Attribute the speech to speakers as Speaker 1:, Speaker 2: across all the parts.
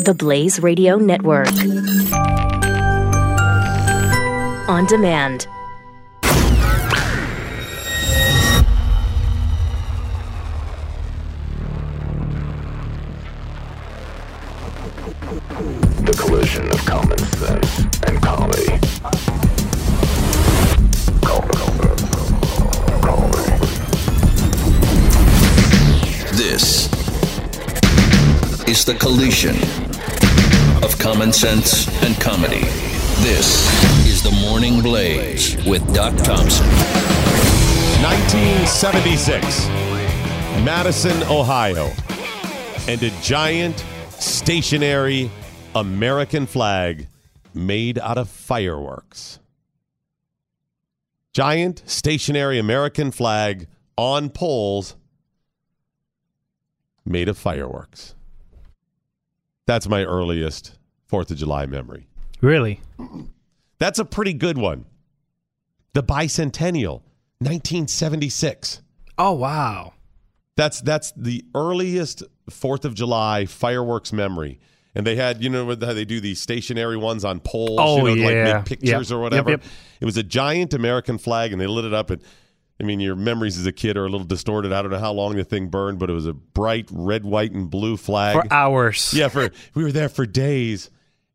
Speaker 1: The Blaze Radio Network. On demand.
Speaker 2: The collision of common sense and comedy.
Speaker 3: This is the collision of common sense and comedy. This is the Morning Blaze with Doc Thompson.
Speaker 4: 1976, Madison, Ohio, and a giant stationary American flag made out of fireworks. Giant stationary American flag on poles made of fireworks. That's my earliest 4th of July memory.
Speaker 5: Really?
Speaker 4: That's a pretty good one. The bicentennial, 1976.
Speaker 5: Oh wow.
Speaker 4: That's that's the earliest Fourth of July fireworks memory. And they had, you know, how they do these stationary ones on poles,
Speaker 5: Oh,
Speaker 4: you know, to,
Speaker 5: yeah.
Speaker 4: like make pictures
Speaker 5: Yep.
Speaker 4: or
Speaker 5: Yep,
Speaker 4: whatever.
Speaker 5: yep.
Speaker 4: It was a giant American flag, and they lit it up. And I mean, your memories as a kid are a little distorted. I don't know how long the thing burned, but it was a bright red, white, and blue flag.
Speaker 5: For uh, hours.
Speaker 4: Yeah, for we were there for days,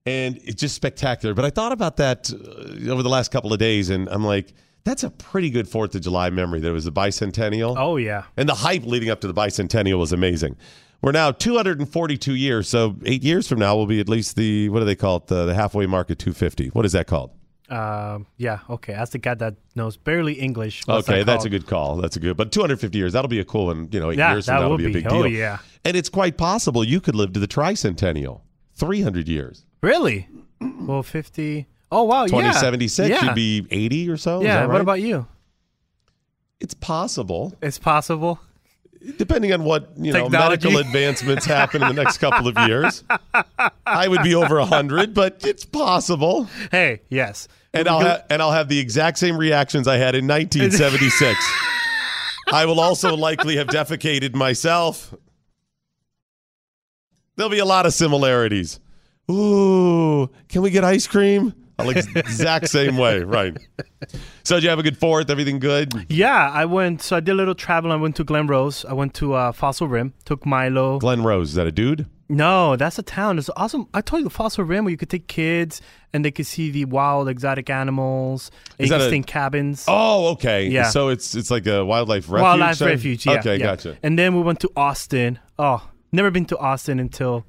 Speaker 4: and it's just spectacular. But I thought about that uh, over the last couple of days, and I'm like, that's a pretty good Fourth of July memory. There was the bicentennial,
Speaker 5: Oh yeah.
Speaker 4: and the hype leading up to the bicentennial was amazing. We're now 242 years, so eight years from now, we'll be at least the what do they call it? The, the halfway mark at 250. What is that called?
Speaker 5: Um. Yeah. Okay. As the guy that knows barely English. What's
Speaker 4: okay,
Speaker 5: that
Speaker 4: that's a
Speaker 5: called?
Speaker 4: good call. That's a good. But 250 years, that'll be a cool one. You know, eight
Speaker 5: Yeah,
Speaker 4: years from
Speaker 5: that
Speaker 4: now, will
Speaker 5: will
Speaker 4: be a
Speaker 5: be.
Speaker 4: big
Speaker 5: Oh,
Speaker 4: deal.
Speaker 5: yeah.
Speaker 4: and it's quite possible you could live to the tricentennial, 300 years.
Speaker 5: Really? Well, fifty. Oh wow. yeah.
Speaker 4: 2076,
Speaker 5: Yeah.
Speaker 4: you'd be 80 or so. Is
Speaker 5: yeah.
Speaker 4: that
Speaker 5: What
Speaker 4: right?
Speaker 5: about you?
Speaker 4: It's possible,
Speaker 5: It's possible.
Speaker 4: depending on what you know
Speaker 5: Technology.
Speaker 4: medical advancements happen in the next couple of years. I would be over 100, but it's possible,
Speaker 5: Hey. Yes.
Speaker 4: and I'll ha- and I'll have the exact same reactions I had in 1976. I will also likely have defecated myself. There'll be a lot of similarities. Ooh, can we get ice cream? I like exact same way, right? So, did you have a good fourth? Everything good?
Speaker 5: Yeah. I went. So I did a little travel. I went to Glen Rose. I went to uh, Fossil Rim. Took Milo.
Speaker 4: Glen Rose, is that a dude?
Speaker 5: No, that's a town. It's awesome. I told you, Fossil Rim, where you could take kids and they could see the wild, exotic animals. And
Speaker 4: Is
Speaker 5: you
Speaker 4: that
Speaker 5: could
Speaker 4: a-
Speaker 5: stay in cabins.
Speaker 4: Oh, okay.
Speaker 5: Yeah.
Speaker 4: So it's it's like a wildlife refuge.
Speaker 5: wildlife
Speaker 4: sort of-
Speaker 5: refuge. Yeah,
Speaker 4: okay,
Speaker 5: yeah.
Speaker 4: gotcha.
Speaker 5: And then we went to Austin. Oh, never been to Austin until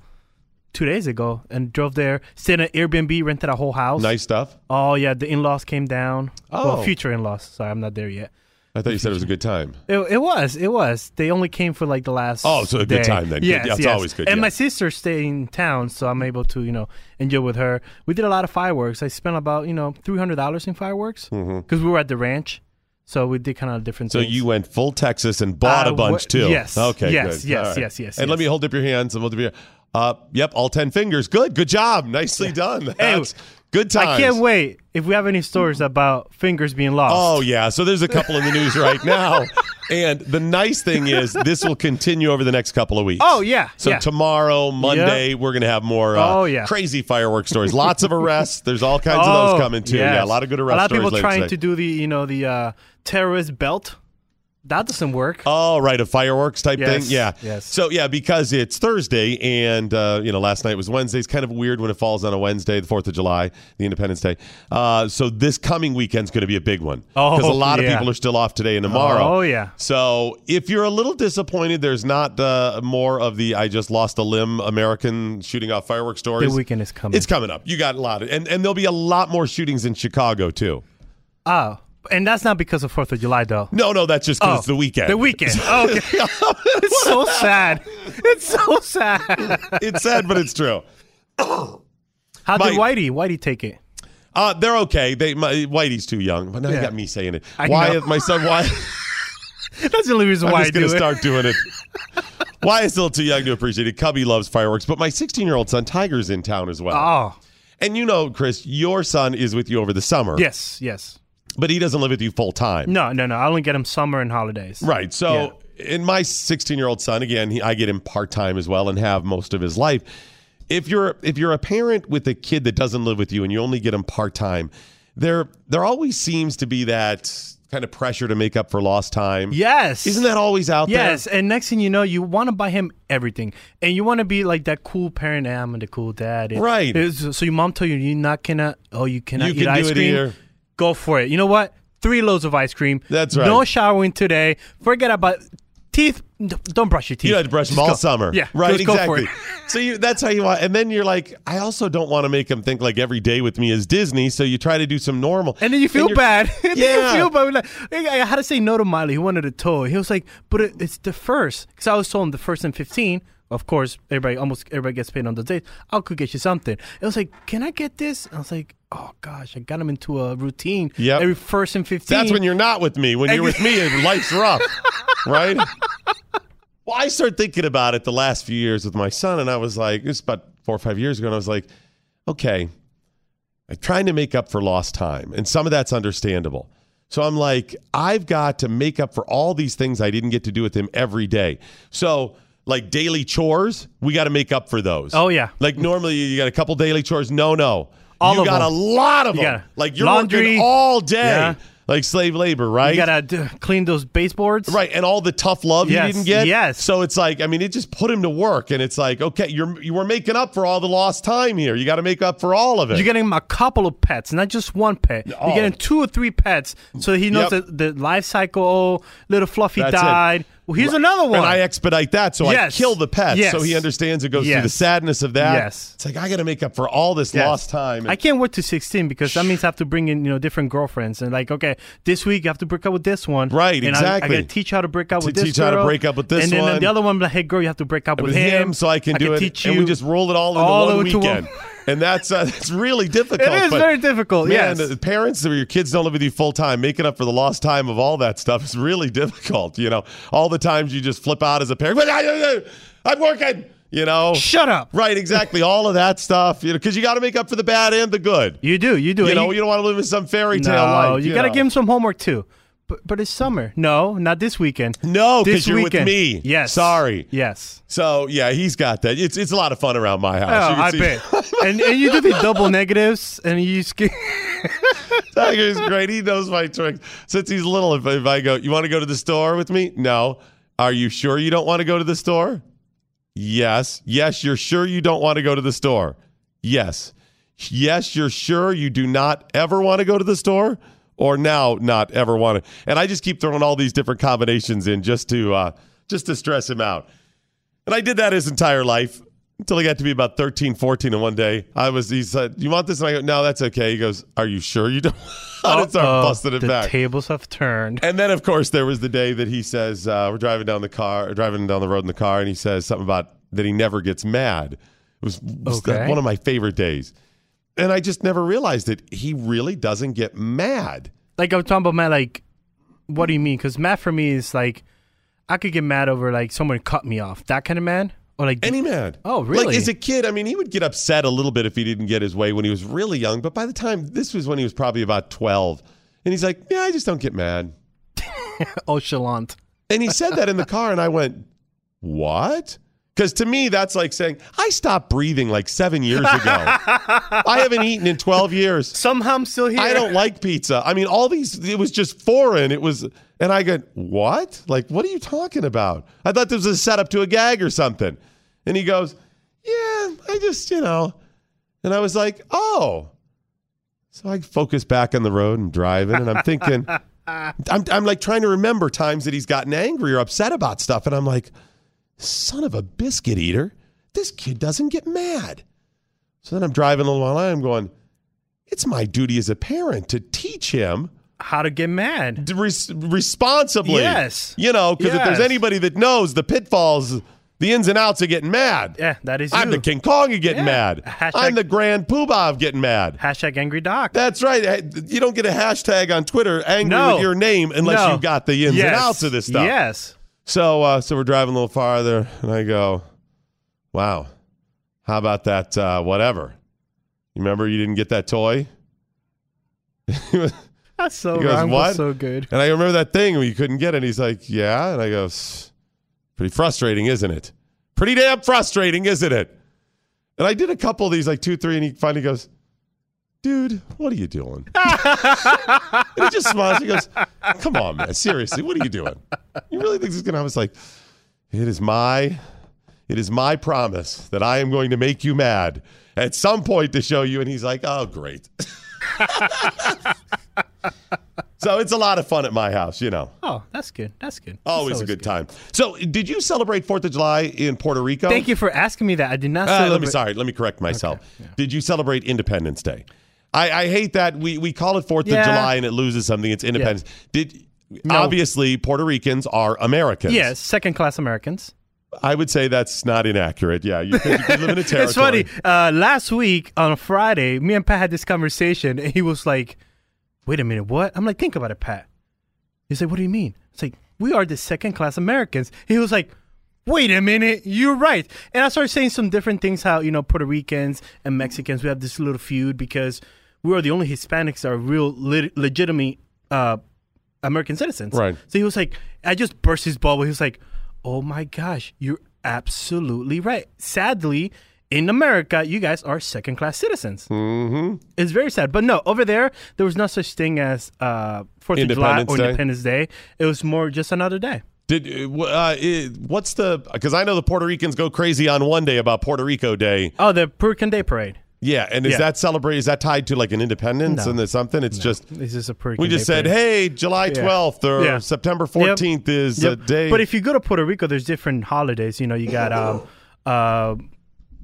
Speaker 5: two days ago, and drove there. Stayed in an Airbnb, rented a whole house.
Speaker 4: Nice stuff.
Speaker 5: Oh yeah, the in-laws came down.
Speaker 4: Oh.
Speaker 5: well, future in-laws. Sorry, I'm not there yet.
Speaker 4: I thought you said it was a good time.
Speaker 5: It, it was, it was. They only came for like the last.
Speaker 4: Oh, so a good
Speaker 5: day.
Speaker 4: time then. Good.
Speaker 5: Yes,
Speaker 4: Yeah, it's
Speaker 5: yes.
Speaker 4: always good,
Speaker 5: And
Speaker 4: yeah.
Speaker 5: my sister stayed in town, so I'm able to, you know, enjoy with her. We did a lot of fireworks. I spent about, you know, three hundred dollars in fireworks because we were at the ranch, so we did kind of different.
Speaker 4: Mm-hmm. So
Speaker 5: things.
Speaker 4: you went full Texas and bought a
Speaker 5: Uh,
Speaker 4: bunch
Speaker 5: wh-
Speaker 4: too.
Speaker 5: yes,
Speaker 4: Okay.
Speaker 5: yes,
Speaker 4: good.
Speaker 5: yes,
Speaker 4: All
Speaker 5: yes, yes,
Speaker 4: And let
Speaker 5: yes.
Speaker 4: me hold up your hands and hold up your. Uh, yep, all ten fingers. Good, good job. Nicely done. That's good times.
Speaker 5: I can't wait if we have any stories about fingers being lost.
Speaker 4: Oh yeah, so there's a couple in the news right now, and the nice thing is this will continue over the next couple of weeks.
Speaker 5: Oh, yeah,
Speaker 4: So
Speaker 5: yeah.
Speaker 4: tomorrow, Monday, we're gonna have more. Uh,
Speaker 5: Oh, yeah. Oh,
Speaker 4: crazy fireworks stories. Lots of arrests. There's all kinds of those coming too. Yeah, a
Speaker 5: yes.
Speaker 4: lot of good arrest
Speaker 5: A lot of
Speaker 4: stories
Speaker 5: people
Speaker 4: later
Speaker 5: trying
Speaker 4: today.
Speaker 5: to do the you know the uh, terrorist belt. That doesn't work.
Speaker 4: Oh, right, a fireworks type
Speaker 5: Yes,
Speaker 4: thing. Yeah.
Speaker 5: yes.
Speaker 4: So yeah, because it's Thursday, and uh, you know, last night was Wednesday. It's kind of weird when it falls on a Wednesday, the Fourth of July, the Independence Day. Uh, so this coming weekend's going to be a big one
Speaker 5: Oh,
Speaker 4: because a lot of
Speaker 5: yeah.
Speaker 4: people are still off today and tomorrow.
Speaker 5: Oh, yeah.
Speaker 4: So if you're a little disappointed, there's not uh, more of the "I just lost a limb" American shooting off fireworks
Speaker 5: the
Speaker 4: stories.
Speaker 5: weekend is coming.
Speaker 4: It's coming up. You got a lot, of, and and there'll be a lot more shootings in Chicago too.
Speaker 5: oh, and that's not because of Fourth of July though.
Speaker 4: No, no, that's just because
Speaker 5: Oh,
Speaker 4: it's the weekend.
Speaker 5: The weekend. Oh, okay. it's so sad. It's so sad.
Speaker 4: it's sad, but it's true.
Speaker 5: How did
Speaker 4: My-
Speaker 5: Whitey? Whitey take it?
Speaker 4: Uh, they're okay. They my, Whitey's too young, but now you
Speaker 5: Yeah.
Speaker 4: got me saying it.
Speaker 5: I
Speaker 4: why
Speaker 5: know.
Speaker 4: is my son? Why?
Speaker 5: That's the only reason
Speaker 4: I'm
Speaker 5: why I
Speaker 4: just
Speaker 5: do
Speaker 4: gonna
Speaker 5: it.
Speaker 4: start doing it. Why is still too young to appreciate it? Cubby loves fireworks, but my 16 year old son Tiger's in town as well.
Speaker 5: oh,
Speaker 4: and you know, Chris, your son is with you over the summer.
Speaker 5: yes, yes.
Speaker 4: but he doesn't live with you full time.
Speaker 5: No, no, no. I only get him summer and holidays.
Speaker 4: Right. So, in my 16 year old son, again, he, I get him part time as well and have most of his life. if you're if you're a parent with a kid that doesn't live with you and you only get them part time, there there always seems to be that kind of pressure to make up for lost time.
Speaker 5: Yes.
Speaker 4: Isn't that always out there?
Speaker 5: Yes, and next thing you know, you want to buy him everything, and you want to be like that cool parent. "Ah, I'm the cool dad, And-
Speaker 4: Right.
Speaker 5: it's- so your mom told you you not cannot. Oh, you cannot
Speaker 4: You
Speaker 5: eat
Speaker 4: can do
Speaker 5: ice
Speaker 4: it
Speaker 5: cream.
Speaker 4: here.
Speaker 5: Go for it. You know what? Three loaves of ice cream.
Speaker 4: That's right.
Speaker 5: No showering today. Forget about teeth. D- Don't brush your teeth.
Speaker 4: You had to brush them
Speaker 5: Just
Speaker 4: all
Speaker 5: go-
Speaker 4: summer.
Speaker 5: Yeah,
Speaker 4: Right,
Speaker 5: just go for
Speaker 4: exactly.
Speaker 5: it.
Speaker 4: so you, that's how you want. And then you're like, I also don't want to make them think like every day with me is Disney. So you try to do some normal.
Speaker 5: And then you feel
Speaker 4: you're-
Speaker 5: bad. And
Speaker 4: Yeah.
Speaker 5: then you feel bad. Like, I I had to say no to Miley. He wanted a toy. He was like, but it, it's the first. Because I was told him the first and 15. Of course, everybody almost everybody gets paid on the date. I could get you something. It was like, can I get this? And I was like, oh gosh, I got him into a routine.
Speaker 4: Yep.
Speaker 5: Every first and 15.
Speaker 4: That's when you're not with me. When you're with me, life's rough, right? Well, I started thinking about it the last few years with my son, and I was like, this is about four or five years ago, and I was like, okay, I'm trying to make up for lost time, and some of that's understandable. So I'm like, I've got to make up for all these things I didn't get to do with him every day. So, like daily chores, we got to make up for those.
Speaker 5: Oh, yeah.
Speaker 4: Like normally you got a couple daily chores. No, no.
Speaker 5: All
Speaker 4: you
Speaker 5: of
Speaker 4: got
Speaker 5: them.
Speaker 4: a lot of
Speaker 5: You
Speaker 4: them.
Speaker 5: gotta-
Speaker 4: like you're
Speaker 5: laundry.
Speaker 4: working all day
Speaker 5: Yeah.
Speaker 4: like slave labor, right?
Speaker 5: you gotta d- clean those baseboards.
Speaker 4: right, and all the tough love
Speaker 5: Yes,
Speaker 4: you didn't get.
Speaker 5: yes.
Speaker 4: So it's like, I mean, it just put him to work, and it's like, okay, you're you were making up for all the lost time here. You got to make up for all of it.
Speaker 5: You're getting him a couple of pets, not just one pet.
Speaker 4: Oh.
Speaker 5: You're getting two or three pets, so he knows
Speaker 4: Yep.
Speaker 5: that the life cycle. Oh, little Fluffy
Speaker 4: That's it.
Speaker 5: died. Well, here's another one.
Speaker 4: and I expedite that, so
Speaker 5: Yes.
Speaker 4: I kill the pet,
Speaker 5: Yes.
Speaker 4: so he understands it goes through
Speaker 5: Yes.
Speaker 4: the sadness of that.
Speaker 5: Yes.
Speaker 4: It's like I got to make up for all this
Speaker 5: Yes.
Speaker 4: lost time.
Speaker 5: I can't wait to 16 because that means I have to bring in, you know, different girlfriends and like, okay, this week I have to break up with this one.
Speaker 4: Right,
Speaker 5: and I-
Speaker 4: exactly.
Speaker 5: I, got to teach how to break up
Speaker 4: To
Speaker 5: with this
Speaker 4: teach how to
Speaker 5: girl.
Speaker 4: break up with this
Speaker 5: and then,
Speaker 4: one.
Speaker 5: the other one, like, hey girl, you have to break up
Speaker 4: with
Speaker 5: with
Speaker 4: him, so I can do it,
Speaker 5: Teach you.
Speaker 4: and we just roll it all into
Speaker 5: all
Speaker 4: one
Speaker 5: into one-
Speaker 4: weekend. and that's uh, that's really difficult.
Speaker 5: It is
Speaker 4: but-
Speaker 5: very difficult.
Speaker 4: Man,
Speaker 5: yes.
Speaker 4: the parents where your kids don't live with you full time, making up for the lost time of all that stuff is really difficult. You know, all the times you just flip out as a parent. I'm working. You know,
Speaker 5: Shut up.
Speaker 4: right? Exactly. all of that stuff. You know, because you got to make up for the bad and the good.
Speaker 5: You do. You do.
Speaker 4: You
Speaker 5: And
Speaker 4: know, you don't want to live in some fairy tale
Speaker 5: no,
Speaker 4: life.
Speaker 5: you, gotta
Speaker 4: know.
Speaker 5: give him some homework too. But but it's summer. No, not this weekend.
Speaker 4: No,
Speaker 5: This
Speaker 4: because you're with
Speaker 5: weekend.
Speaker 4: me.
Speaker 5: Yes.
Speaker 4: Sorry.
Speaker 5: Yes.
Speaker 4: So yeah, he's got that. It's it's a lot of fun around my house.
Speaker 5: Oh,
Speaker 4: You can
Speaker 5: I
Speaker 4: see-
Speaker 5: bet. and and you do the double negatives and you just get-
Speaker 4: Tiger's great. He knows my tricks. Since he's little, if, if I go, you want to go to the store with me? No. Are you sure you don't want to go to the store? Yes. Yes, you're sure you don't want to go to the store? Yes. Yes, you're sure you do not ever want to go to the store? Or now not ever want to. And I just keep throwing all these different combinations in just to uh just to stress him out. And I did that his entire life until he got to be about 13, 14. And one day I was, he said, You want this? And I go, No, that's okay. He goes, Are you sure you don't? I just started
Speaker 5: Uh-oh,
Speaker 4: busting it
Speaker 5: the
Speaker 4: back.
Speaker 5: tables have turned.
Speaker 4: and then, of course, there was the day that he says, uh, We're driving down the car, driving down the road in the car. And he says something about that he never gets mad. It was was
Speaker 5: Okay.
Speaker 4: one of my favorite days. And I just never realized it. He really doesn't get mad.
Speaker 5: like I'm talking about Matt. Like, what do you mean? Because Matt for me is like, I could get mad over like someone cut me off. That kind of man, or like
Speaker 4: Any man.
Speaker 5: Oh,
Speaker 4: Like
Speaker 5: really?
Speaker 4: as a kid, I mean, he would get upset a little bit if he didn't get his way when he was really young. But by the time this was when he was probably about twelve, and he's like, "Yeah, I just don't get mad."
Speaker 5: Ochelant.
Speaker 4: And he said that in the car, and I went, "What?" Because to me, that's like saying I stopped breathing like seven years ago. I haven't eaten in twelve years.
Speaker 5: Somehow I'm still here.
Speaker 4: I don't like pizza. I mean, all these. It was just foreign. It was, and I go, "What? Like, what are you talking about?" I thought this was a setup to a gag or something. And he goes, "Yeah, I just, you know," and I was like, "Oh." So I focus back on the road and driving, and I'm thinking, I'm, I'm like trying to remember times that he's gotten angry or upset about stuff, and I'm like, "Son of a biscuit eater, this kid doesn't get mad." So then I'm driving a little while, and I'm going it's my duty as a parent to teach him
Speaker 5: How to get mad?
Speaker 4: to res- responsibly.
Speaker 5: Yes.
Speaker 4: You know, because if there's
Speaker 5: Yes.
Speaker 4: anybody that knows the pitfalls, the ins and outs of getting mad.
Speaker 5: Yeah, that is
Speaker 4: I'm
Speaker 5: you.
Speaker 4: the King Kong of getting
Speaker 5: Yeah.
Speaker 4: mad.
Speaker 5: Hashtag-
Speaker 4: I'm the Grand Poobah of getting mad.
Speaker 5: Hashtag angry doc.
Speaker 4: That's right. Hey, You don't get a hashtag on Twitter angry
Speaker 5: No.
Speaker 4: with your name unless
Speaker 5: No.
Speaker 4: you got the ins and
Speaker 5: Yes.
Speaker 4: outs of this stuff.
Speaker 5: Yes.
Speaker 4: So, uh, so we're driving a little farther, and I go, "Wow, how about that? Uh, whatever. You remember you didn't get that toy."
Speaker 5: That's so
Speaker 4: He goes,
Speaker 5: wrong, but
Speaker 4: "What?"
Speaker 5: so good.
Speaker 4: And I remember that thing where you couldn't get it. And he's like, yeah. And I go, "S- pretty frustrating, isn't it? Pretty damn frustrating, isn't it? And I did a couple of these, like two, three, and he finally goes, Dude, what are you doing? and he just smiles. He goes, Come on, man. Seriously, what are you doing? You really think this is going to happen? It's like, It is my. It is my promise that I am going to make you mad at some point to show you. And he's like, oh, great. so it's a lot of fun at my house, you know.
Speaker 5: Oh, that's good. That's good. That's
Speaker 4: Always, a good, time. So, did you celebrate Fourth of July in Puerto Rico?
Speaker 5: Thank you for asking me that. I did not.
Speaker 4: Uh,
Speaker 5: celebrate.
Speaker 4: let me sorry. Let me correct myself. Did you celebrate Independence Day? I, I hate that we we call it Fourth
Speaker 5: Yeah.
Speaker 4: of July and it loses something. It's Independence. Did
Speaker 5: No.
Speaker 4: obviously Puerto Ricans are Americans.
Speaker 5: Yes, second class Americans.
Speaker 4: I would say that's not inaccurate. Yeah, you, you live in a territory.
Speaker 5: It's funny. Uh, last week on Friday, me and Pat had this conversation, and he was like, "Wait a minute, what?" I'm like, "Think about it, Pat." He's like, "What do you mean?" It's like we are the second class Americans. He was like, "Wait a minute, you're right." And I started saying some different things. How you know Puerto Ricans and Mexicans, we have this little feud because we are the only Hispanics that are real lit legitimate uh, American citizens.
Speaker 4: Right.
Speaker 5: So he was like, I just burst his bubble. He was like, oh my gosh, you're absolutely right. Sadly, in America, you guys are second class citizens. Mm-hmm. It's very sad. But no, over there, there was no such thing as uh, Fourth of July
Speaker 4: Independence
Speaker 5: or
Speaker 4: Day?
Speaker 5: Independence Day. It was more just another day.
Speaker 4: Did uh, w- uh, i- what's the? Because I know the Puerto Ricans go crazy on one day about Puerto Rico Day.
Speaker 5: Oh, the Puerto Rican Day Parade.
Speaker 4: Yeah, and is
Speaker 5: Yeah.
Speaker 4: that celebrate? Is that tied to like an independence
Speaker 5: No.
Speaker 4: and there's something? It's just
Speaker 5: This is a Puerto Rican
Speaker 4: we just
Speaker 5: Day
Speaker 4: said,
Speaker 5: Parade.
Speaker 4: hey, July twelfth or
Speaker 5: Yeah.
Speaker 4: September
Speaker 5: Yep.
Speaker 4: fourteenth is
Speaker 5: Yep.
Speaker 4: a day.
Speaker 5: But if you go to Puerto Rico, there's different holidays. You know, you got, um, uh,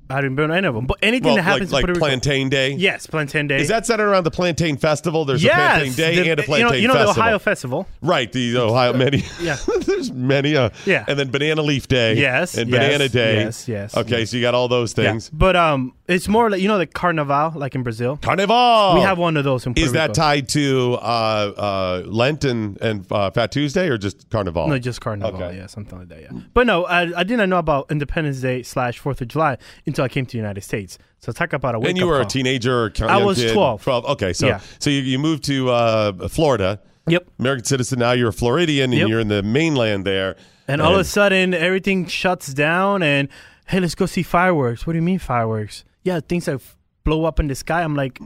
Speaker 5: I don't remember any of them. But anything
Speaker 4: well,
Speaker 5: that
Speaker 4: like,
Speaker 5: happens
Speaker 4: like
Speaker 5: in Puerto Rico.
Speaker 4: Plantain Day,
Speaker 5: Yes, Plantain Day.
Speaker 4: is that centered around the Plantain Festival? There's a Plantain
Speaker 5: yes,
Speaker 4: Day
Speaker 5: the-
Speaker 4: and a Plantain
Speaker 5: you know, you know
Speaker 4: Festival,
Speaker 5: the Ohio Festival.
Speaker 4: right? The Ohio many,
Speaker 5: Yeah.
Speaker 4: there's many, uh,
Speaker 5: Yeah.
Speaker 4: and then Banana Leaf Day,
Speaker 5: Yes,
Speaker 4: and
Speaker 5: yes,
Speaker 4: Banana Day,
Speaker 5: yes, yes,
Speaker 4: Okay, so you got all those things.
Speaker 5: Yeah. But um, it's more like you know the carnival, like in Brazil.
Speaker 4: Carnival.
Speaker 5: We have one of those in Puerto
Speaker 4: Oh. Is that
Speaker 5: Rico.
Speaker 4: tied to uh, uh, Lent and, and uh, Fat Tuesday or just Carnival?
Speaker 5: No, just carnival.
Speaker 4: Okay.
Speaker 5: Yeah, something like that. Yeah. But no, I, I didn't know about Independence Day slash Fourth of July until I came to the United States. So talk about a wake
Speaker 4: and you
Speaker 5: up
Speaker 4: were a
Speaker 5: call.
Speaker 4: teenager or
Speaker 5: I was 12.
Speaker 4: 12. Okay, so
Speaker 5: Yeah.
Speaker 4: so you, you moved to uh, Florida,
Speaker 5: Yep.
Speaker 4: American citizen. Now you're a Floridian and
Speaker 5: Yep.
Speaker 4: you're in the mainland there.
Speaker 5: And all of a sudden, everything shuts down. And hey, let's go see fireworks. What do you mean fireworks? Yeah, things that f- blow up in the sky. I'm like,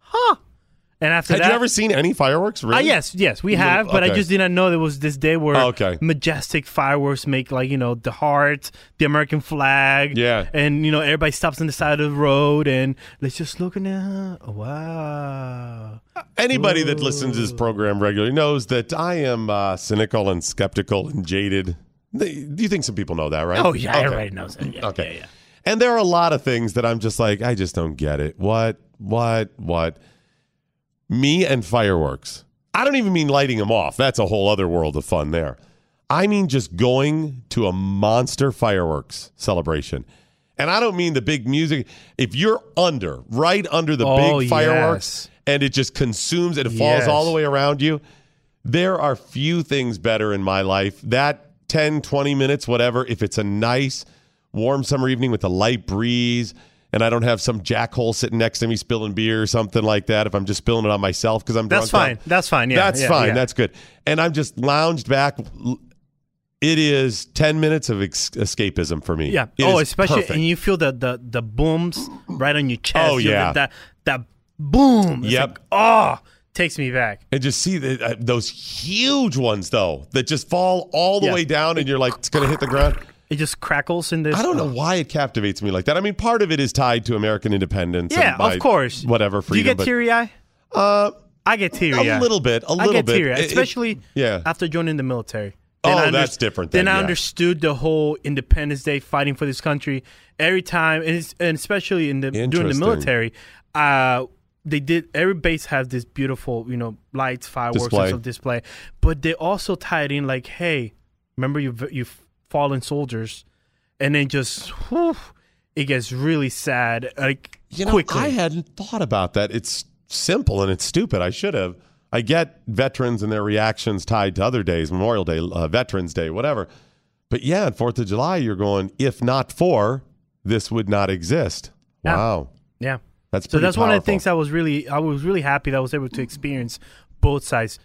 Speaker 5: huh? And after
Speaker 4: had
Speaker 5: that,
Speaker 4: you ever seen any fireworks? Really?
Speaker 5: Uh, yes, yes, we
Speaker 4: Little-
Speaker 5: have, but
Speaker 4: okay.
Speaker 5: I just didn't know there was this day where
Speaker 4: Oh, okay.
Speaker 5: majestic fireworks make like you know the heart, the American flag,
Speaker 4: Yeah.
Speaker 5: and you know everybody stops on the side of the road and let's just look at it. Wow,
Speaker 4: Anybody that listens to this program regularly knows that I am uh, cynical and skeptical and jaded. They- Do you think some people know that, right?
Speaker 5: oh yeah,
Speaker 4: Okay.
Speaker 5: everybody knows it. Yeah,
Speaker 4: Okay.
Speaker 5: yeah, yeah.
Speaker 4: And there are a lot of things that I'm just like, I just don't get it. What, what, what? Me and fireworks. I don't even mean lighting them off. That's a whole other world of fun there. I mean just going to a monster fireworks celebration. And I don't mean the big music. If you're under, right under the
Speaker 5: Oh,
Speaker 4: big fireworks,
Speaker 5: yes.
Speaker 4: and it just consumes and it falls
Speaker 5: Yes.
Speaker 4: all the way around you, there are few things better in my life. That 10, 20 minutes, whatever, if it's a nice, warm summer evening with a light breeze and I don't have some jackhole sitting next to me spilling beer or something like that, if I'm just spilling it on myself because I'm
Speaker 5: That's
Speaker 4: drunk
Speaker 5: fine. That's fine. Yeah,
Speaker 4: that's
Speaker 5: yeah,
Speaker 4: fine.
Speaker 5: yeah.
Speaker 4: That's good. And I'm just lounged back. It is 10 minutes of ex- escapism for me.
Speaker 5: yeah.
Speaker 4: It
Speaker 5: oh,
Speaker 4: is
Speaker 5: especially
Speaker 4: perfect.
Speaker 5: and you feel the the the booms right on your chest.
Speaker 4: Oh,
Speaker 5: You know,
Speaker 4: yeah.
Speaker 5: that that boom. It's
Speaker 4: Yep.
Speaker 5: like, oh, takes me back.
Speaker 4: and just see the, uh, those huge ones, though, that just fall all the
Speaker 5: Yeah.
Speaker 4: way down and you're like, it's going to hit the ground.
Speaker 5: It just crackles in this. Oh,
Speaker 4: I don't know why it captivates me like that. I mean, part of it is tied to American independence.
Speaker 5: Yeah,
Speaker 4: and my
Speaker 5: of course.
Speaker 4: Whatever.
Speaker 5: Do you
Speaker 4: Freedom,
Speaker 5: get
Speaker 4: but uh,
Speaker 5: teary eye? I get teary
Speaker 4: a
Speaker 5: eye.
Speaker 4: little bit. A
Speaker 5: I
Speaker 4: little
Speaker 5: get
Speaker 4: bit.
Speaker 5: teary
Speaker 4: It-
Speaker 5: eye,
Speaker 4: it-
Speaker 5: especially
Speaker 4: yeah.
Speaker 5: after joining the military.
Speaker 4: Oh,
Speaker 5: I
Speaker 4: that's different
Speaker 5: Then,
Speaker 4: then,
Speaker 5: I
Speaker 4: yeah.
Speaker 5: understood the whole Independence Day fighting for this country every time, and, it's, and especially in the during the
Speaker 4: Interesting.
Speaker 5: military. Uh, they did every base has this beautiful, you know, lights, fireworks,
Speaker 4: Display.
Speaker 5: and stuff display, but they also tied in like, hey, remember you you fallen soldiers, and then just whew, it gets really sad like
Speaker 4: You know,
Speaker 5: quickly.
Speaker 4: I hadn't thought about that. It's simple and it's stupid. I should have. I get veterans and their reactions tied to other days, Memorial Day, uh, Veterans Day, whatever. But yeah, on Fourth of July, you're going. If not for this, would not exist.
Speaker 5: Yeah.
Speaker 4: Wow,
Speaker 5: yeah.
Speaker 4: that's
Speaker 5: So
Speaker 4: pretty
Speaker 5: that's one of the
Speaker 4: powerful.
Speaker 5: things I was really I was really happy that I was able to experience both sides,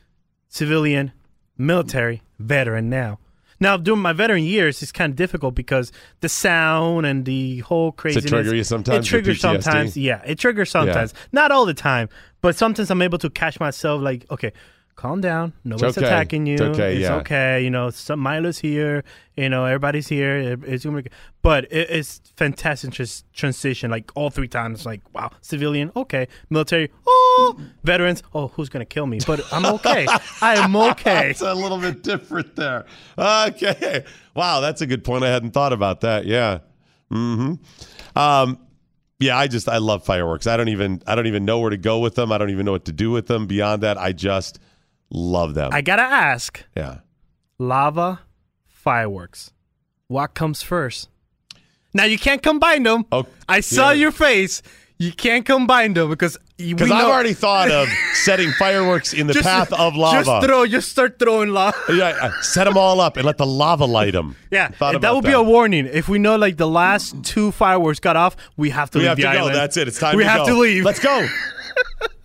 Speaker 5: civilian, military, veteran now. Now, during my veteran years, it's kind of difficult because the sound and the whole craziness.
Speaker 4: trigger you sometimes,
Speaker 5: It
Speaker 4: the
Speaker 5: triggers
Speaker 4: PTSD?
Speaker 5: sometimes. Yeah, it triggers sometimes. Not all the time, but sometimes I'm able to catch myself like, okay, calm down. Nobody's
Speaker 4: okay.
Speaker 5: attacking you.
Speaker 4: It's okay,
Speaker 5: It's
Speaker 4: yeah.
Speaker 5: okay. You know, some Milo's here. You know, everybody's here. It- It's gonna be, but it, it's fantastic trans- transition. Like all three times, like wow, civilian, okay, military, oh, veterans, oh, who's gonna kill me? But I'm okay. I am okay.
Speaker 4: It's a little bit different there. Okay. Wow, that's a good point. I hadn't thought about that. Yeah. hmm Um, yeah, I just I love fireworks. I don't even I don't even know where to go with them. I don't even know what to do with them. Beyond that, I just love them.
Speaker 5: I gotta ask.
Speaker 4: yeah.
Speaker 5: lava, fireworks. What comes first? Now you can't combine them.
Speaker 4: Oh,
Speaker 5: I saw
Speaker 4: yeah.
Speaker 5: your face. You can't combine them because you.
Speaker 4: Because I've already thought of setting fireworks in the path of lava.
Speaker 5: Just throw. Just start throwing lava.
Speaker 4: yeah, uh, set them all up and let the lava light them.
Speaker 5: Yeah,
Speaker 4: Thought
Speaker 5: that
Speaker 4: about
Speaker 5: would be a warning. If we know like the last two fireworks got off, we have to
Speaker 4: We
Speaker 5: leave
Speaker 4: have to
Speaker 5: the
Speaker 4: go.
Speaker 5: island.
Speaker 4: That's it. It's time.
Speaker 5: We
Speaker 4: to
Speaker 5: have
Speaker 4: go.
Speaker 5: to leave.
Speaker 4: Let's go.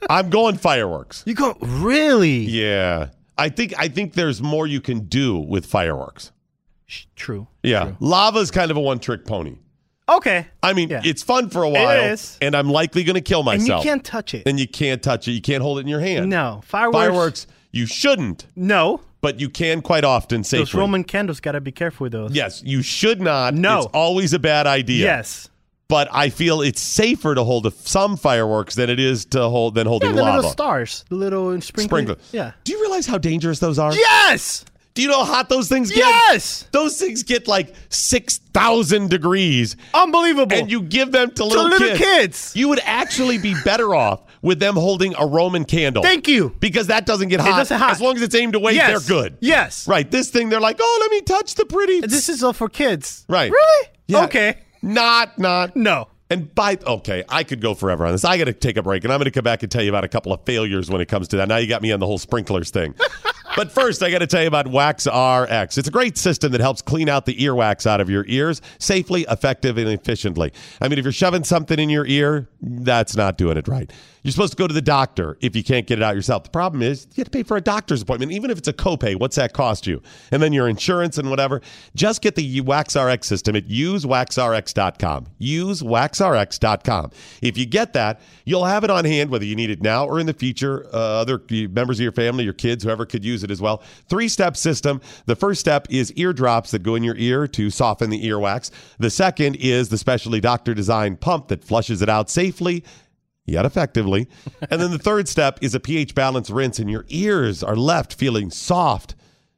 Speaker 4: I'm going fireworks.
Speaker 5: you go really?
Speaker 4: Yeah, I think I think there's more you can do with fireworks.
Speaker 5: Sh- True.
Speaker 4: Yeah, lava's kind of a one-trick pony.
Speaker 5: Okay.
Speaker 4: I mean,
Speaker 5: Yeah.
Speaker 4: it's fun for a while,
Speaker 5: is.
Speaker 4: and I'm likely going to kill
Speaker 5: and you
Speaker 4: myself.
Speaker 5: can't touch it.
Speaker 4: and you can't touch it. You can't hold it in your hand.
Speaker 5: No fireworks.
Speaker 4: fireworks. You shouldn't,
Speaker 5: No.
Speaker 4: but you can quite often safely.
Speaker 5: Those Roman candles gotta be careful with those.
Speaker 4: Yes, you should not.
Speaker 5: No.
Speaker 4: It's always a bad idea.
Speaker 5: Yes.
Speaker 4: But I feel it's safer to hold a, some fireworks than it is to hold than holding
Speaker 5: Yeah, the
Speaker 4: lava.
Speaker 5: little stars, the little sprinkler.
Speaker 4: Sprinkler.
Speaker 5: Yeah.
Speaker 4: Do you realize how dangerous those are?
Speaker 5: Yes.
Speaker 4: Do you know how hot those things get?
Speaker 5: Yes.
Speaker 4: Those things get like 6,000 degrees
Speaker 5: Unbelievable.
Speaker 4: and you give them to little,
Speaker 5: little kids.
Speaker 4: You would actually be better off with them holding a Roman candle.
Speaker 5: Thank you.
Speaker 4: Because that doesn't get hot.
Speaker 5: doesn't hot.
Speaker 4: As long as it's aimed away,
Speaker 5: Yes.
Speaker 4: they're good.
Speaker 5: Yes.
Speaker 4: Right. This thing, they're like, oh, let me touch the pretty.
Speaker 5: This is all for kids.
Speaker 4: right.
Speaker 5: Really?
Speaker 4: Yeah.
Speaker 5: Okay.
Speaker 4: Not, not.
Speaker 5: No.
Speaker 4: And by okay, I could go forever on this. I got to take a break, and I'm going to come back and tell you about a couple of failures when it comes to that. Now you got me on the whole sprinklers thing. but first, I got to tell you about Wax RX. It's a great system that helps clean out the earwax out of your ears safely, effective, and efficiently. I mean, if you're shoving something in your ear, that's not doing it right. You're supposed to go to the doctor if you can't get it out yourself. The problem is you have to pay for a doctor's appointment, even if it's a copay. What's that cost you? And then your insurance and whatever. Just get the WaxRx system at usewaxrx.com. Usewaxrx.com. If you get that, you'll have it on hand whether you need it now or in the future. Uh, other members of your family, your kids, whoever could use it as well. Three step system. The first step is eardrops that go in your ear to soften the earwax. The second is the specially doctor designed pump that flushes it out safely yet effectively. And then the third step is a pH balance rinse, and your ears are left feeling soft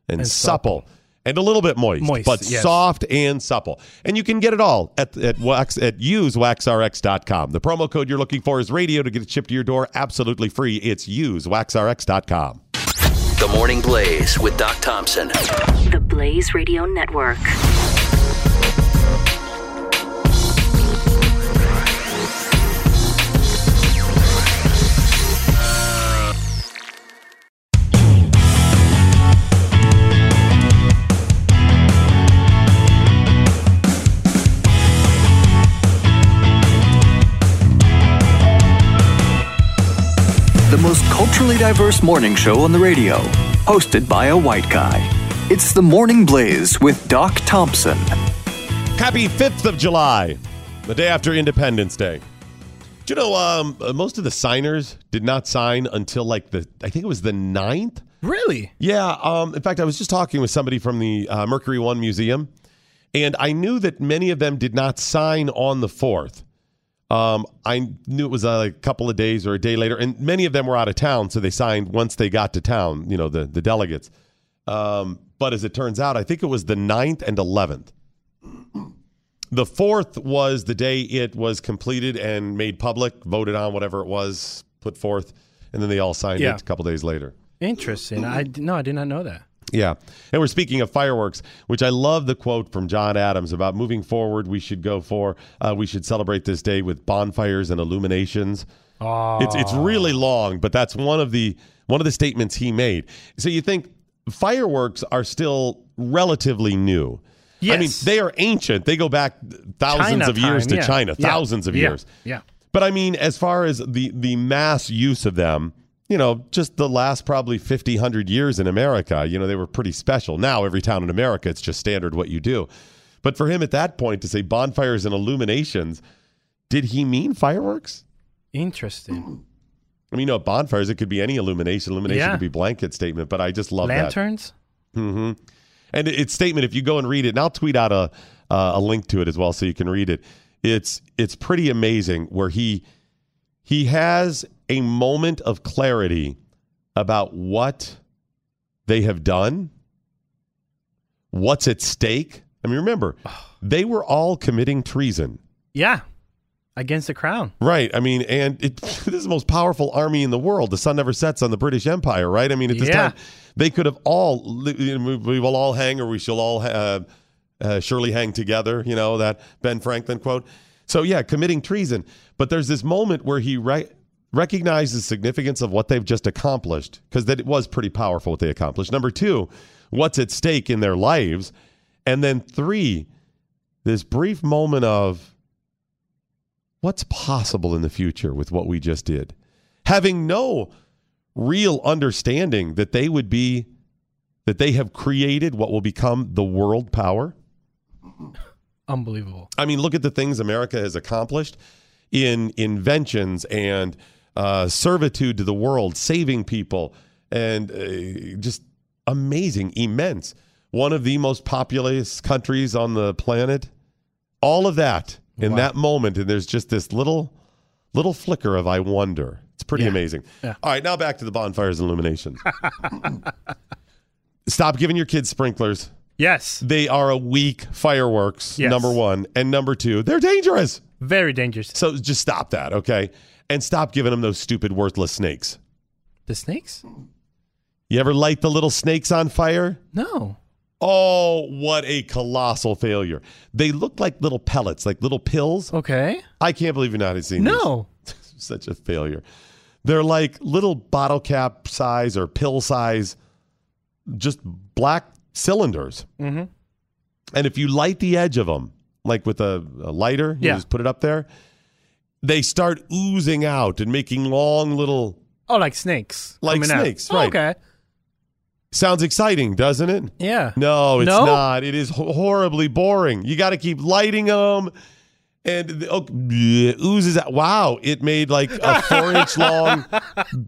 Speaker 4: and, supple. And a little bit moist,
Speaker 5: Moist,
Speaker 4: but
Speaker 5: yes.
Speaker 4: soft and supple. And you can get it all at, at wax at usewaxrx.com. The promo code you're looking for is radio to get it shipped to your door absolutely free. It's usewaxrx.com.
Speaker 3: The Morning Blaze with Doc Thompson.
Speaker 1: The Blaze Radio Network.
Speaker 6: the most culturally diverse morning show on the radio, hosted by a white guy. It's the Morning Blaze with Doc Thompson.
Speaker 4: Happy 5th of July, the day after Independence Day. Do you know, um, most of the signers did not sign until like the, I think it was the 9th?
Speaker 5: Really?
Speaker 4: Yeah. Um, in fact, I was just talking with somebody from the uh, Mercury One Museum, and I knew that many of them did not sign on the 4th. Um, I knew it was uh, like a couple of days or a day later, and many of them were out of town, so they signed once they got to town, you know, the, the delegates. Um, but as it turns out, I think it was the 9th and 11th. The 4th was the day it was completed and made public, voted on, whatever it was, put forth, and then they all signed
Speaker 5: Yeah.
Speaker 4: it a couple days later.
Speaker 5: Interesting. I d- no, I did not know that.
Speaker 4: Yeah. And we're speaking of fireworks, which I love the quote from John Adams about moving forward, we should go for, uh, we should celebrate this day with bonfires and illuminations. It's, it's really
Speaker 5: Ah.
Speaker 4: long, but that's one of the one of the statements he made. So you think fireworks are still relatively new. I mean,
Speaker 5: Yes.
Speaker 4: they are ancient. They go back thousands of
Speaker 5: China
Speaker 4: years
Speaker 5: time,
Speaker 4: to
Speaker 5: yeah.
Speaker 4: China,
Speaker 5: Yeah.
Speaker 4: thousands of
Speaker 5: Yeah.
Speaker 4: years.
Speaker 5: Yeah.
Speaker 4: But I mean, as far as the the mass use of them, you know, just the last probably 50, 100 years in America, you know, they were pretty special. Now, every town in America, it's just standard what you do. But for him at that point to say bonfires and illuminations, did he mean fireworks?
Speaker 5: Interesting.
Speaker 4: I mean, no, bonfires, it could be any illumination. Illumination
Speaker 5: Yeah.
Speaker 4: could be blanket statement, but I just love that.
Speaker 5: Lanterns?
Speaker 4: Mm-hmm. And its statement, if you go and read it, and I'll tweet out a uh, a link to it as well, so you can read it. It's it's pretty amazing where he he has a moment of clarity about what they have done, what's at stake. I mean, remember, they were all committing treason.
Speaker 5: Yeah. Against the crown.
Speaker 4: Right. I mean, and it, this is the most powerful army in the world. The sun never sets on the British Empire, right? I mean, at this
Speaker 5: Yeah.
Speaker 4: time, they could have all, li- you know, we- we will all hang or we shall all uh, uh, surely hang together, you know, that Ben Franklin quote. So, yeah, committing treason. But there's this moment where he re- recognizes the significance of what they've just accomplished because that it was pretty powerful what they accomplished. Number two, what's at stake in their lives. And then three, this brief moment of, what's possible in the future with what we just did, having no real understanding that they would be, that they have created what will become the world power.
Speaker 5: Unbelievable.
Speaker 4: I mean, look at the things America has accomplished in inventions and uh, servitude to the world, saving people, and uh, just amazing, immense. One of the most populous countries on the planet. All of that in
Speaker 5: Wow.
Speaker 4: that moment, and there's just this little, little flicker of I wonder. It's pretty
Speaker 5: Yeah.
Speaker 4: amazing.
Speaker 5: Yeah.
Speaker 4: All right, now back to the bonfires and illuminations. Stop giving your kids sprinklers.
Speaker 5: Yes.
Speaker 4: They are a weak fireworks,
Speaker 5: Yes.
Speaker 4: number one. And number two, they're dangerous.
Speaker 5: Very dangerous.
Speaker 4: So just stop that, okay? And stop giving them those stupid, worthless snakes.
Speaker 5: The snakes?
Speaker 4: You ever light the little snakes on fire?
Speaker 5: No.
Speaker 4: Oh, what a colossal failure. They look like little pellets, like little pills.
Speaker 5: Okay.
Speaker 4: I can't believe you've not seen these.
Speaker 5: No.
Speaker 4: Such a failure. They're like little bottle cap size or pill size, just black cylinders.
Speaker 5: Mhm.
Speaker 4: And if you light the edge of them, like with a, a lighter, you
Speaker 5: Yeah.
Speaker 4: just put it up there, they start oozing out and making long little.
Speaker 5: Oh, like snakes.
Speaker 4: Like
Speaker 5: coming out.
Speaker 4: snakes, right.
Speaker 5: Okay.
Speaker 4: Sounds exciting, doesn't it?
Speaker 5: Yeah.
Speaker 4: No, it's
Speaker 5: No?
Speaker 4: not. It is ho- horribly boring. You got to keep lighting them. And the, oh, bleh, oozes out. Wow, it made like a four inch long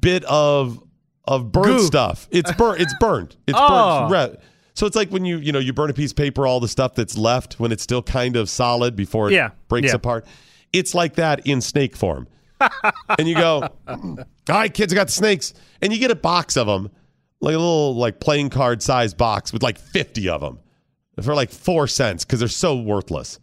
Speaker 4: bit of of burnt
Speaker 5: Goo.
Speaker 4: stuff. It's burnt. It's burnt. It's
Speaker 5: Oh.
Speaker 4: burnt. Re- So it's like when you you know you burn a piece of paper, all the stuff that's left when it's still kind of solid before it
Speaker 5: Yeah,
Speaker 4: breaks
Speaker 5: yeah.
Speaker 4: apart. It's like that in snake form. and you go, all right, kids, I got the snakes. And you get a box of them, like a little like playing card size box with like 50 of them for like four cents because they're so worthless.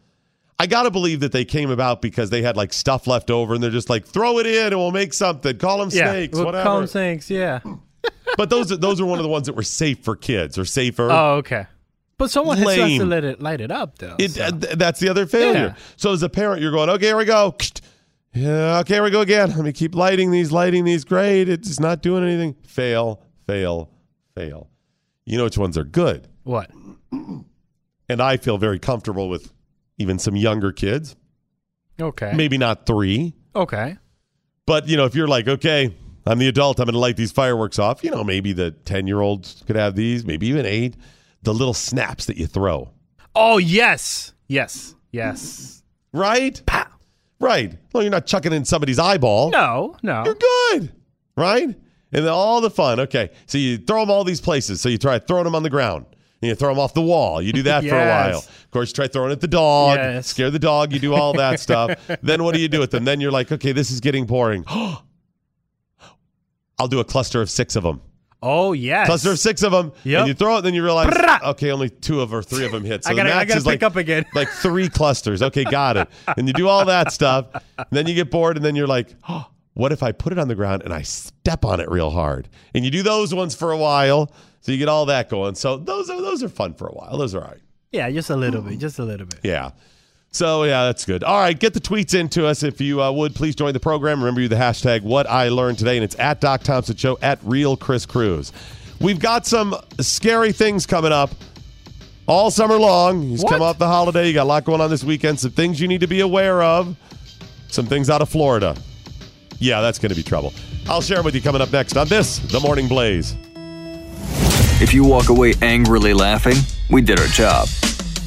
Speaker 4: I got to believe that they came about because they had like stuff left over and they're just like, throw it in and we'll make something. Call them
Speaker 5: Yeah.
Speaker 4: snakes,
Speaker 5: We'll
Speaker 4: whatever.
Speaker 5: Call them snakes. Yeah.
Speaker 4: but those are, those are one of the ones that were safe for kids or safer.
Speaker 5: Oh, okay. But someone has has to
Speaker 4: Lame.
Speaker 5: let it light it up, though.
Speaker 4: It,
Speaker 5: so.
Speaker 4: uh, th- that's the other failure.
Speaker 5: Yeah.
Speaker 4: So as a parent, you're going, okay, here we go. Yeah, okay, here we go again. Let me keep lighting these, lighting these. Great. It's not doing anything. Fail, fail, fail. You know which ones are good.
Speaker 5: what?
Speaker 4: And I feel very comfortable with even some younger kids,
Speaker 5: Okay.
Speaker 4: maybe not three.
Speaker 5: Okay.
Speaker 4: But, you know, if you're like, okay, I'm the adult, I'm going to light these fireworks off, you know, maybe the 10 year olds could have these, maybe even eight. The little snaps that you throw.
Speaker 5: Oh, yes. Yes. Yes.
Speaker 4: Right? Right. Well, you're not chucking in somebody's eyeball.
Speaker 5: No, no.
Speaker 4: You're good. Right? And then all the fun. Okay. So you throw them all these places. So you try throwing them on the ground. And you throw them off the wall. You do that for a
Speaker 5: Yes.
Speaker 4: while. Of course, you try throwing at the dog,
Speaker 5: Yes.
Speaker 4: scare the dog. You do all that stuff. Then what do you do with them? Then you're like, okay, this is getting boring. I'll do a cluster of six of them.
Speaker 5: Oh, yes.
Speaker 4: Cluster of six of them.
Speaker 5: Yep.
Speaker 4: And you throw it, then you realize,
Speaker 5: Brrrah.
Speaker 4: okay, only two of or three of them hit. So
Speaker 5: I
Speaker 4: the
Speaker 5: gotta, I
Speaker 4: max
Speaker 5: gotta
Speaker 4: is
Speaker 5: pick
Speaker 4: like,
Speaker 5: up again.
Speaker 4: like three clusters. Okay, got it. And you do all that stuff. And then you get bored, and then you're like, oh, what if I put it on the ground and I step on it real hard? And you do those ones for a while, so you get all that going. So those are those are fun for a while. Those are all right.
Speaker 5: yeah, just a little bit. Just a little bit.
Speaker 4: Yeah. So yeah, that's good. All right, get the tweets into us if you uh, would. Please join the program. Remember you the hashtag What I Learned Today, and it's at Doc Thompson Show at Real Chris Cruz. We've got some scary things coming up all summer long. He's come
Speaker 5: What?
Speaker 4: off the holiday. You got a lot going on this weekend. Some things you need to be aware of. Some things out of Florida. Yeah, that's going to be trouble. I'll share them with you coming up next on this, The Morning Blaze.
Speaker 6: If you walk away angrily laughing, we did our job.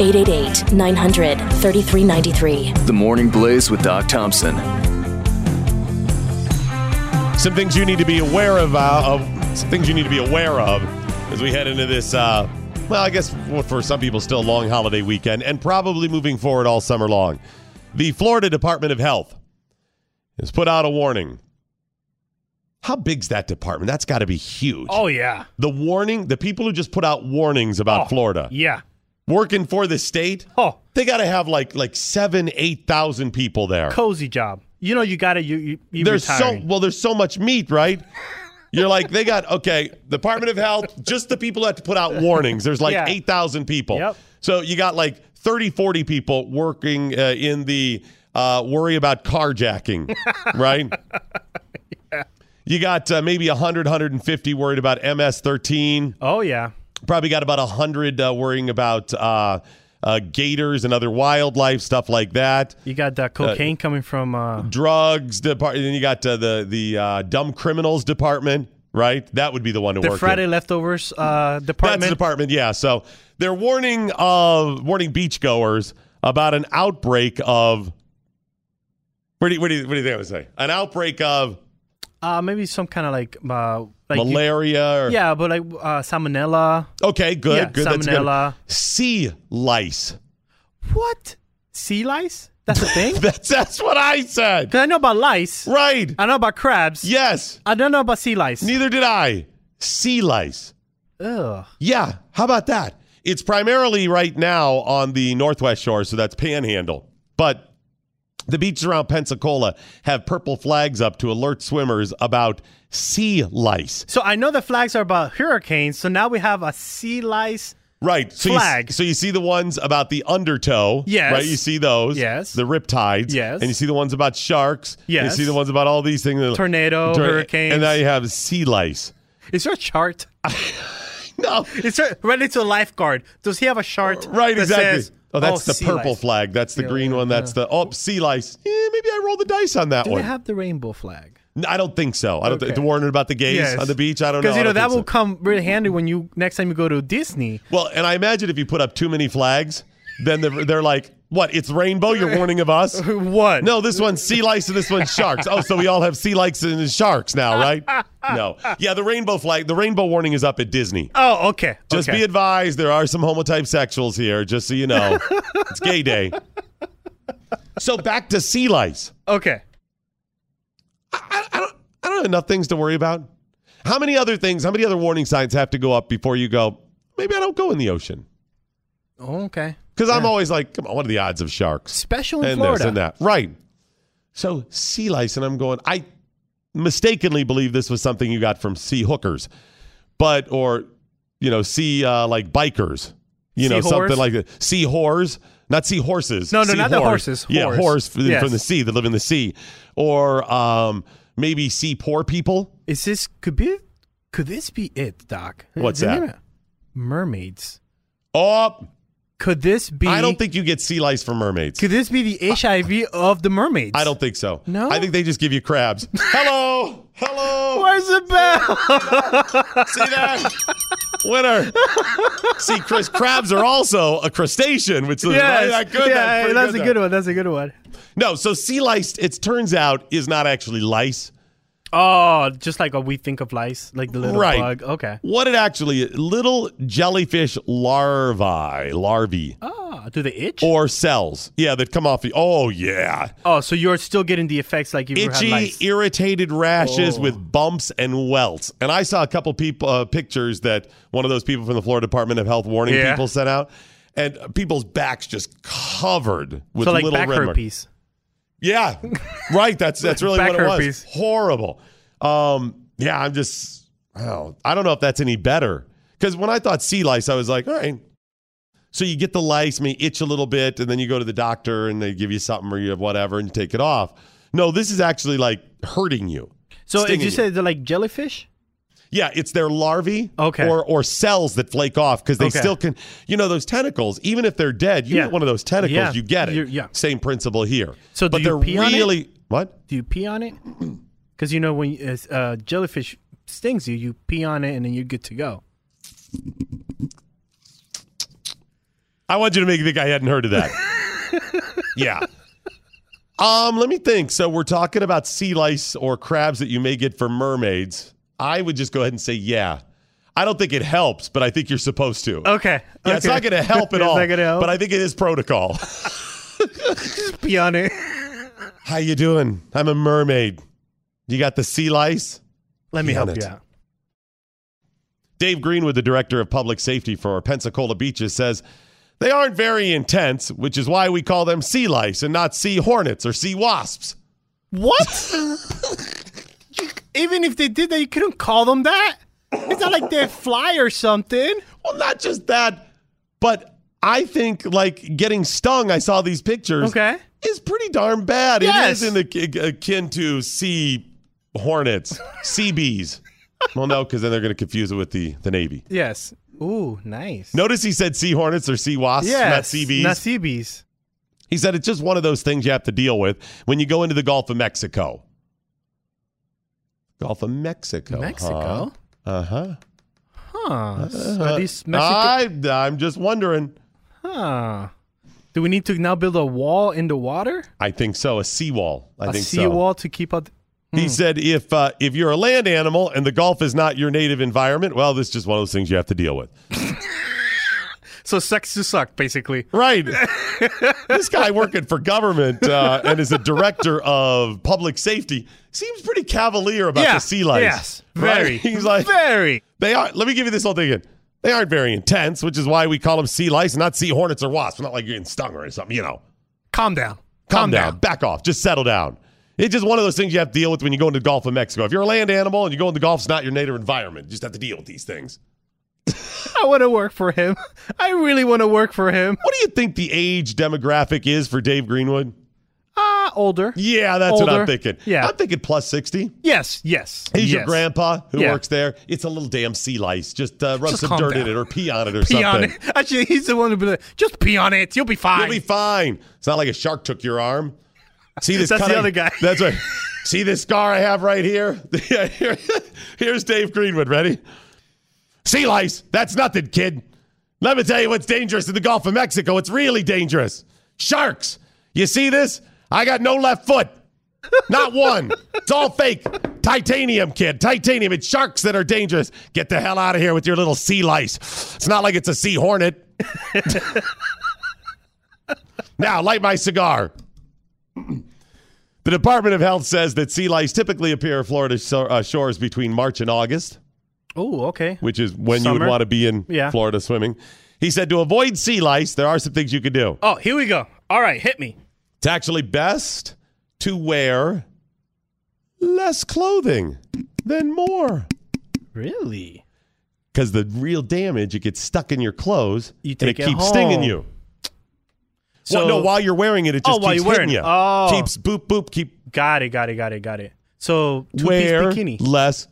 Speaker 7: Eight eight eight nine hundred thirty three ninety three.
Speaker 6: The Morning Blaze with Doc Thompson.
Speaker 4: Some things you need to be aware of, uh, of some things you need to be aware of as we head into this, uh, well, I guess for- for some people still a long holiday weekend and probably moving forward all summer long. The Florida Department of Health has put out a warning. How big's that department? That's got to be huge.
Speaker 5: Oh yeah,
Speaker 4: The warning, the people who just put out warnings about Florida
Speaker 5: yeah.
Speaker 4: working for the state,
Speaker 5: Oh,
Speaker 4: they got to have like like seven, eight thousand people there.
Speaker 5: cozy job. You know you got to you you you
Speaker 4: there's so
Speaker 5: retiring.
Speaker 4: well, there's so much meat, right? You're like they got okay. Department of Health, just the people that have to put out warnings. There's like
Speaker 5: Yeah.
Speaker 4: eight thousand people.
Speaker 5: Yep.
Speaker 4: So you got like 30, 40 people working uh, in the uh, worry about carjacking, right? You got uh, maybe 100, 150 worried about MS 13.
Speaker 5: Oh yeah.
Speaker 4: probably got about 100 uh, worrying about uh, uh, gators and other wildlife stuff like that
Speaker 5: You got
Speaker 4: Uh,
Speaker 5: that cocaine coming from uh
Speaker 4: drugs department then you got uh, the the uh, dumb criminals department right that would be the one to
Speaker 5: the
Speaker 4: work
Speaker 5: Friday
Speaker 4: in.
Speaker 5: leftovers uh
Speaker 4: that's the
Speaker 5: department.
Speaker 4: department yeah so they're warning of warning beachgoers about an outbreak of what do you, what do you, what do you think I would say? An outbreak of
Speaker 5: uh maybe some kind of like uh like you-
Speaker 4: malaria or
Speaker 5: yeah, but like uh salmonella.
Speaker 4: okay, good,
Speaker 5: yeah,
Speaker 4: good. That's
Speaker 5: salmonella.
Speaker 4: good. Sea lice.
Speaker 5: What? Sea lice? That's a thing? Cuz
Speaker 4: That's that's what I said.
Speaker 5: I know about lice.
Speaker 4: Right.
Speaker 5: I know about crabs.
Speaker 4: Yes.
Speaker 5: I don't know about sea lice.
Speaker 4: Neither did I. Sea lice.
Speaker 5: Ugh.
Speaker 4: Yeah. How about that? It's primarily right now on the Northwest Shore, so that's Panhandle. But the beaches around Pensacola have purple flags up to alert swimmers about sea lice.
Speaker 5: So I know the flags are about hurricanes. So now we have a sea lice.
Speaker 4: Right. So you s-
Speaker 5: Flag.
Speaker 4: so you see the ones about the undertow.
Speaker 5: Yes.
Speaker 4: Right. You see those.
Speaker 5: Yes.
Speaker 4: The riptides.
Speaker 5: Yes.
Speaker 4: And you see the ones about sharks. You
Speaker 5: Yes.
Speaker 4: see the ones about all these things.
Speaker 5: Tornado, hurricanes.
Speaker 4: And now you have sea lice.
Speaker 5: Is there a chart?
Speaker 4: No.
Speaker 5: Is there related to a lifeguard? Does he have a chart?
Speaker 4: Uh, Right,
Speaker 5: that
Speaker 4: exactly.
Speaker 5: says,
Speaker 4: oh, that's the
Speaker 5: sea
Speaker 4: purple
Speaker 5: lice?
Speaker 4: flag. That's the green one. That's the oh sea lice. Eh, maybe I rolled the dice on that
Speaker 5: Do
Speaker 4: one.
Speaker 5: they have the rainbow flag?
Speaker 4: No, I don't think so. I don't think
Speaker 5: Okay.
Speaker 4: the warning about the gays on the beach. I don't know.
Speaker 5: Because you
Speaker 4: I
Speaker 5: know
Speaker 4: don't
Speaker 5: that will
Speaker 4: think so.
Speaker 5: come really handy when you next time you go to Disney.
Speaker 4: Well, and I imagine if you put up too many flags, then they're, they're like, "What? It's rainbow. You're warning of us."
Speaker 5: What?
Speaker 4: No, this one's sea lice and this one's sharks. Oh, so we all have sea lice and sharks now, right? No. Yeah, the rainbow flag, the rainbow warning is up at Disney.
Speaker 5: Oh, okay.
Speaker 4: Just
Speaker 5: okay.
Speaker 4: be advised, there are some homotype sexuals here, just so you know. it's gay day. So back to sea lice.
Speaker 5: okay.
Speaker 4: I, I, don't, I don't have enough things to worry about. How many other things, how many other warning signs have to go up before you go, maybe I don't go in the ocean?
Speaker 5: Oh, okay.
Speaker 4: Because I'm always like, come on, what are the odds of sharks?
Speaker 5: Special in
Speaker 4: and
Speaker 5: Florida.
Speaker 4: this and that. Right. So sea lice, and I'm going, I mistakenly believe this was something you got from sea hookers, but, or, you know, sea uh, like bikers, you
Speaker 5: Sea
Speaker 4: know,
Speaker 5: whores?
Speaker 4: something like that. Sea whores, not sea horses.
Speaker 5: No, no,
Speaker 4: sea
Speaker 5: not the
Speaker 4: whores.
Speaker 5: horses,
Speaker 4: Yeah,
Speaker 5: whores.
Speaker 4: horse from,
Speaker 5: Yes.
Speaker 4: from the sea that live in the sea. Or um, maybe sea poor people.
Speaker 5: Is this could be? Could this be it, Doc?
Speaker 4: What's
Speaker 5: Is it
Speaker 4: that?
Speaker 5: Mermaids.
Speaker 4: Oh,
Speaker 5: Could this be?
Speaker 4: I don't think you get sea lice from mermaids.
Speaker 5: Could this be the HIV of the mermaids?
Speaker 4: I don't think so.
Speaker 5: No?
Speaker 4: I think they just give you crabs. Hello. Hello.
Speaker 5: Where's the bell?
Speaker 4: See that? Winner. See, Chris, crabs are also a crustacean, which is
Speaker 5: Yes.
Speaker 4: right? good.
Speaker 5: yeah,
Speaker 4: pretty
Speaker 5: that's a good
Speaker 4: there.
Speaker 5: one. That's a good one.
Speaker 4: No, so sea lice, it turns out, is not actually lice.
Speaker 5: Oh, just like what we think of lice, like the little
Speaker 4: right.
Speaker 5: bug. Okay.
Speaker 4: What it actually is, little jellyfish larvae, larvae,
Speaker 5: Oh, do they itch?
Speaker 4: or cells. Yeah, that come off. the- Oh, yeah.
Speaker 5: oh, so you're still getting the effects like you've had
Speaker 4: itchy,
Speaker 5: lice.
Speaker 4: irritated rashes
Speaker 5: Oh.
Speaker 4: with bumps and welts. And I saw a couple people uh, pictures that one of those people from the Florida Department of Health warning
Speaker 5: Yeah.
Speaker 4: people sent out, and people's backs just covered with
Speaker 5: so like
Speaker 4: little
Speaker 5: back
Speaker 4: red marks.
Speaker 5: herpes.
Speaker 4: Yeah, right. That's that's really
Speaker 5: Back
Speaker 4: what it
Speaker 5: herpes.
Speaker 4: was. Horrible. Um, yeah, I'm just, wow. I don't know if that's any better. Because when I thought sea lice, I was like, all right. So you get the lice, may itch a little bit, and then you go to the doctor and they give you something or you have whatever and you take it off. No, this is actually like hurting you.
Speaker 5: So did
Speaker 4: stinging
Speaker 5: you say they're like jellyfish?
Speaker 4: Yeah, it's their larvae
Speaker 5: Okay.
Speaker 4: or or cells that flake off because they
Speaker 5: Okay.
Speaker 4: still can. You know those tentacles, even if they're dead, you
Speaker 5: Yeah.
Speaker 4: get one of those tentacles,
Speaker 5: Yeah,
Speaker 4: you get it.
Speaker 5: you're- yeah.
Speaker 4: Same principle here.
Speaker 5: So do
Speaker 4: but
Speaker 5: you
Speaker 4: they're
Speaker 5: pee on it?
Speaker 4: really what?
Speaker 5: Do you pee on it? Because you know when it's, uh, jellyfish stings you, you pee on it and then you're good to go.
Speaker 4: I want you to make me think I hadn't heard of that. yeah. Um, let me think. So we're talking about sea lice or crabs that you may get from mermaids. I would just go ahead and say yeah. I don't think it helps, but I think you're supposed to.
Speaker 5: Okay.
Speaker 4: Yeah, it's not going to help at
Speaker 5: It's
Speaker 4: all.
Speaker 5: not gonna help.
Speaker 4: But I think it is protocol.
Speaker 5: pee on it.
Speaker 4: How you doing? I'm a mermaid. You got the sea lice?
Speaker 5: Let me
Speaker 4: Pee on
Speaker 5: help
Speaker 4: it.
Speaker 5: you out.
Speaker 4: Dave Greenwood, the director of public safety for Pensacola Beaches, says they aren't very intense, which is why we call them sea lice and not sea hornets or sea wasps.
Speaker 5: What? You- Even if they did that, you couldn't call them that. It's not like they fly or something.
Speaker 4: Well, not just that, but I think like getting stung, I saw these pictures,
Speaker 5: Okay.
Speaker 4: is pretty darn bad.
Speaker 5: Yes.
Speaker 4: It is in the akin to sea hornets, sea bees. well, no, because then they're going to confuse it with the, the Navy.
Speaker 5: Yes. Ooh, nice.
Speaker 4: Notice he said sea hornets or sea wasps,
Speaker 5: Yes.
Speaker 4: not sea bees.
Speaker 5: Not sea bees.
Speaker 4: He said it's just one of those things you have to deal with when you go into the Gulf of Mexico. Gulf of Mexico.
Speaker 5: Mexico?
Speaker 4: Uh huh. Uh-huh.
Speaker 5: Huh. Are these Mexican?
Speaker 4: Uh, I I'm just wondering.
Speaker 5: huh. Do we need to now build a wall in the water?
Speaker 4: I think so. A seawall. I
Speaker 5: A
Speaker 4: think so.
Speaker 5: seawall Hmm. to keep out.
Speaker 4: He said if uh, if you're a land animal and the Gulf is not your native environment, well, this is just one of those things you have to deal with.
Speaker 5: So sex to suck, basically.
Speaker 4: Right. this guy working for government uh, and is a director of public safety seems pretty cavalier about the sea lice.
Speaker 5: Yes.
Speaker 4: Right?
Speaker 5: Very.
Speaker 4: He's like
Speaker 5: very.
Speaker 4: They are. Let me give you this whole thing again. They aren't very intense, which is why we call them sea lice, not sea hornets or wasps. Not like you're getting stung or something, you know.
Speaker 5: Calm down.
Speaker 4: Calm, down. back off, just settle down. It's just one of those things you have to deal with when you go into the Gulf of Mexico. If you're a land animal and you go in the Gulf, it's not your native environment. You just have to deal with these things.
Speaker 5: I want to work for him. I really want to work for him.
Speaker 4: What do you think the age demographic is for Dave Greenwood?
Speaker 5: Ah, older.
Speaker 4: Yeah, that's what I'm
Speaker 5: Older.
Speaker 4: thinking.
Speaker 5: Yeah.
Speaker 4: I'm thinking plus 60.
Speaker 5: Yes, yes.
Speaker 4: He's your
Speaker 5: yes.
Speaker 4: grandpa who
Speaker 5: Yeah.
Speaker 4: works there. It's a little damn sea lice. Just uh, rub
Speaker 5: Just
Speaker 4: some
Speaker 5: calm
Speaker 4: dirt in
Speaker 5: down.
Speaker 4: it or pee on it or
Speaker 5: Pee
Speaker 4: something.
Speaker 5: on it. Actually, he's the one who be like, just pee on it. You'll be fine.
Speaker 4: You'll be fine. It's not like a shark took your arm. See this?
Speaker 5: That's
Speaker 4: cut
Speaker 5: the
Speaker 4: I-
Speaker 5: other guy.
Speaker 4: That's right. See this scar I have right here? Yeah, here- Here's Dave Greenwood. Ready? Sea lice. That's nothing, kid. Let me tell you what's dangerous in the Gulf of Mexico. It's really dangerous. Sharks. You see this? I got no left foot. Not one. It's all fake. Titanium, kid. Titanium. It's sharks that are dangerous. Get the hell out of here with your little sea lice. It's not like it's a sea hornet. Now, light my cigar. The Department of Health says that sea lice typically appear at Florida so- uh, shores between March and August,
Speaker 5: oh, okay.
Speaker 4: which is when you would
Speaker 5: Summer.
Speaker 4: want to be in
Speaker 5: Yeah.
Speaker 4: Florida swimming. He said to avoid sea lice, there are some things you could do.
Speaker 5: Oh, here we go. All right, hit me.
Speaker 4: It's actually best to wear less clothing than more.
Speaker 5: Really?
Speaker 4: Because the real damage, it gets stuck in your clothes
Speaker 5: You
Speaker 4: and
Speaker 5: take
Speaker 4: it,
Speaker 5: it
Speaker 4: keeps stinging
Speaker 5: home.
Speaker 4: you. well, no, while you're wearing it, it
Speaker 5: Oh,
Speaker 4: just
Speaker 5: while
Speaker 4: keeps
Speaker 5: you're
Speaker 4: hitting
Speaker 5: wearing it.
Speaker 4: you.
Speaker 5: Oh.
Speaker 4: Keeps boop, boop, keep
Speaker 5: Got it, got it, got it, got it. So two
Speaker 4: wear
Speaker 5: piece bikini,
Speaker 4: less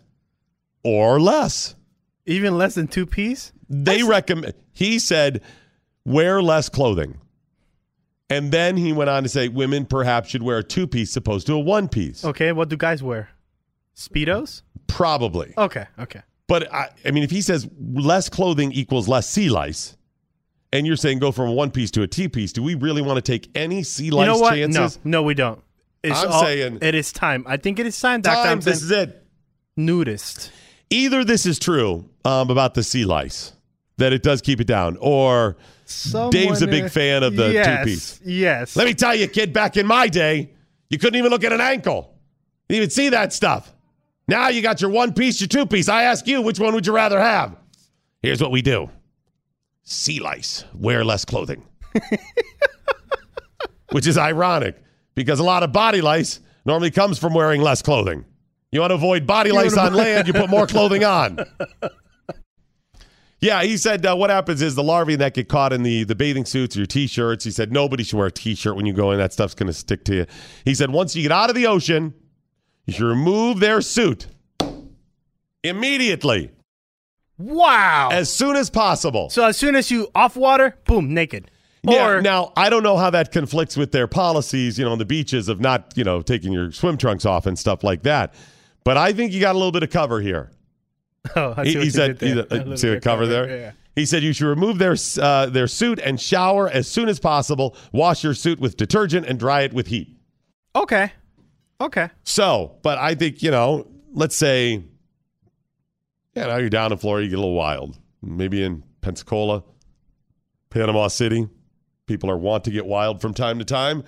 Speaker 4: or less.
Speaker 5: even less than two piece.
Speaker 4: They recommend. He said, wear less clothing, and then he went on to say, women perhaps should wear a two piece opposed to a one piece,
Speaker 5: Okay, what do guys wear? Speedos.
Speaker 4: probably.
Speaker 5: Okay, okay.
Speaker 4: But I, I mean, if he says less clothing equals less sea lice. And you're saying go from a one piece to a T piece. Do we really want to take any sea lice
Speaker 5: you know what?
Speaker 4: chances?
Speaker 5: No, no, we don't. It's
Speaker 4: I'm
Speaker 5: all-
Speaker 4: saying-
Speaker 5: it is time. I think it is time. Dr.
Speaker 4: Time,
Speaker 5: Thompson.
Speaker 4: this is it.
Speaker 5: nudist.
Speaker 4: Either this is true um, about the sea lice, that it does keep it down, or Dave's a
Speaker 5: Someone,
Speaker 4: big
Speaker 5: uh,
Speaker 4: fan of the
Speaker 5: yes,
Speaker 4: two-piece.
Speaker 5: Yes.
Speaker 4: Let me tell you, kid, back in my day, you couldn't even look at an ankle. You didn't even see that stuff. Now you got your one piece, your two piece. I ask you, which one would you rather have? Here's what we do sea lice, wear less clothing. which is ironic because a lot of body lice normally comes from wearing less clothing. You want to avoid body lice on land, you put more clothing on. Yeah, he said uh, what happens is the larvae that get caught in the, the bathing suits or your t shirts, he said nobody should wear a t shirt when you go in. That stuff's going to stick to you. He said once you get out of the ocean, you should remove their suit immediately,
Speaker 5: Wow.
Speaker 4: as soon as possible.
Speaker 5: so as soon as you off water, boom, naked.
Speaker 4: Yeah,
Speaker 5: or
Speaker 4: now I don't know how that conflicts with their policies, you know, on the beaches of not, you know, taking your swim trunks off and stuff like that. But I think you got a little bit of cover here.
Speaker 5: oh, I see
Speaker 4: He,
Speaker 5: what
Speaker 4: he
Speaker 5: you
Speaker 4: said,
Speaker 5: did there.
Speaker 4: he
Speaker 5: A little
Speaker 4: said see
Speaker 5: bit
Speaker 4: the
Speaker 5: of
Speaker 4: cover there.
Speaker 5: Yeah.
Speaker 4: He said you should remove their uh, their suit and shower as soon as possible. Wash your suit with detergent and dry it with heat.
Speaker 5: Okay. Okay.
Speaker 4: So, but I think you know, let's say, yeah, now you're down in Florida, you get a little wild. Maybe in Pensacola, Panama City, people are want to get wild from time to time,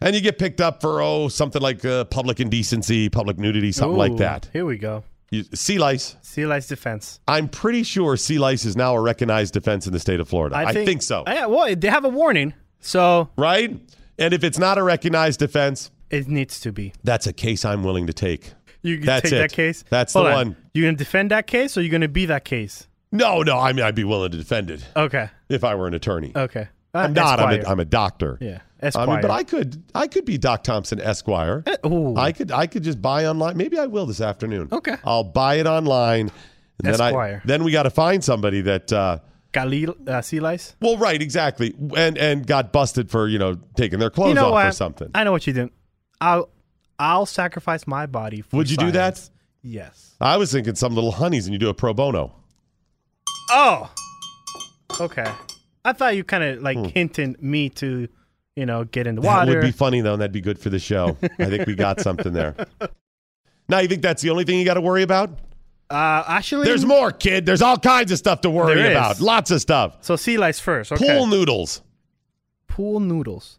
Speaker 4: and you get picked up for oh something like uh, public indecency, public nudity, something like
Speaker 5: Ooh,
Speaker 4: that.
Speaker 5: Here we go.
Speaker 4: You, sea lice.
Speaker 5: Sea lice defense.
Speaker 4: I'm pretty sure sea lice is now a recognized defense in the state of Florida. I think, so.
Speaker 5: Yeah, well, they have a warning, so
Speaker 4: right? And if it's not a recognized defense,
Speaker 5: it needs to be.
Speaker 4: that's a case I'm willing to take.
Speaker 5: You can
Speaker 4: That's
Speaker 5: take
Speaker 4: it.
Speaker 5: that case.
Speaker 4: That's the
Speaker 5: Hold on.
Speaker 4: one.
Speaker 5: You gonna defend that case, or you gonna be that case?
Speaker 4: No, no, I mean I'd be willing to defend it
Speaker 5: Okay.
Speaker 4: if I were an attorney.
Speaker 5: Okay. Uh,
Speaker 4: I'm not. I'm a,
Speaker 5: Esquire.
Speaker 4: I'm a doctor.
Speaker 5: yeah.
Speaker 4: I
Speaker 5: Esquire. Eh,
Speaker 4: mean, but I could I could be Doc Thompson Esquire.
Speaker 5: Ooh.
Speaker 4: I could I could just buy online. Maybe I will this afternoon.
Speaker 5: Okay.
Speaker 4: I'll buy it online. And
Speaker 5: Esquire.
Speaker 4: Then I then we got to find somebody that. Uh,
Speaker 5: Galil, uh, sea lice.
Speaker 4: well, right, exactly, and and got busted for you know taking their clothes
Speaker 5: you know
Speaker 4: off
Speaker 5: what?
Speaker 4: or something.
Speaker 5: I know what you did. I'll I'll sacrifice my body. for
Speaker 4: Would you do that?
Speaker 5: science. Yes.
Speaker 4: I was thinking some little honeys, and you do a pro bono.
Speaker 5: Oh. Okay. I thought you kind of like hinted me to, you know, get in the
Speaker 4: Hmm. That
Speaker 5: water.
Speaker 4: would be funny though, and that'd be good for the show. I think we got something there. Now you think that's the only thing you got to worry about?
Speaker 5: uh, actually,
Speaker 4: There's more, kid. There's all kinds of stuff to worry
Speaker 5: There is.
Speaker 4: about. Lots of stuff.
Speaker 5: So sea lice first. Okay.
Speaker 4: Pool noodles.
Speaker 5: Pool noodles.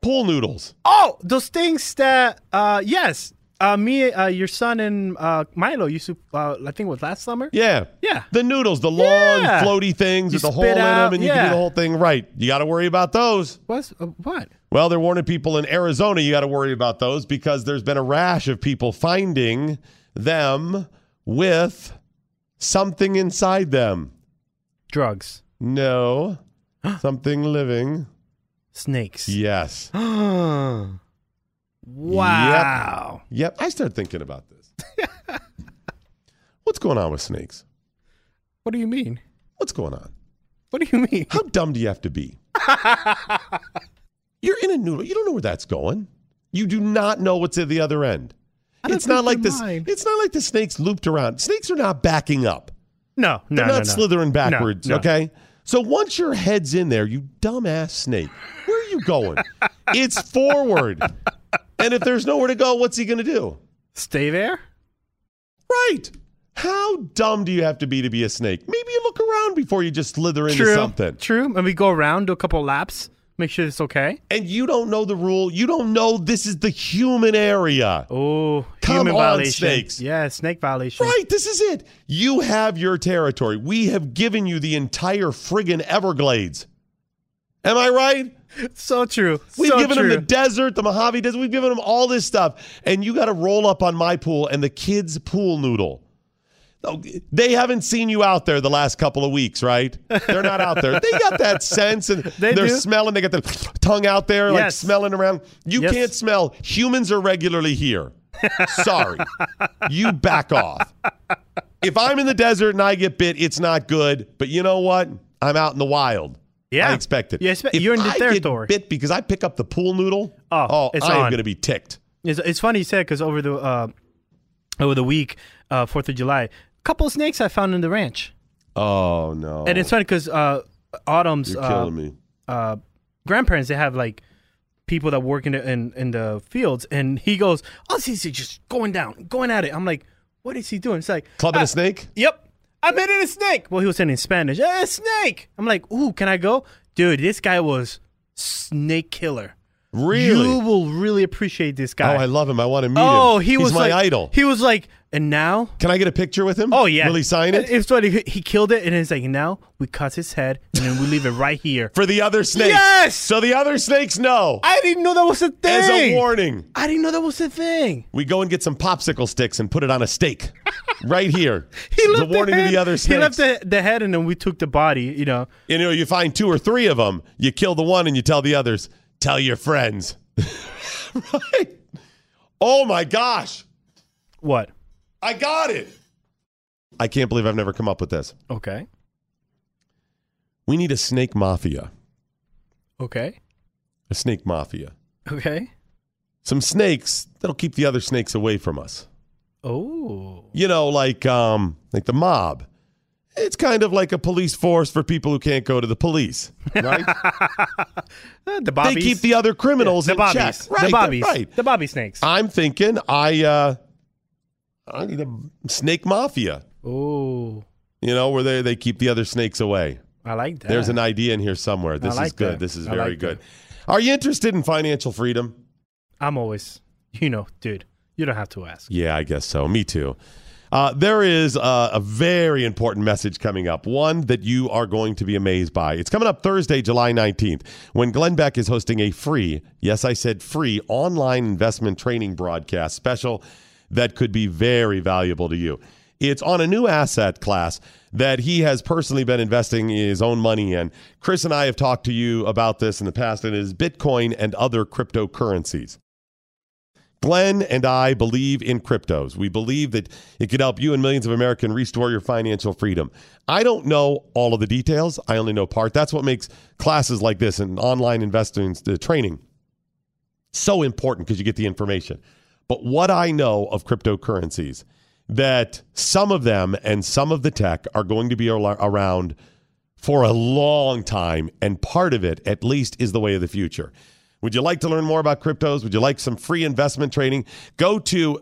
Speaker 4: Pool noodles.
Speaker 5: Oh, those things that. Uh, yes. Uh, me, uh, your son, and uh, Milo used to. Uh, I think it was last summer.
Speaker 4: Yeah.
Speaker 5: Yeah.
Speaker 4: The noodles, the long
Speaker 5: Yeah.
Speaker 4: floaty things
Speaker 5: You
Speaker 4: with the hole
Speaker 5: spit
Speaker 4: in them,
Speaker 5: out-
Speaker 4: and you can do
Speaker 5: yeah.
Speaker 4: the whole thing right. You got to worry about those.
Speaker 5: What's uh, what?
Speaker 4: Well, they're warning people in Arizona you got to worry about those because there's been a rash of people finding them with something inside them.
Speaker 5: Drugs.
Speaker 4: No. Something living.
Speaker 5: Snakes.
Speaker 4: Yes.
Speaker 5: wow.
Speaker 4: Yep. I started thinking about this. What's going on with snakes?
Speaker 5: What do you mean?
Speaker 4: What's going on?
Speaker 5: What do you mean?
Speaker 4: How dumb do you have to be? You're in a noodle. You don't know where that's going. You do not know what's at the other end.
Speaker 5: don't
Speaker 4: It's not
Speaker 5: think
Speaker 4: like
Speaker 5: they
Speaker 4: this.
Speaker 5: mind.
Speaker 4: It's not like the snakes looped around. Snakes are not backing up.
Speaker 5: No, no,
Speaker 4: They're
Speaker 5: no,
Speaker 4: not
Speaker 5: no.
Speaker 4: slithering
Speaker 5: No,
Speaker 4: backwards.
Speaker 5: no.
Speaker 4: Okay. So once your head's in there, you dumbass snake, where are you going? it's forward. And if there's nowhere to go, what's he going to do?
Speaker 5: Stay there.
Speaker 4: Right. How dumb do you have to be to be a snake? Maybe you look around before you just slither into
Speaker 5: True.
Speaker 4: something.
Speaker 5: True. And we go around, do a couple laps, make sure it's okay.
Speaker 4: And you don't know the rule. You don't know this is the human area.
Speaker 5: Oh,
Speaker 4: Come
Speaker 5: human
Speaker 4: on,
Speaker 5: violation.
Speaker 4: snakes.
Speaker 5: Yeah, snake violation.
Speaker 4: Right, this is it. You have your territory. We have given you the entire friggin' Everglades. Am I right?
Speaker 5: So true.
Speaker 4: We've
Speaker 5: so
Speaker 4: given
Speaker 5: true.
Speaker 4: them the desert, the Mojave Desert. We've given them all this stuff, and you got to roll up on my pool and the kids' pool noodle. Oh, They haven't seen you out there the last couple of weeks, right? They're not out there. They got that sense, and
Speaker 5: They
Speaker 4: they are
Speaker 5: do.
Speaker 4: smelling. They got their tongue out there, like
Speaker 5: Yes.
Speaker 4: smelling around. You
Speaker 5: Yes.
Speaker 4: can't smell. Humans are regularly here. Sorry, you back off. If I'm in the desert and I get bit, it's not good. But you know what? I'm out in the wild.
Speaker 5: Yeah.
Speaker 4: I expect it.
Speaker 5: You expect-
Speaker 4: If
Speaker 5: you're in the
Speaker 4: I get
Speaker 5: territory.
Speaker 4: bit because I pick up the pool noodle.
Speaker 5: Oh, it's
Speaker 4: I am
Speaker 5: on.
Speaker 4: going to be ticked.
Speaker 5: It's, it's funny you said because over the uh, over the week, uh, Fourth of July, a couple of snakes I found in the ranch,
Speaker 4: Oh no!
Speaker 5: and it's funny because uh, Autumn's
Speaker 4: you're
Speaker 5: uh,
Speaker 4: killing me.
Speaker 5: uh, grandparents they have like people that work in the, in, in the fields, and he goes, "Oh, he's just going down, going at it." I'm like, "What is he doing?" It's like
Speaker 4: Clubbing
Speaker 5: "Ah,
Speaker 4: a snake?
Speaker 5: Yep, I'm hitting a snake. Well, he was saying in Spanish, "Ah, "Eh, snake." I'm like, "Ooh, can I go, dude?" This guy was snake killer.
Speaker 4: Really?
Speaker 5: You will really appreciate this guy.
Speaker 4: Oh, I love him. I want to meet him.
Speaker 5: Oh, he
Speaker 4: He's
Speaker 5: was
Speaker 4: my
Speaker 5: like,
Speaker 4: idol.
Speaker 5: He was like, and now.
Speaker 4: Can I get a picture with him?
Speaker 5: Oh yeah,
Speaker 4: Will he sign it?
Speaker 5: It's funny. He he killed it, and it's like now we cut his head, and then we leave it right here.
Speaker 4: For the other snakes.
Speaker 5: Yes!
Speaker 4: So the other snakes know.
Speaker 5: I didn't know that was a thing.
Speaker 4: as a warning.
Speaker 5: I didn't know that was a thing.
Speaker 4: We go and get some popsicle sticks and put it on a stake. right here. the warning
Speaker 5: head-
Speaker 4: to the other snakes.
Speaker 5: He left the, the head, and then we took the body. You know,
Speaker 4: you know, you find two or three of them, you kill the one and you tell the others, tell your friends. right? Oh my gosh,
Speaker 5: what?
Speaker 4: I got it. I can't believe I've never come up with this.
Speaker 5: Okay,
Speaker 4: We need a snake mafia.
Speaker 5: okay,
Speaker 4: A snake mafia.
Speaker 5: okay.
Speaker 4: Some snakes that'll keep the other snakes away from us.
Speaker 5: Oh,
Speaker 4: You know, like um like the mob. It's kind of like a police force for people who can't go to the police. Right?
Speaker 5: Uh, the
Speaker 4: they
Speaker 5: bobbies.
Speaker 4: keep the other criminals
Speaker 5: the
Speaker 4: in
Speaker 5: bobbies.
Speaker 4: check. Right,
Speaker 5: the bobbies.
Speaker 4: Right. Uh,
Speaker 5: The bobby snakes.
Speaker 4: I'm thinking I uh I need a snake mafia.
Speaker 5: oh,
Speaker 4: You know, where they, they keep the other snakes away.
Speaker 5: I like that.
Speaker 4: There's an idea in here somewhere. This is
Speaker 5: like
Speaker 4: good.
Speaker 5: that.
Speaker 4: This is
Speaker 5: I
Speaker 4: very
Speaker 5: like
Speaker 4: good.
Speaker 5: that.
Speaker 4: Are you interested in financial freedom?
Speaker 5: I'm always, you know, dude. You don't have to ask.
Speaker 4: Yeah, I guess so. Me too. Uh, there is uh, a very important message coming up, one that you are going to be amazed by. It's coming up Thursday, July 19th, when Glenn Beck is hosting a free, yes, I said free, online investment training broadcast special that could be very valuable to you. It's on a new asset class that he has personally been investing his own money in. Chris and I have talked to you about this in the past, and it is Bitcoin and other cryptocurrencies. Glenn and I believe in cryptos. We believe that it could help you and millions of Americans restore your financial freedom. I don't know all of the details. I only know part. That's what makes classes like this and online investing uh, training so important because you get the information. But what I know of cryptocurrencies that some of them and some of the tech are going to be al- around for a long time, and part of it, at least, is the way of the future. Would you like to learn more about cryptos? Would you like some free investment training? Go to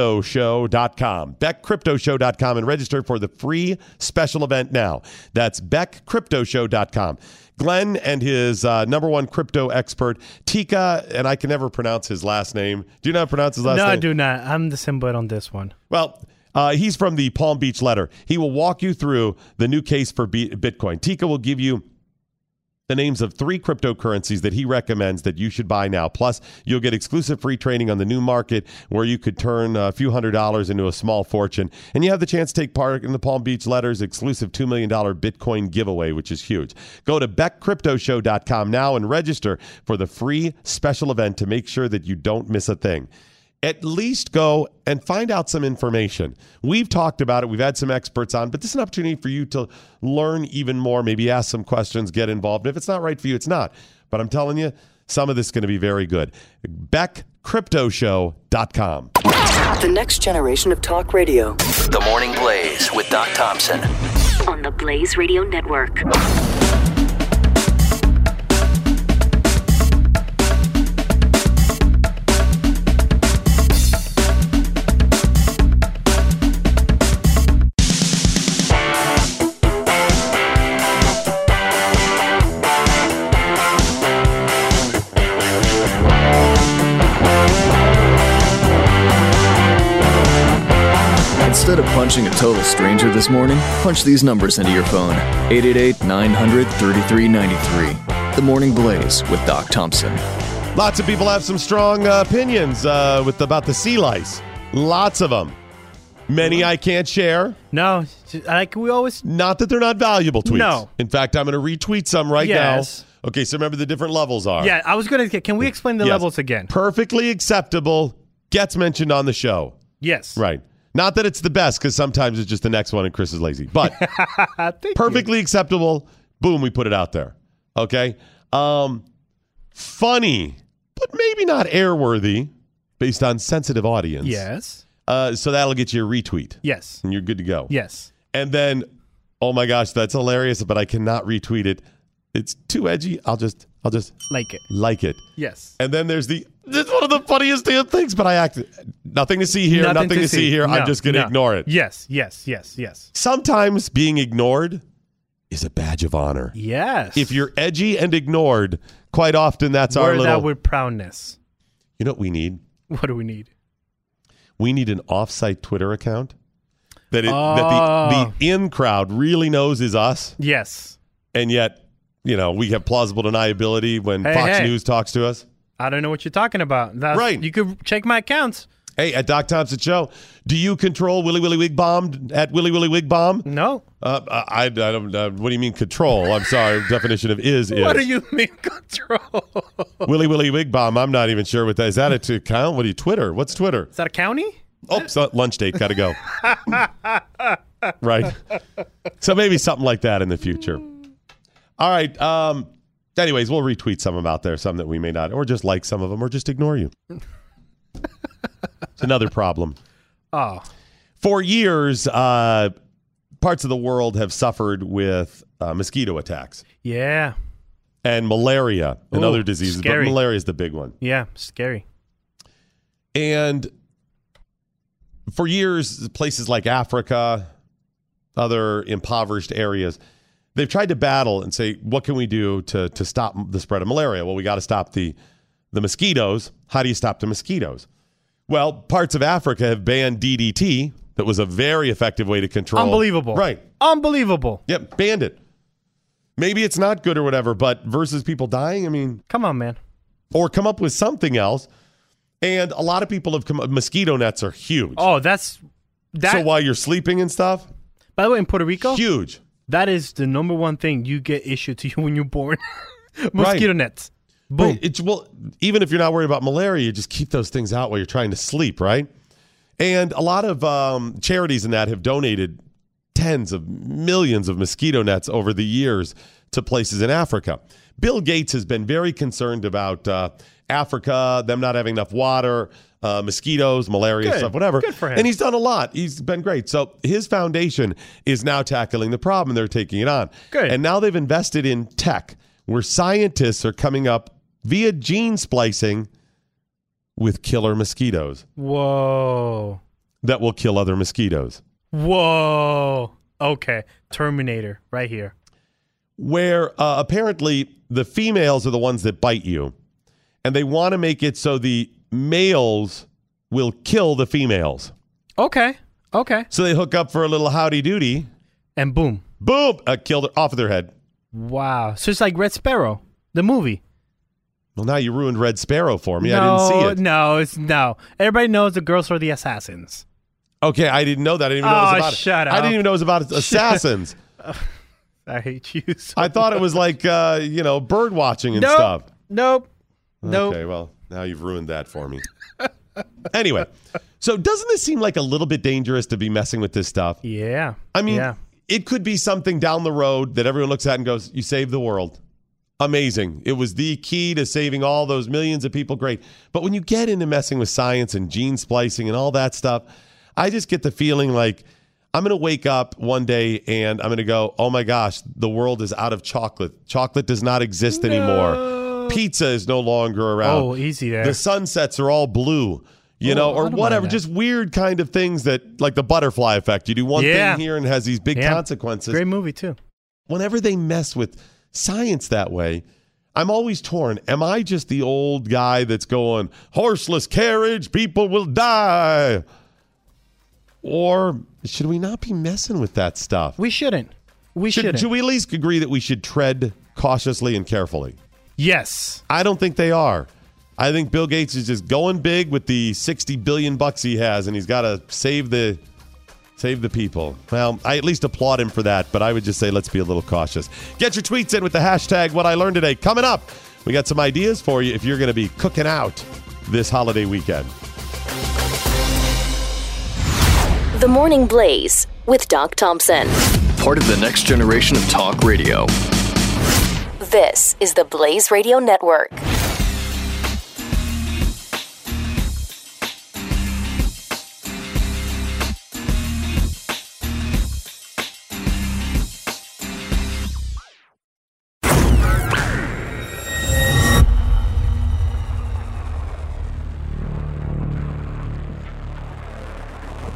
Speaker 4: beckcryptoshow.com, beckcryptoshow.com, and register for the free special event now. That's beckcryptoshow.com. Glenn and his uh, number one crypto expert, Tika, and I can never pronounce his last name. Do you know how to pronounce his last
Speaker 5: No,
Speaker 4: name?
Speaker 5: I do not. I'm the symbol on this one.
Speaker 4: Well, uh, he's from the Palm Beach Letter. He will walk you through the new case for B- Bitcoin. Tika will give you the names of three cryptocurrencies that he recommends that you should buy now. Plus, you'll get exclusive free training on the new market where you could turn a few hundred dollars into a small fortune. And you have the chance to take part in the Palm Beach Letters exclusive $2 million Bitcoin giveaway, which is huge. Go to beckcryptoshow.com now and register for the free special event to make sure that you don't miss a thing at least go and find out some information. We've talked about it, we've had some experts on, but this is an opportunity for you to learn even more, maybe ask some questions, get involved. And if it's not right for you, it's not. But I'm telling you, some of this is going to be very good. BeckCryptoShow.com.
Speaker 8: The next generation of talk radio.
Speaker 3: The Morning Blaze with Doc Thompson.
Speaker 1: on the Blaze Radio Network.
Speaker 6: Instead of punching a total stranger this morning, punch these numbers into your phone 888 900 3393. The Morning Blaze with Doc Thompson.
Speaker 4: Lots of people have some strong uh, opinions uh, with about the sea lice. Lots of them. Many I can't share.
Speaker 5: No, like we always.
Speaker 4: Not that they're not valuable tweets.
Speaker 5: No.
Speaker 4: In fact, I'm going to retweet some right
Speaker 5: Yes.
Speaker 4: now. Okay, so remember the different levels are.
Speaker 5: Yeah, I was gonna. Can we explain the
Speaker 4: Yes.
Speaker 5: levels again?
Speaker 4: Perfectly acceptable. Gets mentioned on the show.
Speaker 5: Yes.
Speaker 4: Right. Not that it's the best, because sometimes it's just the next one and Chris is lazy. But perfectly acceptable. Boom, we put it out there. Okay. Um, funny, but maybe not airworthy based on sensitive audience.
Speaker 5: Yes.
Speaker 4: Uh, so that'll get you a retweet
Speaker 5: Yes.
Speaker 4: and you're good to go.
Speaker 5: Yes.
Speaker 4: And then, oh my gosh, that's hilarious, but I cannot retweet it. It's too edgy. I'll just, I'll just
Speaker 5: Like it.
Speaker 4: like it.
Speaker 5: Yes.
Speaker 4: And then there's the this is one of the funniest damn things, but I act nothing to see here, nothing, to, see, here.
Speaker 5: No,
Speaker 4: I'm just gonna
Speaker 5: no.
Speaker 4: ignore it.
Speaker 5: Yes. Yes. Yes. Yes.
Speaker 4: Sometimes being ignored is a badge of honor.
Speaker 5: Yes.
Speaker 4: If you're edgy and ignored, quite often that's our
Speaker 5: Wear
Speaker 4: little.
Speaker 5: that with proudness.
Speaker 4: you know what we need?
Speaker 5: What do we need?
Speaker 4: We need an offsite Twitter account that it,
Speaker 5: Ah.
Speaker 4: that the, the in crowd really knows is us,
Speaker 5: Yes.
Speaker 4: and yet you know we have plausible deniability when
Speaker 5: Hey,
Speaker 4: Fox
Speaker 5: hey.
Speaker 4: News talks to us.
Speaker 5: I don't know what you're talking about. That's,
Speaker 4: Right.
Speaker 5: You could check my accounts.
Speaker 4: Hey, at Doc Thompson Show, do you control Willy Willy Wig Bomb at Willy Willy Wig Bomb?
Speaker 5: No.
Speaker 4: Uh, I, I don't. Uh, what do you mean control? I'm sorry. definition of is is
Speaker 5: What do you mean control? Is
Speaker 4: Willy Willy Wig Bomb. I'm not even sure what that is. That a t- account? What do you Twitter? What's Twitter?
Speaker 5: that a county?
Speaker 4: Oh, so- lunch date. Got to go. right. So maybe something like that in the future. All right. Um. Anyways, we'll retweet some of them out there, some that we may not, or just like some of them, or just ignore you. it's another problem.
Speaker 5: Oh.
Speaker 4: For years, uh, parts of the world have suffered with uh, mosquito attacks
Speaker 5: Yeah.
Speaker 4: and malaria and
Speaker 5: Ooh,
Speaker 4: other diseases,
Speaker 5: scary.
Speaker 4: but malaria is the big one.
Speaker 5: Yeah. Scary.
Speaker 4: And for years, places like Africa, other impoverished areas, they've tried to battle and say, what can we do to, to stop the spread of malaria? Well, we got to stop the, the mosquitoes. How do you stop the mosquitoes? Well, parts of Africa have banned DDT. That was a very effective way to control.
Speaker 5: Unbelievable.
Speaker 4: Right.
Speaker 5: Unbelievable.
Speaker 4: Yep, banned it. Maybe it's not good or whatever, but versus people dying, I mean,
Speaker 5: Come on, man.
Speaker 4: or come up with something else. And a lot of people have come up, mosquito nets are huge.
Speaker 5: Oh, that's that.
Speaker 4: so while you're sleeping and stuff,
Speaker 5: by the way, in Puerto Rico,
Speaker 4: huge.
Speaker 5: that is the number one thing you get issued to you when you're born. Mosquito nets. Boom.
Speaker 4: Right, It's well, even if you're not worried about malaria, you just keep those things out while you're trying to sleep, right? And a lot of um, charities and that have donated tens of millions of mosquito nets over the years to places in Africa. Bill Gates has been very concerned about uh, Africa, them not having enough water, uh, mosquitoes, malaria,
Speaker 5: Good.
Speaker 4: stuff, whatever.
Speaker 5: Good for him.
Speaker 4: And he's done a lot. He's been great. So his foundation is now tackling the problem. They're taking it on.
Speaker 5: Good.
Speaker 4: And now they've invested in tech where scientists are coming up via gene splicing with killer mosquitoes
Speaker 5: Whoa.
Speaker 4: that will kill other mosquitoes.
Speaker 5: Whoa. Okay. Terminator right here.
Speaker 4: where uh, apparently the females are the ones that bite you, and they want to make it so the males will kill the females.
Speaker 5: Okay. Okay.
Speaker 4: So they hook up for a little howdy doody,
Speaker 5: And boom.
Speaker 4: boom, uh, killed it off of their head.
Speaker 5: Wow. So it's like Red Sparrow, the movie.
Speaker 4: Well, now you ruined Red Sparrow for me. I
Speaker 5: no,
Speaker 4: didn't see it.
Speaker 5: no, it's no. Everybody knows the girls are the assassins.
Speaker 4: Okay, I didn't know that. I didn't even know it
Speaker 5: Oh,
Speaker 4: was about.
Speaker 5: shut
Speaker 4: it. I didn't
Speaker 5: up.
Speaker 4: even know it was about assassins.
Speaker 5: I hate you. So
Speaker 4: I thought it was like uh, you know bird watching and
Speaker 5: nope,
Speaker 4: stuff.
Speaker 5: Nope. Nope.
Speaker 4: Okay, well, now you've ruined that for me. anyway, so doesn't this seem like a little bit dangerous to be messing with this stuff?
Speaker 5: Yeah.
Speaker 4: I mean,
Speaker 5: yeah.
Speaker 4: it could be something down the road that everyone looks at and goes, "You saved the world." Amazing. It was the key to saving all those millions of people. Great. But when you get into messing with science and gene splicing and all that stuff, I just get the feeling like I'm going to wake up one day and I'm going to go, oh my gosh, the world is out of chocolate. Chocolate does not exist anymore. Pizza is no longer around.
Speaker 5: Oh, easy there.
Speaker 4: The sunsets are all blue, you know, or
Speaker 5: don't mind
Speaker 4: whatever.
Speaker 5: that.
Speaker 4: Just weird kind of things that, like the butterfly effect. You do one
Speaker 5: Yeah.
Speaker 4: thing here and it has these big
Speaker 5: Yeah.
Speaker 4: consequences.
Speaker 5: Great movie too.
Speaker 4: Whenever they mess with science that way, I'm always torn. Am I just the old guy that's going, horseless carriage, people will die? Or should we not be messing with that stuff?
Speaker 5: We shouldn't. We
Speaker 4: should,
Speaker 5: shouldn't.
Speaker 4: should we at least agree that we should tread cautiously and carefully?
Speaker 5: Yes.
Speaker 4: I don't think they are. I think Bill Gates is just going big with the 60 billion bucks he has and he's got to save the save the people. Well, I at least applaud him for that, but I would just say let's be a little cautious. Get your tweets in with the hashtag what I learned today. Coming up, we got some ideas for you if you're going to be cooking out this holiday weekend.
Speaker 7: The Morning Blaze with Doc Thompson.
Speaker 6: Part of the next generation of talk radio.
Speaker 7: This is the Blaze Radio Network.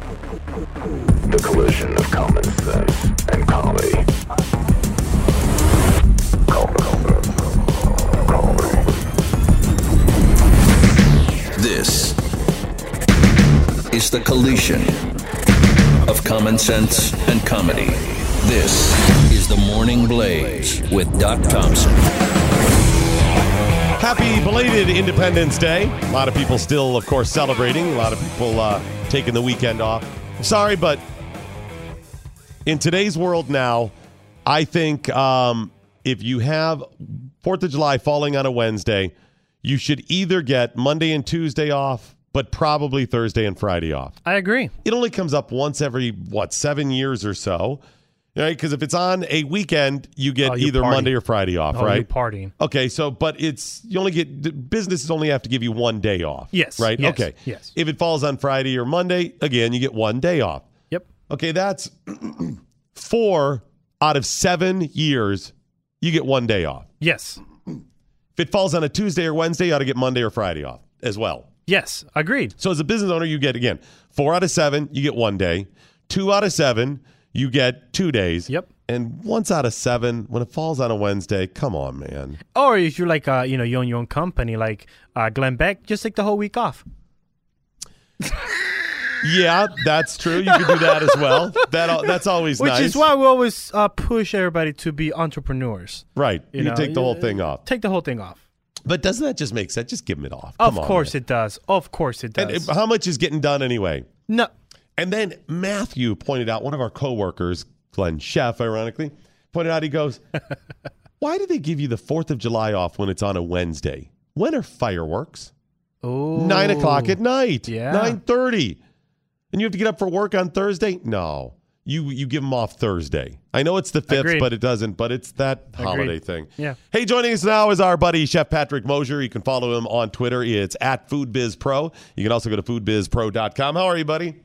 Speaker 2: The collision of common sense and comedy. Common sense. Comedy.
Speaker 3: is the collision of common sense and comedy. This is the Morning Blaze with Doc Thompson.
Speaker 4: Happy belated Independence Day. A lot of people still, of course, celebrating. A lot of people uh, taking the weekend off. Sorry, but in today's world now, I think um, if you have 4th of July falling on a Wednesday, you should either get Monday and Tuesday off, but probably Thursday and Friday off.
Speaker 5: I agree.
Speaker 4: It only comes up once every, what, seven years or so. Right? Because if it's on a weekend, you get
Speaker 5: Oh, you
Speaker 4: either
Speaker 5: party.
Speaker 4: Monday or Friday off,
Speaker 5: Oh, you
Speaker 4: right?
Speaker 5: partying.
Speaker 4: Okay, so but it's you only get the businesses only have to give you one day off.
Speaker 5: Yes,
Speaker 4: Right?
Speaker 5: yes,
Speaker 4: okay.
Speaker 5: yes.
Speaker 4: If it falls on Friday or Monday, again, you get one day off.
Speaker 5: Yep.
Speaker 4: Okay, that's four out of seven years you get one day off.
Speaker 5: Yes.
Speaker 4: If it falls on a Tuesday or Wednesday, you ought to get Monday or Friday off as well.
Speaker 5: Yes. Agreed.
Speaker 4: So as a business owner, you get again four out of seven, you get one day. Two out of seven, you get two days.
Speaker 5: Yep.
Speaker 4: And once out of seven, when it falls on a Wednesday, come on, man.
Speaker 5: Or if you're like, uh, you know, you own your own company, like uh, Glenn Beck, just take the whole week off.
Speaker 4: Yeah, that's true. You can do that as well. That al- that's always
Speaker 5: Which
Speaker 4: nice.
Speaker 5: is why we always uh, push everybody to be entrepreneurs.
Speaker 4: right. You,
Speaker 5: You know,
Speaker 4: take the whole thing off.
Speaker 5: Take the whole thing off.
Speaker 4: But doesn't that just make sense? Just give them it off.
Speaker 5: of course it does. Of course it
Speaker 4: And
Speaker 5: does.
Speaker 4: uh, how much is getting done anyway?
Speaker 5: no.
Speaker 4: And then Matthew pointed out, one of our coworkers, Glenn Sheff, ironically, pointed out, he goes, Why do they give you the 4th of July off when it's on a Wednesday? When are fireworks?
Speaker 5: Oh.
Speaker 4: Nine o'clock at night.
Speaker 5: Yeah.
Speaker 4: 9.30. And you have to get up for work on Thursday? No. You you give them off Thursday. I know it's the 5th,
Speaker 5: Agreed.
Speaker 4: but it doesn't. But it's that holiday thing.
Speaker 5: Yeah.
Speaker 4: Hey, joining us now is our buddy Chef Patrick Mosier. You can follow him on Twitter. It's at FoodBizPro. You can also go to foodbizpro.com. How are you, buddy?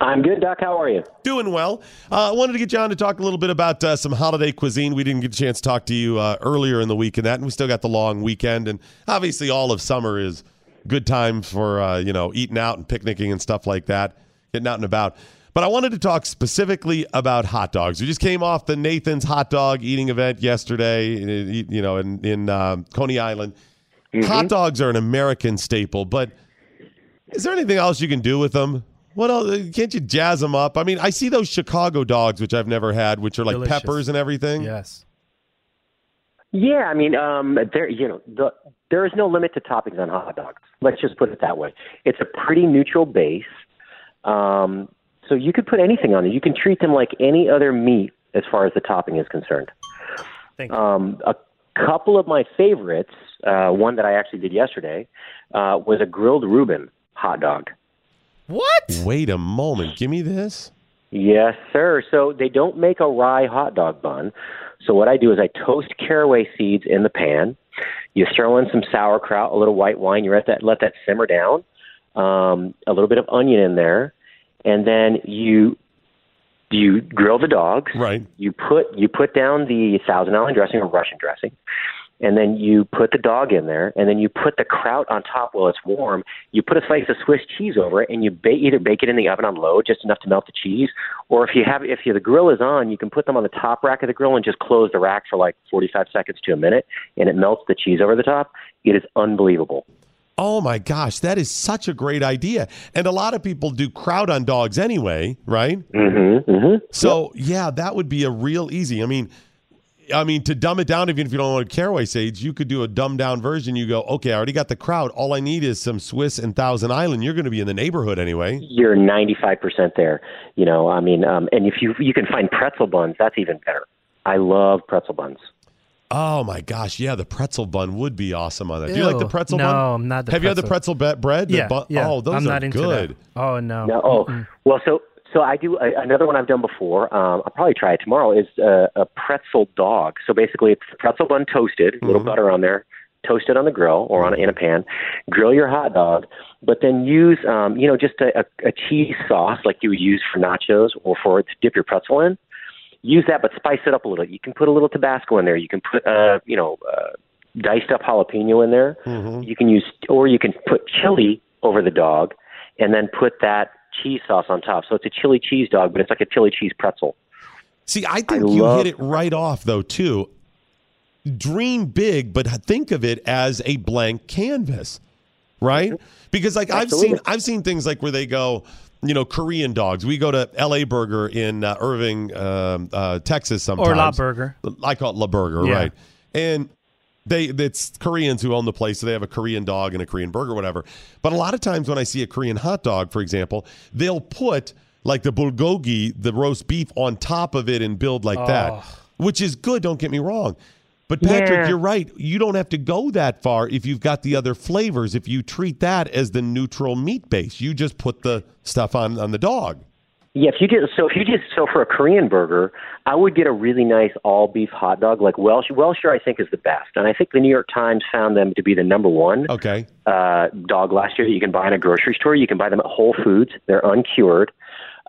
Speaker 9: I'm good, Doc. How are you?
Speaker 4: Doing well. Uh, I wanted to get you on to talk a little bit about uh, some holiday cuisine. We didn't get a chance to talk to you uh, earlier in the week and that, and we still got the long weekend. And obviously, all of summer is good times for uh, you know eating out and picnicking and stuff like that, getting out and about. But I wanted to talk specifically about hot dogs. We just came off the Nathan's hot dog eating event yesterday, in- you know, in in um, Coney Island.
Speaker 9: Mm-hmm.
Speaker 4: Hot dogs are an American staple, but is there anything else you can do with them? What else? Can't you jazz them up? I mean, I see those Chicago dogs, which I've never had, which are like
Speaker 5: Delicious.
Speaker 4: peppers and everything.
Speaker 5: Yes.
Speaker 9: Yeah, I mean, um, there you know, the, there is no limit to toppings on hot dogs. Let's just put it that way. It's a pretty neutral base, um, so you could put anything on it. You can treat them like any other meat as far as the topping is concerned.
Speaker 5: Thank you.
Speaker 9: Um, a couple of my favorites, uh, one that I actually did yesterday, uh, was a grilled Reuben hot dog.
Speaker 5: What?
Speaker 4: Wait a moment. Give me this.
Speaker 9: Yes, sir. So they don't make a rye hot dog bun. So what I do is I toast caraway seeds in the pan. You throw in some sauerkraut, a little white wine. You let that let that simmer down. Um, a little bit of onion in there, and then you you grill the dogs.
Speaker 4: Right.
Speaker 9: You put you put down the Thousand Island dressing or Russian dressing, and then you put the dog in there, and then you put the kraut on top while it's warm. You put a slice of Swiss cheese over it, and you bake, either bake it in the oven on low, just enough to melt the cheese, or if you have if you, the grill is on, you can put them on the top rack of the grill and just close the rack for like 45 seconds to a minute, and it melts the cheese over the top. It is unbelievable.
Speaker 4: Oh my gosh, that is such a great idea. And a lot of people do crowd on dogs anyway, right?
Speaker 9: Mm-hmm. Mm-hmm.
Speaker 4: So yeah, that would be a real easy. I mean, I mean to dumb it down, even if you don't want caraway seeds, you could do a dumbed down version. You go, okay, I already got the crowd. All I need is some Swiss and Thousand Island. You're going to be in the neighborhood anyway.
Speaker 9: You're 95 percent there. You know, I mean, um, and if you you can find pretzel buns, that's even better. I love pretzel buns.
Speaker 4: Oh my gosh, yeah, the pretzel bun would be awesome on that. Do you like
Speaker 5: Ew.
Speaker 4: the pretzel
Speaker 5: No,
Speaker 4: bun?
Speaker 5: I'm not the
Speaker 4: Have you had the pretzel
Speaker 5: pretzel.
Speaker 4: be- bread? The
Speaker 5: Yeah,
Speaker 4: bun-
Speaker 5: yeah.
Speaker 4: Oh, those
Speaker 5: I'm
Speaker 4: are
Speaker 5: not into
Speaker 4: good.
Speaker 5: That. Oh no.
Speaker 9: No. Oh, well, so so I do I, another one I've done before. Um, I'll probably try it tomorrow. Is uh, a pretzel dog. So basically, it's pretzel bun toasted, a little butter on there, toasted on the grill or on in a pan. Grill your hot dog, but then use um, you know just a, a, a cheese sauce like you would use for nachos or for to dip your pretzel in. Use that, but spice it up a little. You can put a little Tabasco in there. You can put uh, you know uh, diced up jalapeno in there.
Speaker 4: Mm-hmm.
Speaker 9: You can use, or you can put chili over the dog, and then put that cheese sauce on top. So it's a chili cheese dog, but it's like a chili cheese pretzel.
Speaker 4: See, I think you
Speaker 9: love-
Speaker 4: hit it right off though too. Dream big, but think of it as a blank canvas. right? Because like I've seen I've seen things like where they go, you know, Korean dogs. We go to L.A. Burger in uh, Irving, um, uh, Texas sometimes.
Speaker 5: Or La Burger.
Speaker 4: I call it La Burger,
Speaker 5: Yeah.
Speaker 4: right? And they it's Koreans who own the place, so they have a Korean dog and a Korean burger, whatever. But a lot of times when I see a Korean hot dog, for example, they'll put like the bulgogi, the roast beef, on top of it and build like that, which is good. Don't get me wrong. But Patrick,
Speaker 9: Yeah.
Speaker 4: you're right. You don't have to go that far if you've got the other flavors. If you treat that as the neutral meat base, you just put the stuff on on the dog.
Speaker 9: Yeah, if you just so if you just so for a Korean burger, I would get a really nice all beef hot dog like Welsh. Welsher I think is the best, and I think the New York Times found them to be the number one
Speaker 4: Okay.
Speaker 9: uh, dog last year that you can buy in a grocery store. You can buy them at Whole Foods. They're uncured.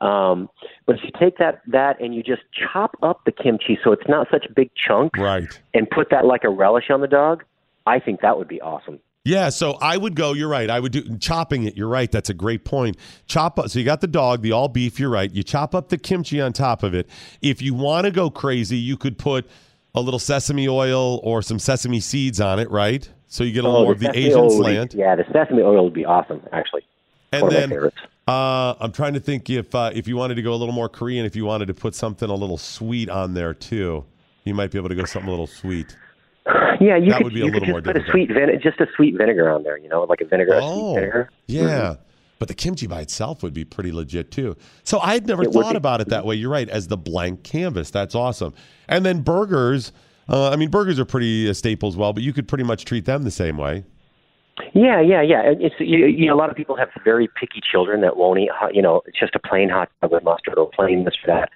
Speaker 9: Um, but if you take that that and you just chop up the kimchi so it's not such big chunks,
Speaker 4: Right.
Speaker 9: and put that like a relish on the dog, I think that would be awesome.
Speaker 4: Yeah, so I would go. You're right. I would do chopping it. You're right. That's a great point. Chop up. So you got the dog, the all beef. You're right. You chop up the kimchi on top of it. If you want to go crazy, you could put a little sesame oil or some sesame seeds on it. Right. So you get a little more of the
Speaker 9: Oh, sesame
Speaker 4: Oh, Asian
Speaker 9: oil would be-
Speaker 4: slant.
Speaker 9: yeah, the sesame oil would be awesome actually.
Speaker 4: And
Speaker 9: One of my
Speaker 4: then
Speaker 9: favorites.
Speaker 4: uh, I'm trying to think if uh, if you wanted to go a little more Korean, if you wanted to put something a little sweet on there too, you might be able to go something a little sweet.
Speaker 9: Yeah, you
Speaker 4: That
Speaker 9: could,
Speaker 4: would be a
Speaker 9: you could
Speaker 4: little
Speaker 9: just
Speaker 4: more
Speaker 9: put
Speaker 4: difficult. Oh.
Speaker 9: a sweet vin- just a sweet vinegar on there, you know, like a vinegar. a sweet vinegar.
Speaker 4: yeah. But the kimchi by itself would be pretty legit too. So I had never
Speaker 9: It would
Speaker 4: thought
Speaker 9: be.
Speaker 4: about it that way. You're right, as the blank canvas. That's awesome. And then burgers. Uh, I mean, burgers are pretty uh, staples, well, but you could pretty much treat them the same way.
Speaker 9: Yeah, yeah, yeah. And It's you, you know, a lot of people have very picky children that won't eat, hot, you know, it's just a plain hot dog with mustard or plain this or that.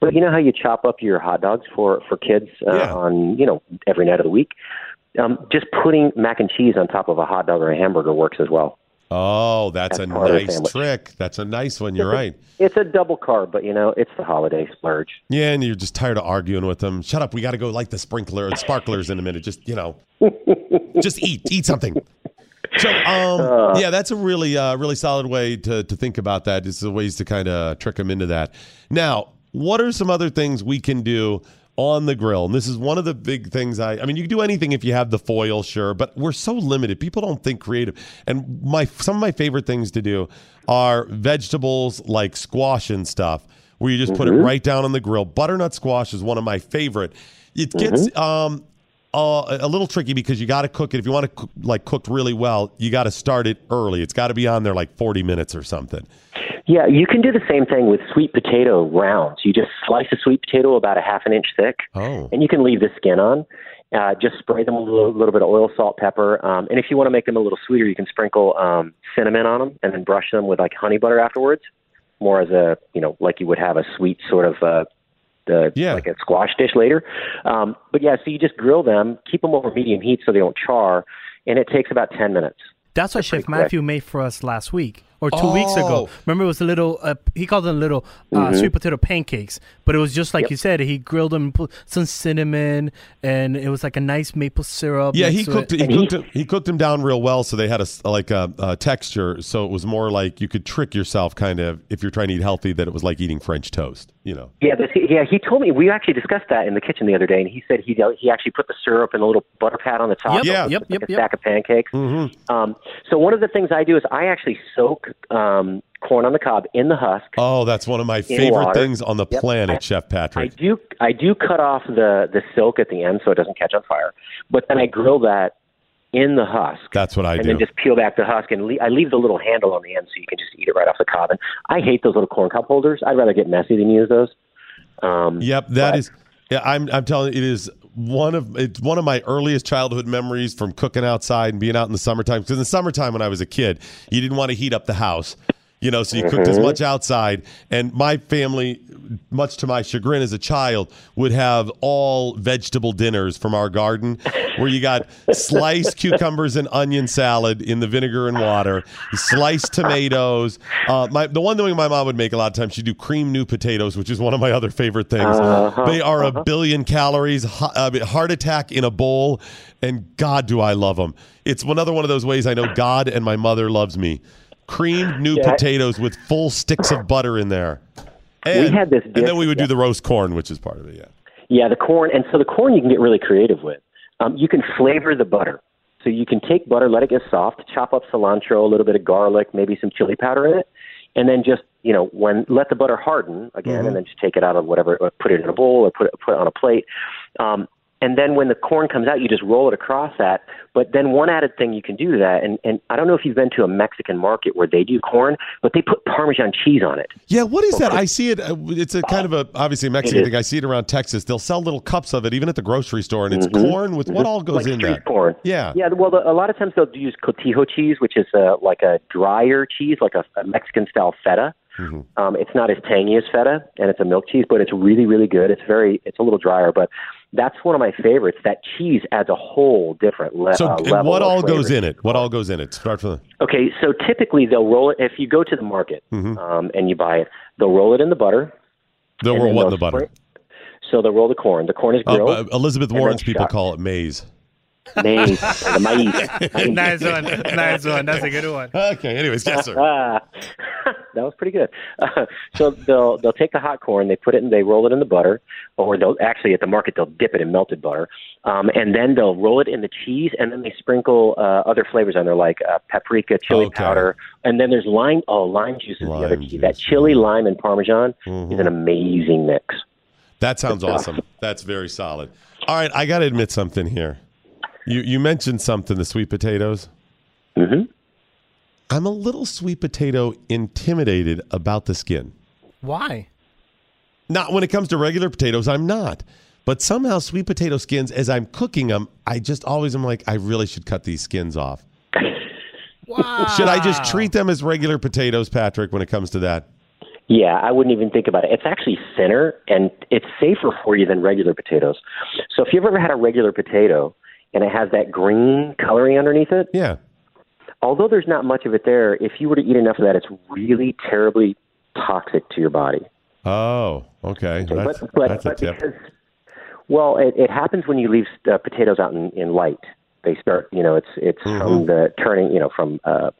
Speaker 9: But you know how you chop up your hot dogs for for kids uh,
Speaker 4: Yeah.
Speaker 9: on you know every night of the week. Um, just putting mac and cheese on top of a hot dog or a hamburger works as well.
Speaker 4: Oh, that's,
Speaker 9: That's
Speaker 4: a
Speaker 9: part of the
Speaker 4: nice
Speaker 9: sandwich.
Speaker 4: trick. That's a nice one. You're right.
Speaker 9: It's a double carb, but you know, it's the holiday splurge.
Speaker 4: Yeah, and you're just tired of arguing with them. Shut up. We got to go light the sprinkler and sparklers in a minute. Just, you know, just eat, eat something. So, um, yeah, that's a really, uh, really solid way to, to think about that. Is the ways to kind of trick them into that. Now, what are some other things we can do on the grill? And this is one of the big things. I, I mean, you can do anything if you have the foil, sure, but we're so limited. People don't think creative. And my some of my favorite things to do are vegetables like squash and stuff, where you just put it right down on the grill. Butternut squash is one of my favorite. It gets um, uh, a little tricky because you got to cook it. If you want to cook, like cooked really well, you got to start it early. It's got to be on there like 40 minutes or something.
Speaker 9: Yeah, you can do the same thing with sweet potato rounds. You just slice a sweet potato about a half an inch thick,
Speaker 4: Oh.
Speaker 9: and you can leave the skin on. Uh, just spray them a little, little bit of oil, salt, pepper, um, and if you want to make them a little sweeter, you can sprinkle um, cinnamon on them and then brush them with like honey butter afterwards. More as a you know, like you would have a sweet sort of uh, the
Speaker 4: Yeah.
Speaker 9: like a squash dish later. Um, but yeah, so you just grill them, keep them over medium heat so they don't char, and it takes about ten minutes.
Speaker 5: That's what Chef
Speaker 9: quick.
Speaker 5: Matthew made for us last week or two weeks ago.
Speaker 4: Oh. Mm-hmm.
Speaker 5: Remember, it was a little. Uh, he called them little uh, sweet potato pancakes, but it was just like you said. He grilled them, put some cinnamon, and it was like a nice maple syrup.
Speaker 4: Yeah, he
Speaker 5: next to
Speaker 4: cooked
Speaker 5: It.
Speaker 4: he cooked them, he cooked them down real well, so they had a s- like a, a texture. So it was more like you could trick yourself, kind of, if you're trying to eat healthy, that it was like eating French toast. You know.
Speaker 9: Yeah, this, yeah. He told me we actually discussed that in the kitchen the other day, and he said he he actually put the syrup in a little butter pat on the top.
Speaker 5: Yep,
Speaker 4: Yeah.
Speaker 5: yep,
Speaker 9: like
Speaker 5: yep,
Speaker 9: a
Speaker 5: yep.
Speaker 9: stack of pancakes. Mm-hmm. Um, so one of the things I do is I actually soak um, corn on the cob in the husk.
Speaker 4: Oh, that's one of my favorite
Speaker 9: water.
Speaker 4: things on the
Speaker 9: Yep.
Speaker 4: planet,
Speaker 9: I-
Speaker 4: Chef
Speaker 9: I
Speaker 4: Patrick.
Speaker 9: do I do cut off the the silk at the end so it doesn't catch on fire, but then I grill that in the husk.
Speaker 4: that's what I
Speaker 9: and
Speaker 4: do.
Speaker 9: then just peel back the husk and le- I leave the little handle on the end so you can just eat it right off the cob. And I hate those little corn cob holders. I'd rather get messy than use those. Um,
Speaker 4: Yep, that
Speaker 9: but-
Speaker 4: is. Yeah, I'm. I'm telling you, it is one of it's one of my earliest childhood memories from cooking outside and being out in the summertime. Because in the summertime, when I was a kid, you didn't want to heat up the house, you know, so you cooked
Speaker 9: Mm-hmm.
Speaker 4: as much outside. And my family, much to my chagrin as a child, would have all vegetable dinners from our garden, where you got sliced cucumbers and onion salad in the vinegar and water, sliced tomatoes. Uh, my the one thing my mom would make a lot of times, she'd do cream new potatoes, which is one of my other favorite things.
Speaker 9: Uh-huh.
Speaker 4: They are a billion calories, ha- I mean, heart attack in a bowl, and God, do I love them. It's another one of those ways I know God and my mother loves me. Creamed new
Speaker 9: Yeah, I-
Speaker 4: potatoes with full sticks of butter in there. And,
Speaker 9: had this
Speaker 4: and
Speaker 9: dish-
Speaker 4: then we would do the roast corn, which is part of it, yeah.
Speaker 9: Yeah, the corn, and so the corn you can get really creative with. Um, you can flavor the butter. So you can take butter, let it get soft, chop up cilantro, a little bit of garlic, maybe some chili powder in it, and then just you know when let the butter harden again, and then just take it out of whatever, or put it in a bowl or put it, put it on a plate. Um, and then when the corn comes out, you just roll it across that. But then one added thing you can do to that, and, and I don't know if you've been to a Mexican market where they do corn, but they put Parmesan cheese on it.
Speaker 4: Yeah, what is that? I see it. uh, It's a kind of a obviously a Mexican
Speaker 9: is.
Speaker 4: thing. I see it around Texas. They'll sell little cups of it even at the grocery store, and it's corn with what all goes
Speaker 9: Mm-hmm. like
Speaker 4: in
Speaker 9: street
Speaker 4: that.
Speaker 9: corn.
Speaker 4: Yeah.
Speaker 9: Yeah. Well, the, a lot of times they'll use cotijo cheese, which is uh, like a drier cheese, like a, a Mexican style feta.
Speaker 4: Mm-hmm.
Speaker 9: Um, it's not as tangy as feta, and it's a milk cheese, but it's really, really good. It's very, it's a little drier, but that's one of my favorites. That cheese adds a whole different le-
Speaker 4: So
Speaker 9: uh,
Speaker 4: and
Speaker 9: level.
Speaker 4: what
Speaker 9: of
Speaker 4: all goes
Speaker 9: flavor.
Speaker 4: in it? What all goes in it? Mm-hmm. Start from the,
Speaker 9: Okay, so typically they'll roll it if you go to the market um, and you buy it. They'll roll it in the butter.
Speaker 4: the
Speaker 9: and
Speaker 4: we're
Speaker 9: then
Speaker 4: what in the
Speaker 9: they'll
Speaker 4: butter.
Speaker 9: spray- So they'll roll the corn. The corn is
Speaker 4: Uh,
Speaker 9: grilled.
Speaker 4: uh, Elizabeth
Speaker 9: then
Speaker 4: Warren's people
Speaker 9: shot.
Speaker 4: call it maize.
Speaker 9: Maize, the maíz. Maíz.
Speaker 5: nice one. Nice one. That's a good one.
Speaker 4: Okay. Anyways, yes, sir.
Speaker 9: Ah, that was pretty good. Uh, so they'll they'll take the hot corn, they put it in, they roll it in the butter, or they'll actually at the market they'll dip it in melted butter, um, and then they'll roll it in the cheese, and then they sprinkle uh, other flavors on there like uh, paprika, chili
Speaker 4: Okay.
Speaker 9: powder, and then there's lime. Oh, lime juice is the other
Speaker 4: Lime
Speaker 9: key. That
Speaker 4: juice, Mm-hmm.
Speaker 9: chili, lime, and parmesan is an amazing mix.
Speaker 4: That sounds awesome. That's very solid. All right, I got to admit something here. You you mentioned something the sweet potatoes.
Speaker 9: Mhm.
Speaker 4: I'm a little sweet potato intimidated about the skin.
Speaker 5: Why?
Speaker 4: Not when it comes to regular potatoes, I'm not. But somehow sweet potato skins as I'm cooking them, I just always am like I really should cut these skins off.
Speaker 5: Wow.
Speaker 4: Should I just treat them as regular potatoes, Patrick, when it comes to that?
Speaker 9: Yeah, I wouldn't even think about it. It's actually thinner and it's safer for you than regular potatoes. So if you've ever had a regular potato and it has that green coloring underneath it,
Speaker 4: Yeah.
Speaker 9: although there's not much of it there, if you were to eat enough of that, it's really terribly toxic to your body.
Speaker 4: Oh, okay. That's,
Speaker 9: but but,
Speaker 4: that's a
Speaker 9: but
Speaker 4: tip.
Speaker 9: because, well, it, it happens when you leave uh, potatoes out in, in light. They start, you know, it's it's
Speaker 4: Mm-hmm.
Speaker 9: from the turning, you know, from uh,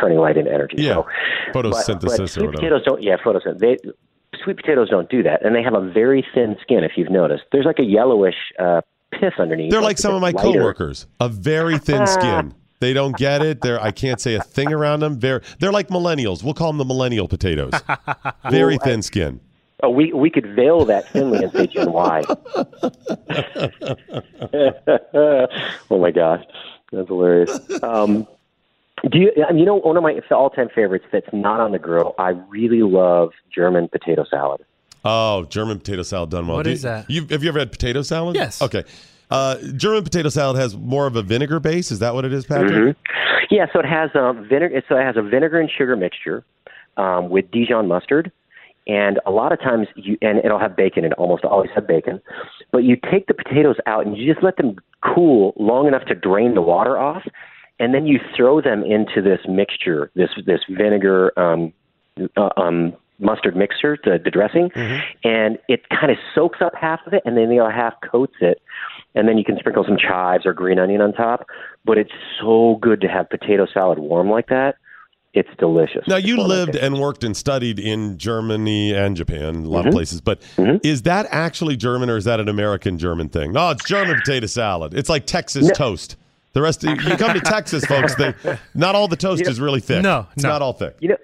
Speaker 9: turning light into energy.
Speaker 4: Yeah.
Speaker 9: So,
Speaker 4: Photosynthesis
Speaker 9: but,
Speaker 4: or
Speaker 9: but sweet
Speaker 4: whatever.
Speaker 9: potatoes don't. Yeah, photosynthesis. They, sweet potatoes don't do that, and they have a very thin skin. If you've noticed, there's like a yellowish uh, pith underneath.
Speaker 4: They're like some of my
Speaker 9: lighter.
Speaker 4: coworkers, a very thin skin. They don't get it. They're I can't say a thing around them. They're they're like millennials. We'll call them the millennial potatoes. Very thin skin.
Speaker 9: Oh, we we could veil that thinly and say Gen Y. oh my gosh, that's hilarious. Um, do you? I mean, you know, one of my all-time favorites that's not on the grill. I really love German potato salad.
Speaker 4: Oh, German potato salad done well.
Speaker 5: What
Speaker 4: Do you-
Speaker 5: is that?
Speaker 4: You, have you ever had potato salad?
Speaker 5: Yes.
Speaker 4: Okay. Uh, German potato salad has more of a vinegar base. Is that what it is, Patrick?
Speaker 9: Mm-hmm. Yeah, so it has a vinegar. So it has a vinegar and sugar mixture um, with Dijon mustard, and a lot of times you and it'll have bacon. It almost always have bacon, but you take the potatoes out and you just let them cool long enough to drain the water off, and then you throw them into this mixture, this this vinegar um, uh, um, mustard mixture, the, the dressing,
Speaker 4: Mm-hmm.
Speaker 9: and it kind of soaks up half of it, and then the other half coats it. And then you can sprinkle some chives or green onion on top. But it's so good to have potato salad warm like that. It's delicious.
Speaker 4: Now you
Speaker 9: It's one of my
Speaker 4: lived
Speaker 9: favorites.
Speaker 4: and worked and studied in Germany and Japan, a lot
Speaker 9: Mm-hmm.
Speaker 4: of places. But is that actually German or is that an American German thing? No, it's German potato salad. It's like Texas toast. The rest of you come to Texas, folks. They, not all the toast is really thick.
Speaker 5: No,
Speaker 4: it's
Speaker 5: no.
Speaker 4: not all thick.
Speaker 9: You know,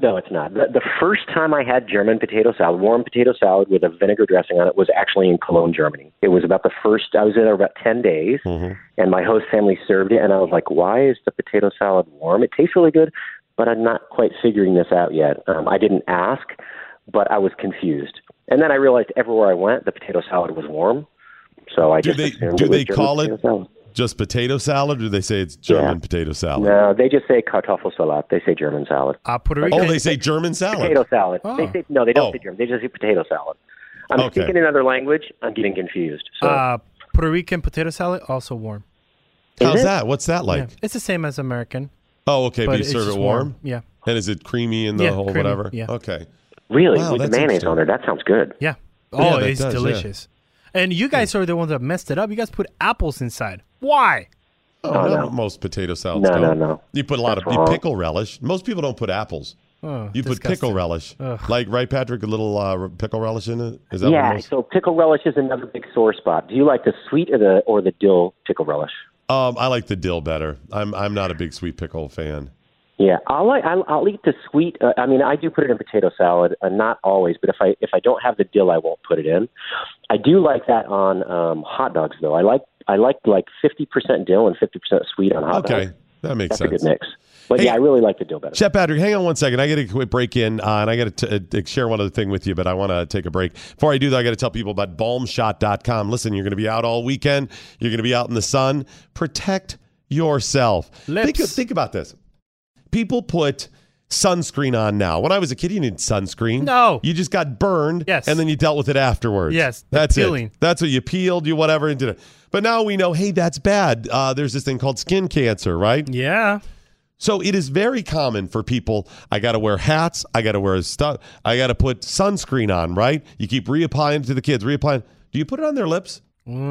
Speaker 9: no, it's not. The, the first time I had German potato salad, warm potato salad with a vinegar dressing on it, was actually in Cologne, Germany. It was about the first. I was there about ten days,
Speaker 4: Mm-hmm.
Speaker 9: and my host family served it, and I was like, "Why is the potato salad warm? It tastes really good, but I'm not quite figuring this out yet." Um, I didn't ask, but I was confused, and then I realized everywhere I went, the potato salad was warm. So I
Speaker 4: Do
Speaker 9: just
Speaker 4: they
Speaker 9: assumed
Speaker 4: do
Speaker 9: was
Speaker 4: they
Speaker 9: German
Speaker 4: call it
Speaker 9: potato salad.
Speaker 4: just potato salad, or do they say it's German
Speaker 9: Yeah.
Speaker 4: potato salad?
Speaker 9: No, they just say Kartoffelsalat. They say German salad.
Speaker 5: Ah, Puerto
Speaker 4: Oh,
Speaker 5: Rican.
Speaker 4: they say German salad.
Speaker 9: potato salad. They say no, they don't
Speaker 4: Oh.
Speaker 9: say German. They just say potato salad. I'm
Speaker 4: Okay.
Speaker 9: speaking another language. I'm getting confused. So
Speaker 5: uh, Puerto Rican potato salad also warm.
Speaker 4: How's
Speaker 9: it?
Speaker 4: that? What's that like?
Speaker 5: Yeah, it's the same as American,
Speaker 4: Oh, okay. But
Speaker 5: but
Speaker 4: you
Speaker 5: it's
Speaker 4: serve
Speaker 5: just
Speaker 4: it warm,
Speaker 5: Yeah,
Speaker 4: and is it creamy in the
Speaker 5: Yeah,
Speaker 4: whole
Speaker 5: creamy,
Speaker 4: whatever?
Speaker 5: yeah.
Speaker 4: Okay.
Speaker 9: really,
Speaker 4: Wow,
Speaker 9: with the
Speaker 4: that's
Speaker 9: mayonnaise
Speaker 4: interesting.
Speaker 9: on there, that sounds good.
Speaker 5: yeah. Oh,
Speaker 4: that
Speaker 5: it's
Speaker 4: does, yeah.
Speaker 5: delicious. And you guys are the ones that messed it up. You guys put apples inside. Why?
Speaker 4: Oh,
Speaker 9: No,
Speaker 4: no,
Speaker 9: no.
Speaker 4: most potato salads.
Speaker 9: No,
Speaker 4: don't.
Speaker 9: no, Uh-huh. no.
Speaker 4: You put a lot
Speaker 9: That's
Speaker 4: of you
Speaker 9: wrong.
Speaker 4: pickle relish. Most people don't put apples.
Speaker 5: Oh,
Speaker 4: You put pickle
Speaker 5: disgusting.
Speaker 4: relish,
Speaker 5: Ugh.
Speaker 4: like right, Patrick? A little uh, r- pickle relish in it. Is that what
Speaker 9: Yeah.
Speaker 4: most?
Speaker 9: So pickle relish is another big sore spot. Do you like the sweet or the or the dill pickle relish?
Speaker 4: Um, I like the dill better. I'm I'm not a big sweet pickle fan.
Speaker 9: Yeah, I'll like I'll, I'll eat the sweet. Uh, I mean, I do put it in potato salad, uh, not always, but if I if I don't have the dill, I won't put it in. I do like that on um, hot dogs though. I like I like like fifty percent dill and fifty percent sweet on hot
Speaker 4: Okay,
Speaker 9: dogs.
Speaker 4: that makes
Speaker 9: Uh, that's a
Speaker 4: sense.
Speaker 9: good mix. But
Speaker 4: Hey-
Speaker 9: yeah, I really like the dill better.
Speaker 4: Chef Patrick, hang on one second. I got to quick break in, uh, and I got to uh, share one other thing with you, but I want to take a break. Before I do, though, I got to tell people about balmshot.com. Listen, you're going to be out all weekend, you're going to be out in the sun. Protect yourself. Think,
Speaker 5: Lips.
Speaker 4: think about this. People put sunscreen on now. When I was a kid, you didn't need sunscreen.
Speaker 5: No.
Speaker 4: You just got burned,
Speaker 5: Yes.
Speaker 4: and then you dealt with it afterwards.
Speaker 5: Yes, the
Speaker 4: That's it.
Speaker 5: peeling.
Speaker 4: That's what you peeled, you whatever, and did it. But now we know, hey, that's bad. Uh, there's this thing called skin cancer, right?
Speaker 5: Yeah.
Speaker 4: So it is very common for people. I got to wear hats. I got to wear stuff. I got to put sunscreen on. Right? You keep reapplying to the kids. Reapplying. Do you put it on their lips?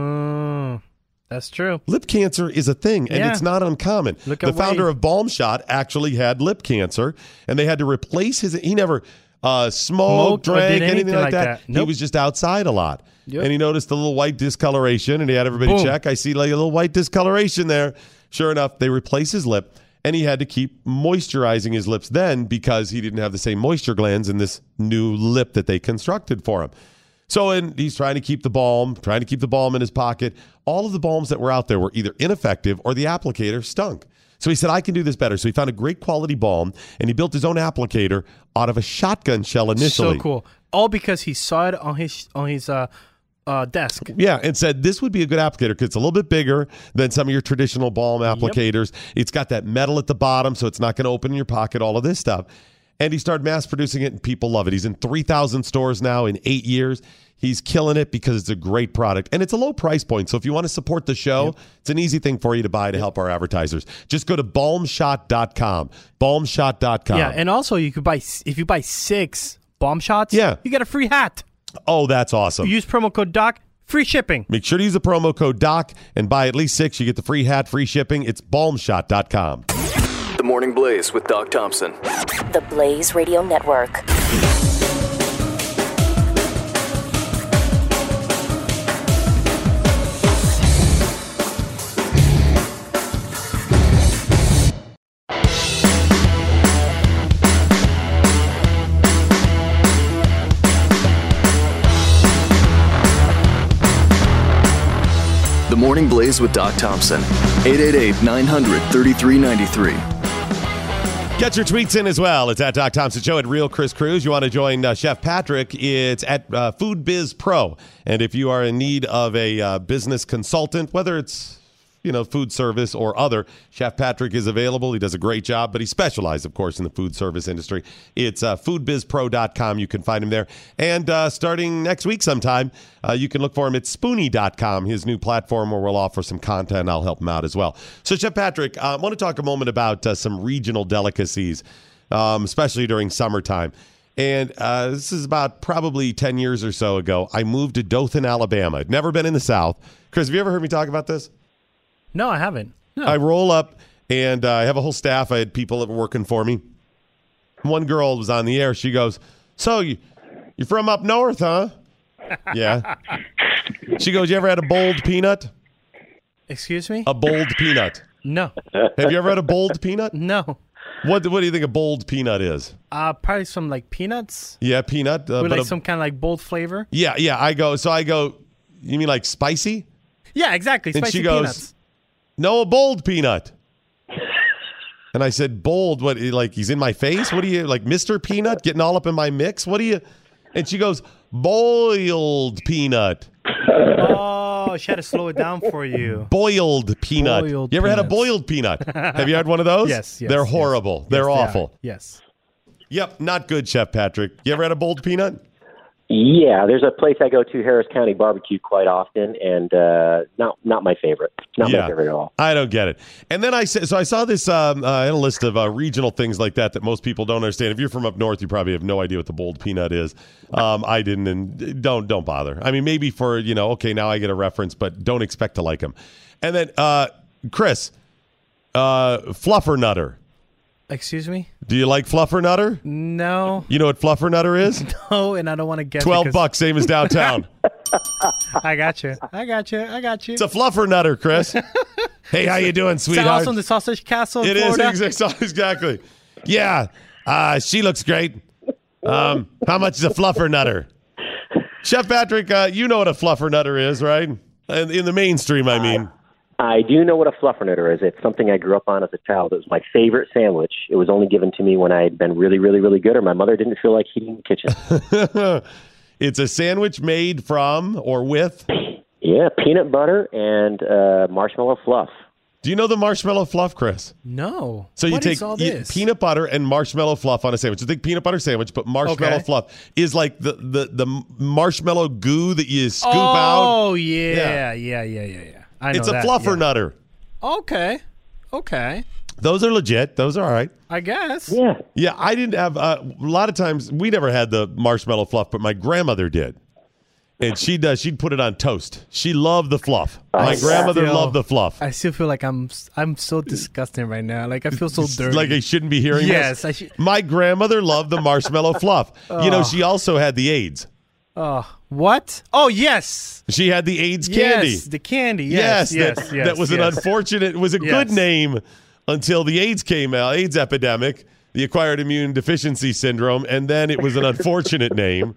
Speaker 5: Mm, that's true.
Speaker 4: Lip cancer is a thing, and
Speaker 5: Yeah.
Speaker 4: it's not uncommon.
Speaker 5: Look
Speaker 4: the
Speaker 5: at
Speaker 4: founder
Speaker 5: Wade.
Speaker 4: of Balm Shot actually had lip cancer, and they had to replace his. He never uh, smoked,
Speaker 5: Smoked or
Speaker 4: drank,
Speaker 5: did
Speaker 4: anything,
Speaker 5: anything
Speaker 4: like,
Speaker 5: like
Speaker 4: that.
Speaker 5: that.
Speaker 4: He
Speaker 5: Nope.
Speaker 4: was just outside a lot,
Speaker 5: Yep.
Speaker 4: and he noticed a little white discoloration, and he had everybody
Speaker 5: Boom.
Speaker 4: check. I see like a little white discoloration there. Sure enough, they replaced his lip, and he had to keep moisturizing his lips then because he didn't have the same moisture glands in this new lip that they constructed for him. So, and he's trying to keep the balm, trying to keep the balm in his pocket. All of the balms that were out there were either ineffective or the applicator stunk. So he said, I can do this better. So he found a great quality balm and he built his own applicator out of a shotgun shell initially.
Speaker 5: So cool. All because he saw it on his on his uh, uh, desk.
Speaker 4: Yeah, and said this would be a good applicator because it's a little bit bigger than some of your traditional balm applicators. It's got that metal at the bottom, so it's not going to open in your pocket, all of this stuff. And he started mass producing it, and people love it. He's in 3,000 stores now in eight years. He's killing it because it's a great product and it's a low price point. So if you want to support the show, it's an easy thing for you to buy to help our advertisers. Just go to balmshot.com. Balmshot.com.
Speaker 5: Yeah, and also you could buy s- if you buy six bomb shots.
Speaker 4: Yeah.
Speaker 5: you get a free hat.
Speaker 4: oh, that's awesome.
Speaker 5: You use promo code Doc, free shipping.
Speaker 4: Make sure to use the promo code DOC and buy at least six. You get the free hat, free shipping. It's balmshot.com.
Speaker 6: The Morning Blaze with Doc Thompson.
Speaker 7: The Blaze Radio Network.
Speaker 6: The Morning Blaze with Doc Thompson. 888 900 3393.
Speaker 4: Get your tweets in as well. It's at Doc Thompson Show at Real Chris Cruz. You want to join uh, Chef Patrick? It's at uh, Food Biz Pro. And if you are in need of a uh, business consultant, whether it's you know food service or other, Chef Patrick is available. He does a great job, but he specializes, of course, in the food service industry. It's uh, foodbizpro.com. You can find him there. And uh, starting next week sometime, uh, you can look for him at spoonie.com, his new platform where we'll offer some content. I'll help him out as well. So, Chef Patrick, uh, I want to talk a moment about uh, some regional delicacies, um, especially during summertime. And uh, this is about probably 10 years or so ago. I moved to Dothan, Alabama. I'd never been in the South. Chris, have you ever heard me talk about this?
Speaker 5: No, I haven't. No.
Speaker 4: I roll up and uh, I have a whole staff. I had people that were working for me. One girl was on the air. She goes, "So you, you're from up north, huh?" yeah. She goes, "You ever had a bold peanut?
Speaker 5: Excuse me?
Speaker 4: A bold peanut?
Speaker 5: no,
Speaker 4: Have you ever had a bold peanut?
Speaker 5: no.
Speaker 4: What What do you think a bold peanut is?
Speaker 5: Uh, probably some like peanuts
Speaker 4: Yeah, peanut. Uh, but
Speaker 5: with like
Speaker 4: a-
Speaker 5: some kind of like bold flavor.
Speaker 4: yeah, yeah. I go. So I go. You mean like spicy?
Speaker 5: Yeah, exactly.
Speaker 4: And
Speaker 5: Spicy
Speaker 4: she goes-
Speaker 5: peanuts.
Speaker 4: No, a bold peanut. And I said, bold, what, like he's in my face? What are you, like Mr. Peanut getting all up in my mix? What are you? And she goes, boiled peanut.
Speaker 5: Oh, she had to slow it down for you.
Speaker 4: Boiled peanut.
Speaker 5: Boiled
Speaker 4: you ever had a
Speaker 5: peanuts.
Speaker 4: boiled peanut? Have you had one of those?
Speaker 5: Yes, yes,
Speaker 4: They're
Speaker 5: yes.
Speaker 4: horrible. They're
Speaker 5: Yes, they are.
Speaker 4: awful.
Speaker 5: Yes.
Speaker 4: Yep, not good, Chef Patrick. You ever had a boiled peanut?
Speaker 9: Yeah, there's a place I go to, Harris County Barbecue, quite often, and uh, not not my favorite. Not my favorite at all.
Speaker 4: I don't get it. And then I said, so I saw this. Um, uh, I had a list of uh, regional things like that that most people don't understand. If you're from up north, you probably have no idea what the bold peanut is. Um, I didn't, and don't don't bother. I mean, maybe for you know, okay, now I get a reference, but don't expect to like them. And then uh, Chris, uh, fluffer nutter.
Speaker 5: Excuse me?
Speaker 4: Do you like fluffer nutter?
Speaker 5: No.
Speaker 4: You know what fluffer nutter is?
Speaker 5: No, Oh, and I don't want to guess.
Speaker 4: Twelve
Speaker 5: because-
Speaker 4: bucks, same as downtown.
Speaker 5: I got you. I got you. I got you.
Speaker 4: it's a fluffer nutter, Chris. Hey, how you doing,
Speaker 5: Is that
Speaker 4: sweetheart?
Speaker 5: also in the Sausage Castle? in
Speaker 4: It is
Speaker 5: Florida?
Speaker 4: exactly exactly. Yeah, uh, she looks great. Um, how much is a fluffer nutter? Chef Patrick, uh, you know what a fluffer nutter is, right? In, in the mainstream, I mean.
Speaker 9: I do know what a fluffernutter is. It's something I grew up on as a child. It was my favorite sandwich. It was only given to me when I had been really, really, really good, or my mother didn't feel like heating the kitchen.
Speaker 4: it's a sandwich made from or with.
Speaker 9: yeah, peanut butter and uh, marshmallow fluff.
Speaker 4: Do you know the marshmallow fluff, Chris?
Speaker 5: No.
Speaker 4: So you
Speaker 5: What
Speaker 4: take
Speaker 5: is all
Speaker 4: you-
Speaker 5: this?
Speaker 4: peanut butter and marshmallow fluff on a sandwich. You think peanut butter sandwich, but marshmallow
Speaker 5: Okay.
Speaker 4: fluff is like the, the the marshmallow goo that you scoop out.
Speaker 5: Oh yeah, yeah, yeah, yeah, yeah. I know
Speaker 4: It's a
Speaker 5: that,
Speaker 4: fluffer
Speaker 5: yeah.
Speaker 4: nutter.
Speaker 5: Okay, okay.
Speaker 4: Those are legit. Those are all right.
Speaker 5: I guess.
Speaker 9: Yeah.
Speaker 4: Yeah, I didn't have uh, a lot of times. We never had the marshmallow fluff, but my grandmother did, and she does. She'd put it on toast. She loved the fluff. My
Speaker 9: Nice.
Speaker 4: grandmother
Speaker 5: Yo.
Speaker 4: loved the fluff.
Speaker 5: I still feel like I'm I'm so disgusting right now. Like I feel so dirty.
Speaker 4: Like I shouldn't be hearing
Speaker 5: Yes,
Speaker 4: this.
Speaker 5: I should- Oh.
Speaker 4: My grandmother loved the marshmallow fluff. You know, she also had the AIDS.
Speaker 5: what? Oh yes,
Speaker 4: She had the AIDS candy.
Speaker 5: yes, the candy. Yes, yes,
Speaker 4: that,
Speaker 5: yes.
Speaker 4: that was
Speaker 5: yes.
Speaker 4: an unfortunate. It was a
Speaker 5: Yes.
Speaker 4: good name until the AIDS came out, AIDS epidemic, the acquired immune deficiency syndrome, and then it was an unfortunate name.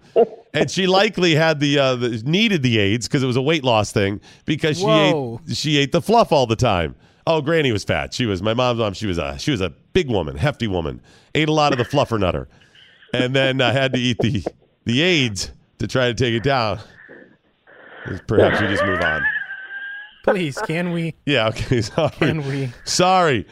Speaker 4: And she likely had the, uh, the needed the AIDS because it was a weight loss thing because she
Speaker 5: Whoa.
Speaker 4: ate she ate the fluff all the time. Oh, Granny was fat. She was my mom's mom. She was a she was a big woman, hefty woman. Ate a lot of the fluffer nutter, and then I had to eat the the AIDS to try to take it down. Perhaps we just move on.
Speaker 5: Please, can we?
Speaker 4: Yeah. Okay. Sorry.
Speaker 5: Can we?
Speaker 4: Sorry.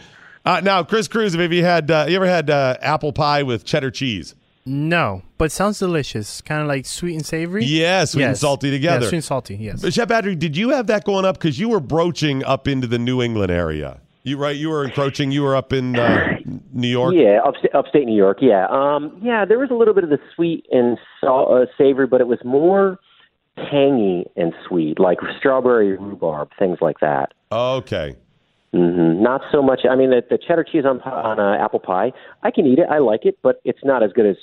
Speaker 4: Uh, now, Chris Cruz, have you had uh, you ever had uh, apple pie with cheddar cheese?
Speaker 5: No, but sounds delicious. Kind of like sweet and savory.
Speaker 4: Yeah, sweet and salty together.
Speaker 5: Yeah, sweet and salty. Yes.
Speaker 4: Chef Patrick, did you have that going up because you were broaching up into the New England area? You right? You were encroaching. You were up in uh, New York.
Speaker 9: Yeah, upstate, upstate New York. Yeah, um, yeah. There was a little bit of the sweet and sal- uh, savory, but it was more tangy and sweet, like strawberry rhubarb, things like that.
Speaker 4: Okay.
Speaker 9: hmm Not so much. I mean, the, the cheddar cheese on pi- on uh, apple pie, I can eat it. I like it, but it's not as good as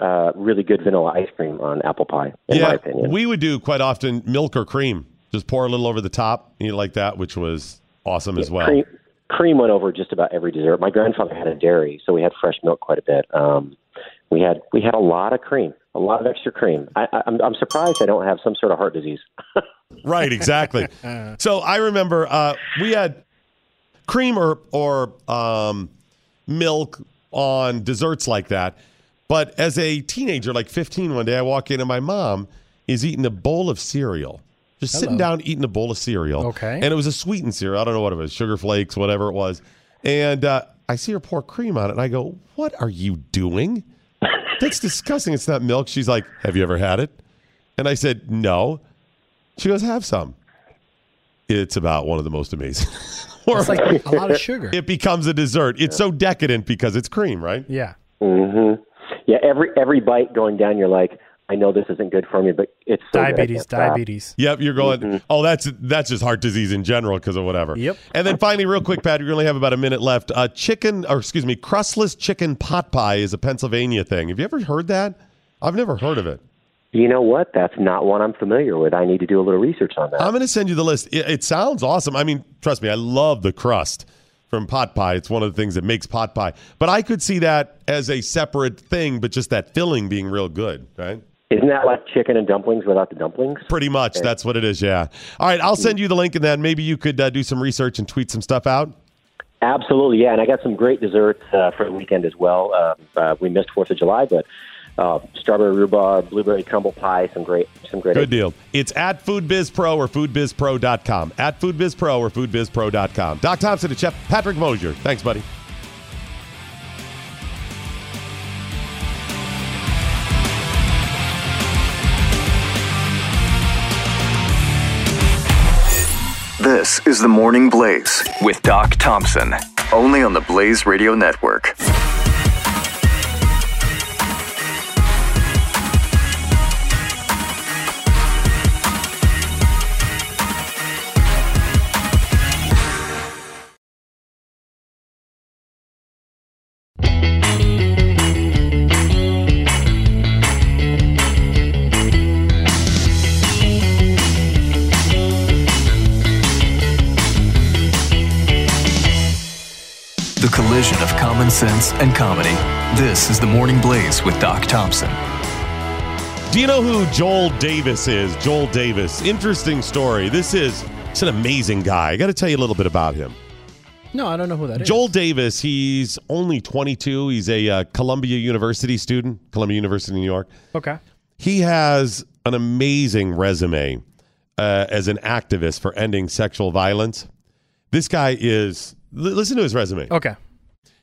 Speaker 9: uh, really good vanilla ice cream on apple pie, in my
Speaker 4: yeah.
Speaker 9: opinion.
Speaker 4: We would do quite often milk or cream. Just pour a little over the top, eat it like that, which was awesome as well.
Speaker 9: cream, cream went over just about every dessert. My grandfather had a dairy, so we had fresh milk quite a bit. Um, we had we had a lot of cream, a lot of extra cream. I, I, I'm, I'm surprised I don't have some sort of heart disease.
Speaker 4: Right, exactly. so I remember uh, we had cream or or um, milk on desserts like that. But as a teenager, like 15, one day I walk in and my mom is eating a bowl of cereal. Just sitting down eating a bowl of cereal.
Speaker 5: Okay.
Speaker 4: And it was a sweetened cereal. I don't know what it was, sugar flakes, whatever it was. And uh, I see her pour cream on it and I go, What are you doing? That's disgusting. It's not milk. She's like, Have you ever had it? And I said, No. She goes, Have some. It's about one of the most amazing.
Speaker 5: It's like a lot of sugar.
Speaker 4: it becomes a dessert. It's so decadent because it's cream, right?
Speaker 5: yeah.
Speaker 9: hmm Yeah, every every bite going down, you're like, I know this isn't good for me, but it's so good, I
Speaker 5: Diabetes.
Speaker 9: can't stop.
Speaker 5: Diabetes.
Speaker 4: Yep, you're going. Oh, that's that's just heart disease in general because of whatever.
Speaker 5: Yep.
Speaker 4: And then finally, real quick, Pat, we only have about a minute left. Uh, chicken, or excuse me, crustless chicken pot pie is a Pennsylvania thing. Have you ever heard that? I've never heard of it.
Speaker 9: You know what? That's not one I'm familiar with. I need to do a little research on that.
Speaker 4: I'm going to send you the list. It, it sounds awesome. I mean, trust me, I love the crust from pot pie. It's one of the things that makes pot pie. But I could see that as a separate thing, but just that filling being real good, right?
Speaker 9: Isn't that like chicken and dumplings without the dumplings?
Speaker 4: Pretty much. That's what it is. Yeah. All right. I'll send you the link and then maybe you could uh, do some research and tweet some stuff out.
Speaker 9: Absolutely, yeah. And I got some great desserts uh, for the weekend as well. Uh, uh, we missed Fourth of July, but uh, strawberry rhubarb, blueberry crumble pie, some great, some great.
Speaker 4: Good deal. It's at Food Biz Pro or foodbizpro.com. At Food Biz Pro or foodbizpro.com. Doc Thompson and Chef Patrick Mosier. Thanks, buddy.
Speaker 6: This is the Morning Blaze with Doc Thompson, only on the Blaze Radio Network. sense, and comedy. This is The Morning Blaze with Doc Thompson.
Speaker 4: Do you know who Joel Davis is? Joel Davis. Interesting story. This is it's an amazing guy. I got to tell you a little bit about him.
Speaker 5: No, I don't know who that is.
Speaker 4: Joel Davis, he's only 22. He's a uh, Columbia University student, Columbia University, New York.
Speaker 5: Okay.
Speaker 4: He has an amazing resume uh, as an activist for ending sexual violence. This guy is, l- listen to his resume.
Speaker 5: Okay.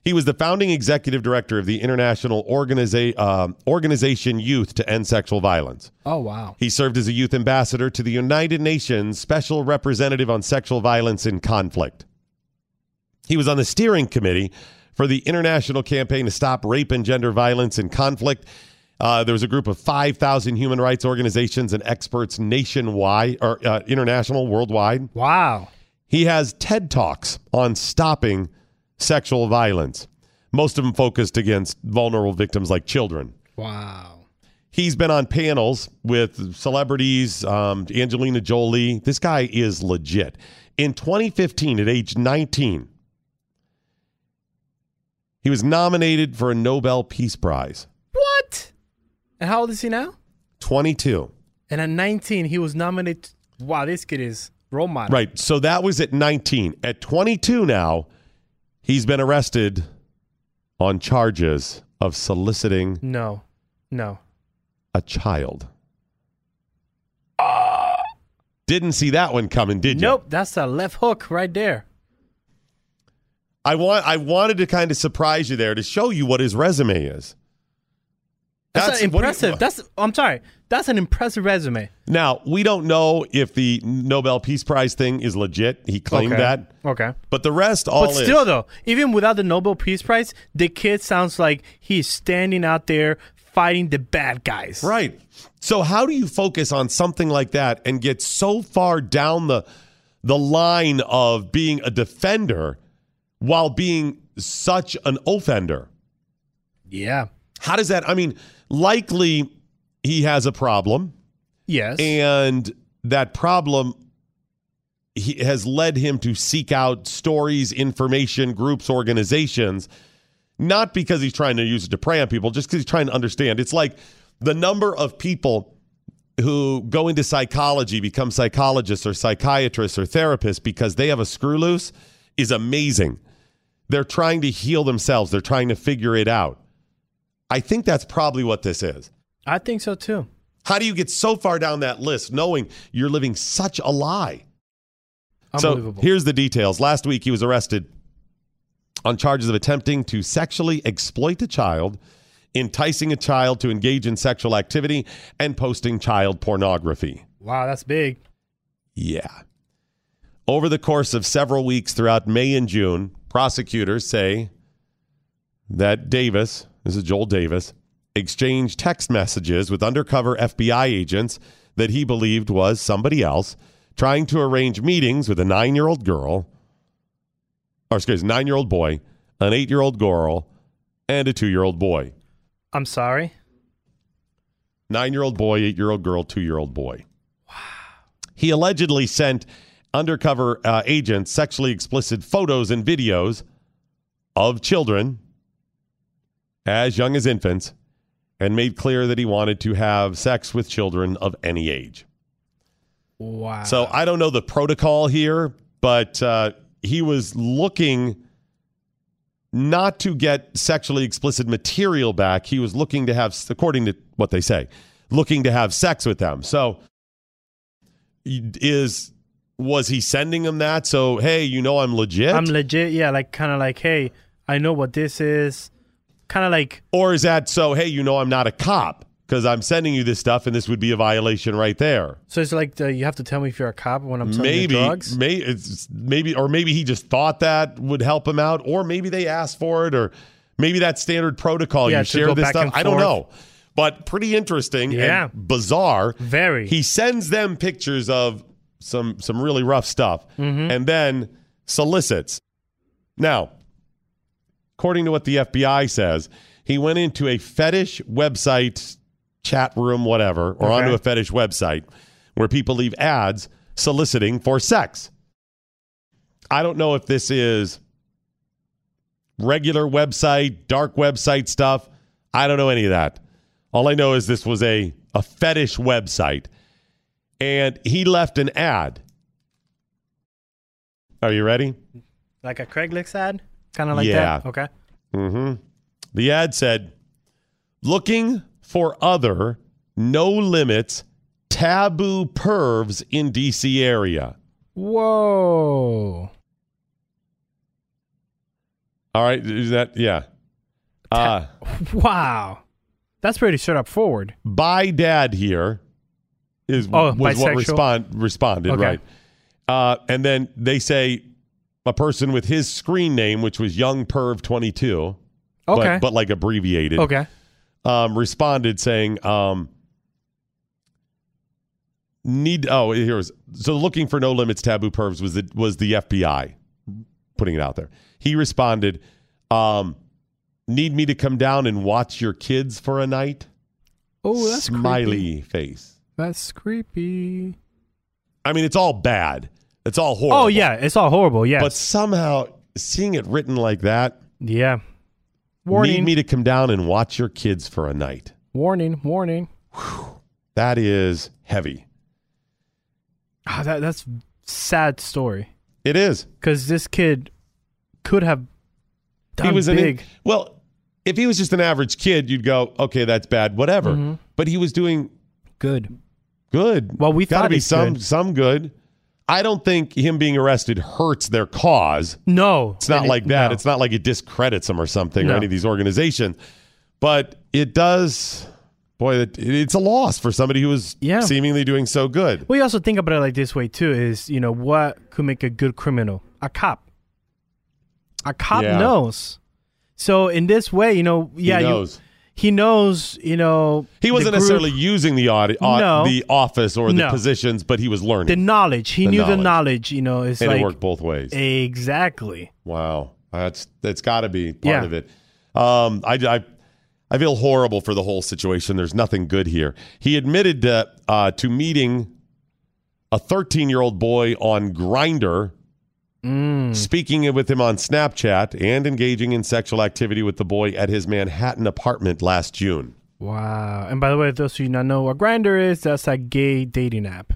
Speaker 4: He was the founding executive director of the International Organiza- um, Organization Youth to End Sexual Violence.
Speaker 5: Oh wow.
Speaker 4: He served as a youth ambassador to the United Nations Special Representative on Sexual Violence in Conflict. He was on the steering committee for the international campaign to stop rape and gender violence in conflict. Uh, there was a group of 5,000 human rights organizations and experts nationwide or uh, international, worldwide.
Speaker 5: Wow.
Speaker 4: He has TED Talks on stopping sexual violence, most of them focused against vulnerable victims like children.
Speaker 5: Wow.
Speaker 4: He's been on panels with celebrities, um, Angelina Jolie. This guy is legit. In 2015, at age 19, he was nominated for a Nobel Peace Prize.
Speaker 5: What? And how old is he now?
Speaker 4: 22.
Speaker 5: And at 19, he was nominated. Wow, this kid is role model.
Speaker 4: Right. So that was at 19. At 22 now, he's been arrested on charges of soliciting
Speaker 5: No. No.
Speaker 4: a child. Didn't see that one coming, did you?
Speaker 5: Nope. That's a left hook right there.
Speaker 4: I want I wanted to kind of surprise you there to show you what his resume is.
Speaker 5: That's,
Speaker 4: That's-
Speaker 5: a-
Speaker 4: what do you-
Speaker 5: impressive. that's. I'm sorry. That's an impressive resume.
Speaker 4: Now, we don't know if the Nobel Peace Prize thing is legit. He claimed
Speaker 5: Okay.
Speaker 4: that.
Speaker 5: Okay.
Speaker 4: But the rest all
Speaker 5: but
Speaker 4: is.
Speaker 5: still, though, even without the Nobel Peace Prize, the kid sounds like he's standing out there fighting the bad guys.
Speaker 4: Right. So how do you focus on something like that and get so far down the the line of being a defender while being such an offender?
Speaker 5: Yeah.
Speaker 4: How does that I mean, likely he has a problem.
Speaker 5: Yes.
Speaker 4: And that problem he, has led him to seek out stories, information, groups, organizations, not because he's trying to use it to prey on people, just because he's trying to understand. It's like the number of people who go into psychology, become psychologists or psychiatrists or therapists because they have a screw loose is amazing. They're trying to heal themselves, they're trying to figure it out. I think that's probably what this is.
Speaker 5: I think so too.
Speaker 4: How do you get so far down that list knowing you're living such a lie? So
Speaker 5: Unbelievable.
Speaker 4: here's the details. Last week, he was arrested on charges of attempting to sexually exploit a child, enticing a child to engage in sexual activity, and posting child pornography.
Speaker 5: wow, that's big.
Speaker 4: Yeah. Over the course of several weeks throughout May and June, prosecutors say that Davis, this is Joel Davis, exchanged text messages with undercover FBI agents that he believed was somebody else, trying to arrange meetings with a nine year old girl, or excuse me, nine year old boy, an eight year old girl, and a two year old boy.
Speaker 5: I'm sorry.
Speaker 4: Nine year old boy, eight year old girl, two year old boy. Wow. He allegedly sent undercover uh, agents sexually explicit photos and videos of children as young as infants and made clear that he wanted to have sex with children of any age.
Speaker 5: Wow.
Speaker 4: So I don't know the protocol here, but uh, he was looking not to get sexually explicit material back. He was looking to have, according to what they say, looking to have sex with them. So is was he sending them that? So hey, you know I'm legit,
Speaker 5: I'm legit. Yeah, like kind of like, hey, I know what this is. Kind of like,
Speaker 4: or is that so? Hey, you know I'm not a cop because I'm sending you this stuff, and this would be a violation right there.
Speaker 5: so it's like the, you have to tell me if you're a cop when I'm selling you
Speaker 4: maybe,
Speaker 5: drugs.
Speaker 4: may, it's, maybe, or maybe he just thought that would help him out, or maybe they asked for it, or maybe that's standard protocol.
Speaker 5: Yeah,
Speaker 4: you
Speaker 5: to
Speaker 4: share
Speaker 5: go
Speaker 4: this
Speaker 5: back
Speaker 4: stuff.
Speaker 5: and
Speaker 4: I don't
Speaker 5: forth.
Speaker 4: know, but pretty interesting
Speaker 5: Yeah.
Speaker 4: and bizarre.
Speaker 5: Very.
Speaker 4: He sends them pictures of some some really rough stuff,
Speaker 5: Mm-hmm.
Speaker 4: and then solicits. Now, according to what the FBI says, he went into a fetish website chat room, whatever, or
Speaker 5: Okay.
Speaker 4: onto a fetish website where people leave ads soliciting for sex. I don't know if this is regular website, dark website stuff. I don't know any of that. All I know is this was a, a fetish website. And he left an ad. Are you ready?
Speaker 5: Like a Craigslist ad, kind of like
Speaker 4: Yeah.
Speaker 5: that. Okay.
Speaker 4: hmm The ad said, looking for other no limits taboo pervs in DC area.
Speaker 5: Whoa.
Speaker 4: All right. Is that, yeah. Uh,
Speaker 5: Wow. That's pretty straight up forward.
Speaker 4: by dad here is
Speaker 5: Oh,
Speaker 4: was what
Speaker 5: bisexual.
Speaker 4: respond responded
Speaker 5: Okay.
Speaker 4: right uh, and then they say a person with his screen name which was young perv 22
Speaker 5: Okay.
Speaker 4: but, but like abbreviated
Speaker 5: Okay.
Speaker 4: um, responded saying um, need oh here it was so looking for no limits taboo pervs was the was the FBI putting it out there he responded um, need me to come down and watch your kids for a night
Speaker 5: Oh, that's
Speaker 4: smiley
Speaker 5: creepy.
Speaker 4: face.
Speaker 5: That's creepy.
Speaker 4: I mean, it's all bad. It's all horrible.
Speaker 5: Oh yeah, it's all horrible. Yeah.
Speaker 4: But somehow seeing it written like that,
Speaker 5: yeah. Warning.
Speaker 4: need me to come down and watch your kids for a night.
Speaker 5: warning. Warning.
Speaker 4: That is heavy.
Speaker 5: Ah, that that's sad story.
Speaker 4: It is.
Speaker 5: Because this kid could have done
Speaker 4: he was an
Speaker 5: big.
Speaker 4: well. If he was just an average kid, you'd go, okay, that's bad, whatever. But he was doing
Speaker 5: good.
Speaker 4: good.
Speaker 5: Mm-hmm. Well, we
Speaker 4: gotta
Speaker 5: thought
Speaker 4: be
Speaker 5: he's
Speaker 4: some
Speaker 5: good.
Speaker 4: some good. I don't think him being arrested hurts their cause.
Speaker 5: No.
Speaker 4: It's not like that.
Speaker 5: no.
Speaker 4: It's not like it discredits them or something or
Speaker 5: No.
Speaker 4: any of these organizations, but it does. Boy, it, it's a loss for somebody who was
Speaker 5: Yeah.
Speaker 4: seemingly doing so good.
Speaker 5: Well, you also think about it like this way too: is you know what could make a good criminal? A cop. A cop
Speaker 4: Yeah.
Speaker 5: knows. So in this way, you know, yeah,
Speaker 4: he
Speaker 5: you-
Speaker 4: knows.
Speaker 5: he knows. You know,
Speaker 4: he
Speaker 5: the
Speaker 4: wasn't
Speaker 5: group-
Speaker 4: necessarily using the audi- au-
Speaker 5: No.
Speaker 4: the office or the
Speaker 5: No.
Speaker 4: positions, but he was
Speaker 5: the
Speaker 4: learning,
Speaker 5: knowledge. He
Speaker 4: The
Speaker 5: knew the
Speaker 4: knowledge.
Speaker 5: knowledge. You know, it's
Speaker 4: and
Speaker 5: like
Speaker 4: it worked both ways.
Speaker 5: exactly.
Speaker 4: Wow, that's that's got to be part
Speaker 5: Yeah.
Speaker 4: of it. Um, I, I I feel horrible for the whole situation. There's nothing good here. He admitted to uh, to meeting a 13 year old boy on Grinder,
Speaker 5: Mm.
Speaker 4: speaking with him on Snapchat, and engaging in sexual activity with the boy at his Manhattan apartment last June.
Speaker 5: Wow. And by the way, if those of you not know what Grinder is, that's a gay dating app.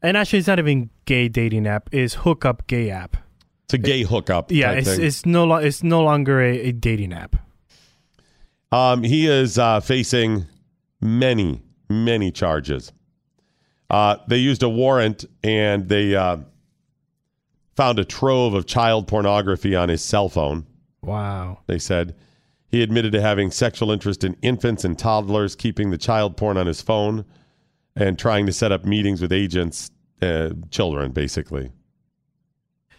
Speaker 5: And actually, it's not even gay dating app. It's hookup gay app.
Speaker 4: It's a gay hookup.
Speaker 5: Yeah,
Speaker 4: type
Speaker 5: it's
Speaker 4: thing.
Speaker 5: it's no lo- it's no longer a, a dating app.
Speaker 4: Um, he is uh, facing many, many charges. Uh, they used a warrant and they uh, found a trove of child pornography on his cell phone.
Speaker 5: Wow.
Speaker 4: They said he admitted to having sexual interest in infants and toddlers, keeping the child porn on his phone, and trying to set up meetings with agents, uh, children, basically.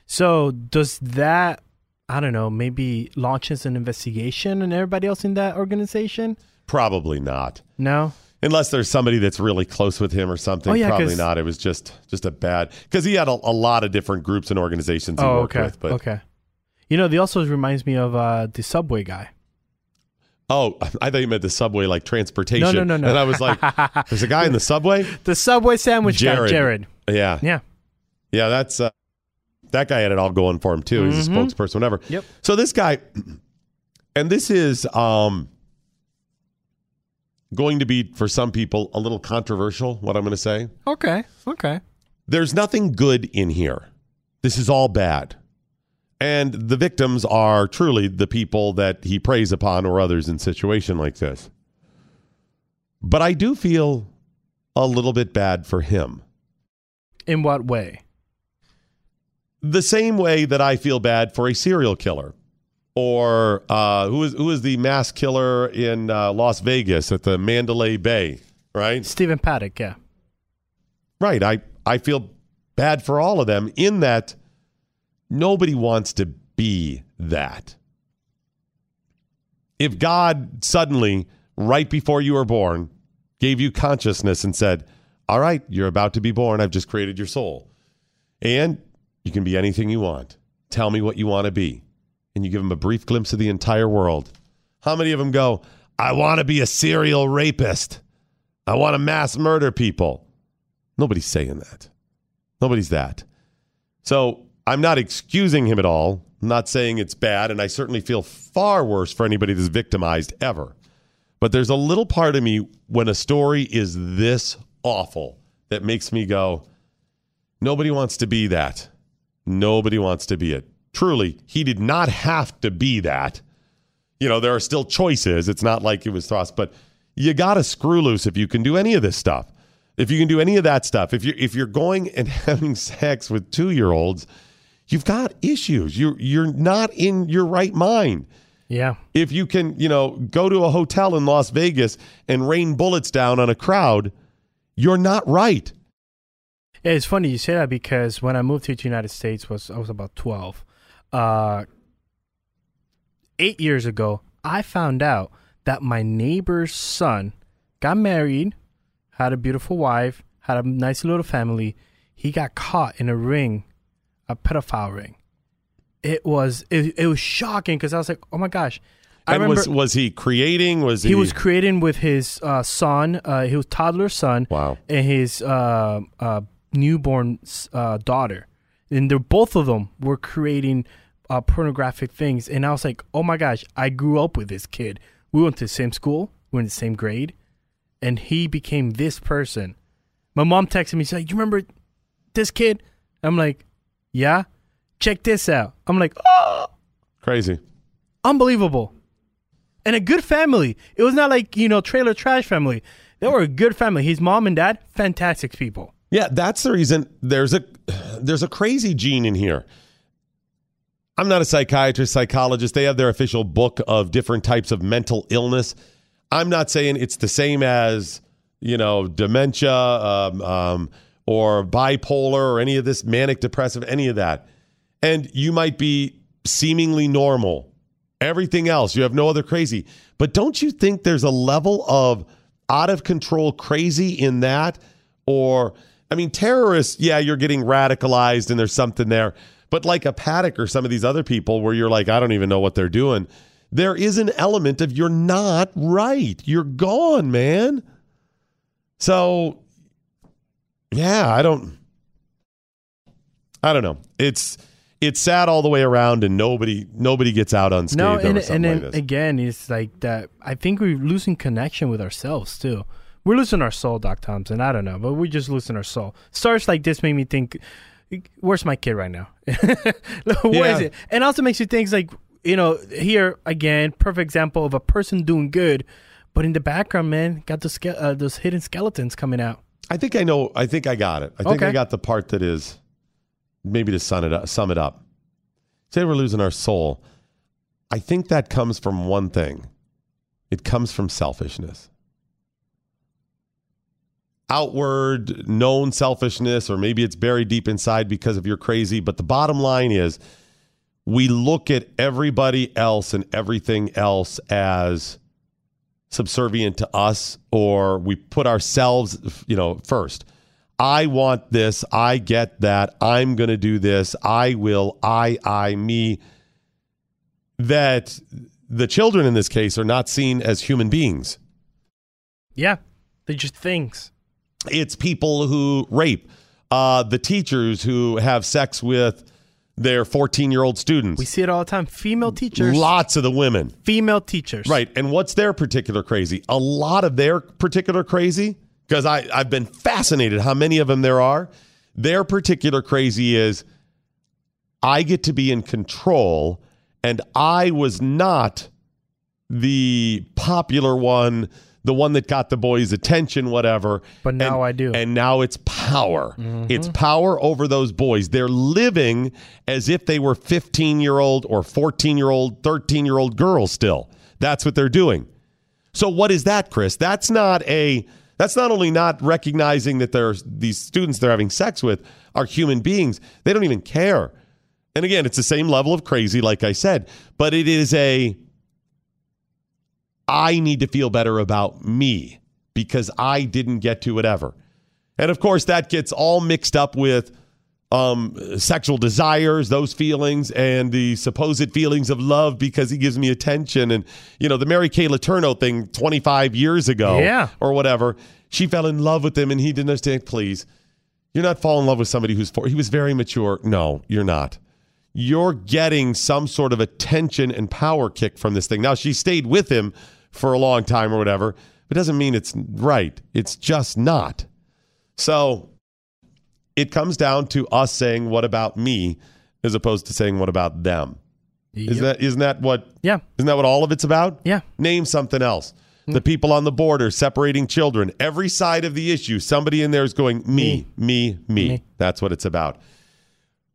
Speaker 5: So does that I don't know, maybe launches an investigation and everybody else in that organization?
Speaker 4: Probably not.
Speaker 5: No?
Speaker 4: unless there's somebody that's really close with him or something
Speaker 5: Oh, yeah,
Speaker 4: probably
Speaker 5: 'cause-
Speaker 4: not it was just just a bad because he had a, a lot of different groups and organizations he
Speaker 5: oh,
Speaker 4: worked
Speaker 5: okay.
Speaker 4: with but
Speaker 5: okay. You know, they also reminds me of uh, the subway guy.
Speaker 4: oh i thought you meant the subway like transportation
Speaker 5: No, no, no, no.
Speaker 4: and i was like there's a guy in the subway
Speaker 5: The subway sandwich guy,
Speaker 4: Jared.
Speaker 5: Jared.
Speaker 4: yeah
Speaker 5: Yeah.
Speaker 4: yeah that's uh, that guy had it all going for him too he's a spokesperson whatever
Speaker 5: Mm-hmm. Yep.
Speaker 4: so this guy and this is um going to be for some people a little controversial what i'm going to say
Speaker 5: Okay. Okay.
Speaker 4: there's nothing good in here. This is all bad. And the victims are truly the people that he preys upon or others in situation like this. But I do feel a little bit bad for him.
Speaker 5: In what way?
Speaker 4: The same way that I feel bad for a serial killer or uh, who is who is the mass killer in uh, Las Vegas at the Mandalay Bay, right?
Speaker 5: Stephen Paddock, yeah.
Speaker 4: Right. I, I feel bad for all of them in that nobody wants to be that. If God suddenly, right before you were born, gave you consciousness and said, All right, you're about to be born. I've just created your soul. And you can be anything you want. Tell me what you want to be. And you give them a brief glimpse of the entire world. How many of them go, I want to be a serial rapist? I want to mass murder people. Nobody's saying that. Nobody's that. So I'm not excusing him at all I'm not saying it's bad, and I certainly feel far worse for anybody that's victimized ever. But there's a little part of me when a story is this awful that makes me go, nobody wants to be that. Nobody wants to be it. Truly, he did not have to be that. You know, there are still choices. It's not like it was thrust, but you got to screw loose if you can do any of this stuff. If you can do any of that stuff, if you if you're going and having sex with 2-year-olds, you've got issues. You you're not in your right mind
Speaker 5: Yeah.
Speaker 4: if you can, you know, go to a hotel in Las Vegas and rain bullets down on a crowd, you're not right.
Speaker 5: Yeah, it's funny you say that because when I moved here to the United States was I was about twelve. Uh, eight years ago, I found out that my neighbor's son got married, had a beautiful wife, had a nice little family. He got caught in a ring, a pedophile ring. It was it, it was shocking because I was like, oh my gosh. I
Speaker 4: and
Speaker 5: remember
Speaker 4: was was he creating? Was he,
Speaker 5: he was creating with his uh, son, uh, his toddler son,
Speaker 4: Wow.
Speaker 5: and his uh, uh, newborn s- uh, daughter, and they're both of them were creating uh, pornographic things. And I was like, oh my gosh, I grew up with this kid. We went to the same school, we were in the same grade, and he became this person. My mom texted me, she's like, you remember this kid? I'm like, yeah. Check this out. I'm like, oh,
Speaker 4: crazy?
Speaker 5: unbelievable. And a good family. It was not like, you know, trailer trash family. They were a good family. His mom and dad, fantastic people.
Speaker 4: Yeah, that's the reason there's a there's a crazy gene in here. I'm not a psychiatrist, psychologist. They have their official book of different types of mental illness. I'm not saying it's the same as you know dementia um, um, or bipolar or any of this manic depressive, any of that. And you might be seemingly normal. Everything else, you have no other crazy. But don't you think there's a level of out of control crazy in that? Or, I mean, terrorists, yeah, you're getting radicalized and there's something there. But like a Paddock or some of these other people where you're like, I don't even know what they're doing, there is an element of you're not right. You're gone, man. So, yeah, I don't. I don't know. It's it's sad all the way around, and nobody nobody gets out unscathed
Speaker 5: No,
Speaker 4: over
Speaker 5: and,
Speaker 4: something
Speaker 5: and then
Speaker 4: like this.
Speaker 5: again, it's like that. I think we're losing connection with ourselves too. We're losing our soul, Doc Thompson. I don't know, but we're just losing our soul. Stories like this make me think, where's my kid right now? Where is
Speaker 4: Yeah.
Speaker 5: it? And also makes you think, like, you know, here again, perfect example of a person doing good, but in the background, man, got those, ske- uh, those hidden skeletons coming out.
Speaker 4: I think I know. I think I got it. I think I
Speaker 5: Okay.
Speaker 4: got the part that is maybe to sum it up. Sum it up. Say we're losing our soul. I think that comes from one thing. It comes from selfishness. Outward known selfishness, or maybe it's buried deep inside because of your crazy. But the bottom line is we look at everybody else and everything else as subservient to us or we put ourselves you know first i want this i get that i'm going to do this i will i i me that the children in this case are not seen as human beings
Speaker 5: Yeah, they're just things.
Speaker 4: it's people who rape uh, the teachers who have sex with their 14 year old students
Speaker 5: We see it all the time. Female teachers,
Speaker 4: lots of the women
Speaker 5: female teachers.
Speaker 4: Right. And what's their particular crazy? A lot of their particular crazy, because I've been fascinated how many of them there are. Their particular crazy is I get to be in control, and I was not the popular one, the one that got the boys' attention, whatever.
Speaker 5: But now
Speaker 4: And-
Speaker 5: I do. Mm-hmm.
Speaker 4: And now it's power. It's power over those boys. They're living as if they were 15 year old or 14 year old, 13 year old girls still. That's what they're doing. So what is that, Chris? That's not a that's not only not recognizing that there's these students they're having sex with are human beings. They don't even care. And again, it's the same level of crazy like I said, but it is a I need to feel better about me because I didn't get to whatever. And of course, that gets all mixed up with um, sexual desires, those feelings, and the supposed feelings of love because he gives me attention. And, you know, the Mary Kay Letourneau thing 25 years ago
Speaker 5: Yeah.
Speaker 4: or whatever, she fell in love with him and he didn't understand. Please, you're not falling in love with somebody who's four. He was very mature. No, you're not. you're getting some sort of attention and power kick from this thing. Now, she stayed with him for a long time or whatever, but it doesn't mean it's right. It's just not. So it comes down to us saying, What about me? as opposed to saying, What about them? Isn't, that, isn't that what
Speaker 5: Yeah.
Speaker 4: isn't that what all of it's about?
Speaker 5: Yeah. Mm.
Speaker 4: Name something else. The people on the border separating children. Every side of the issue, somebody in there is going, me, me, me.
Speaker 5: Me.
Speaker 4: That's what it's about.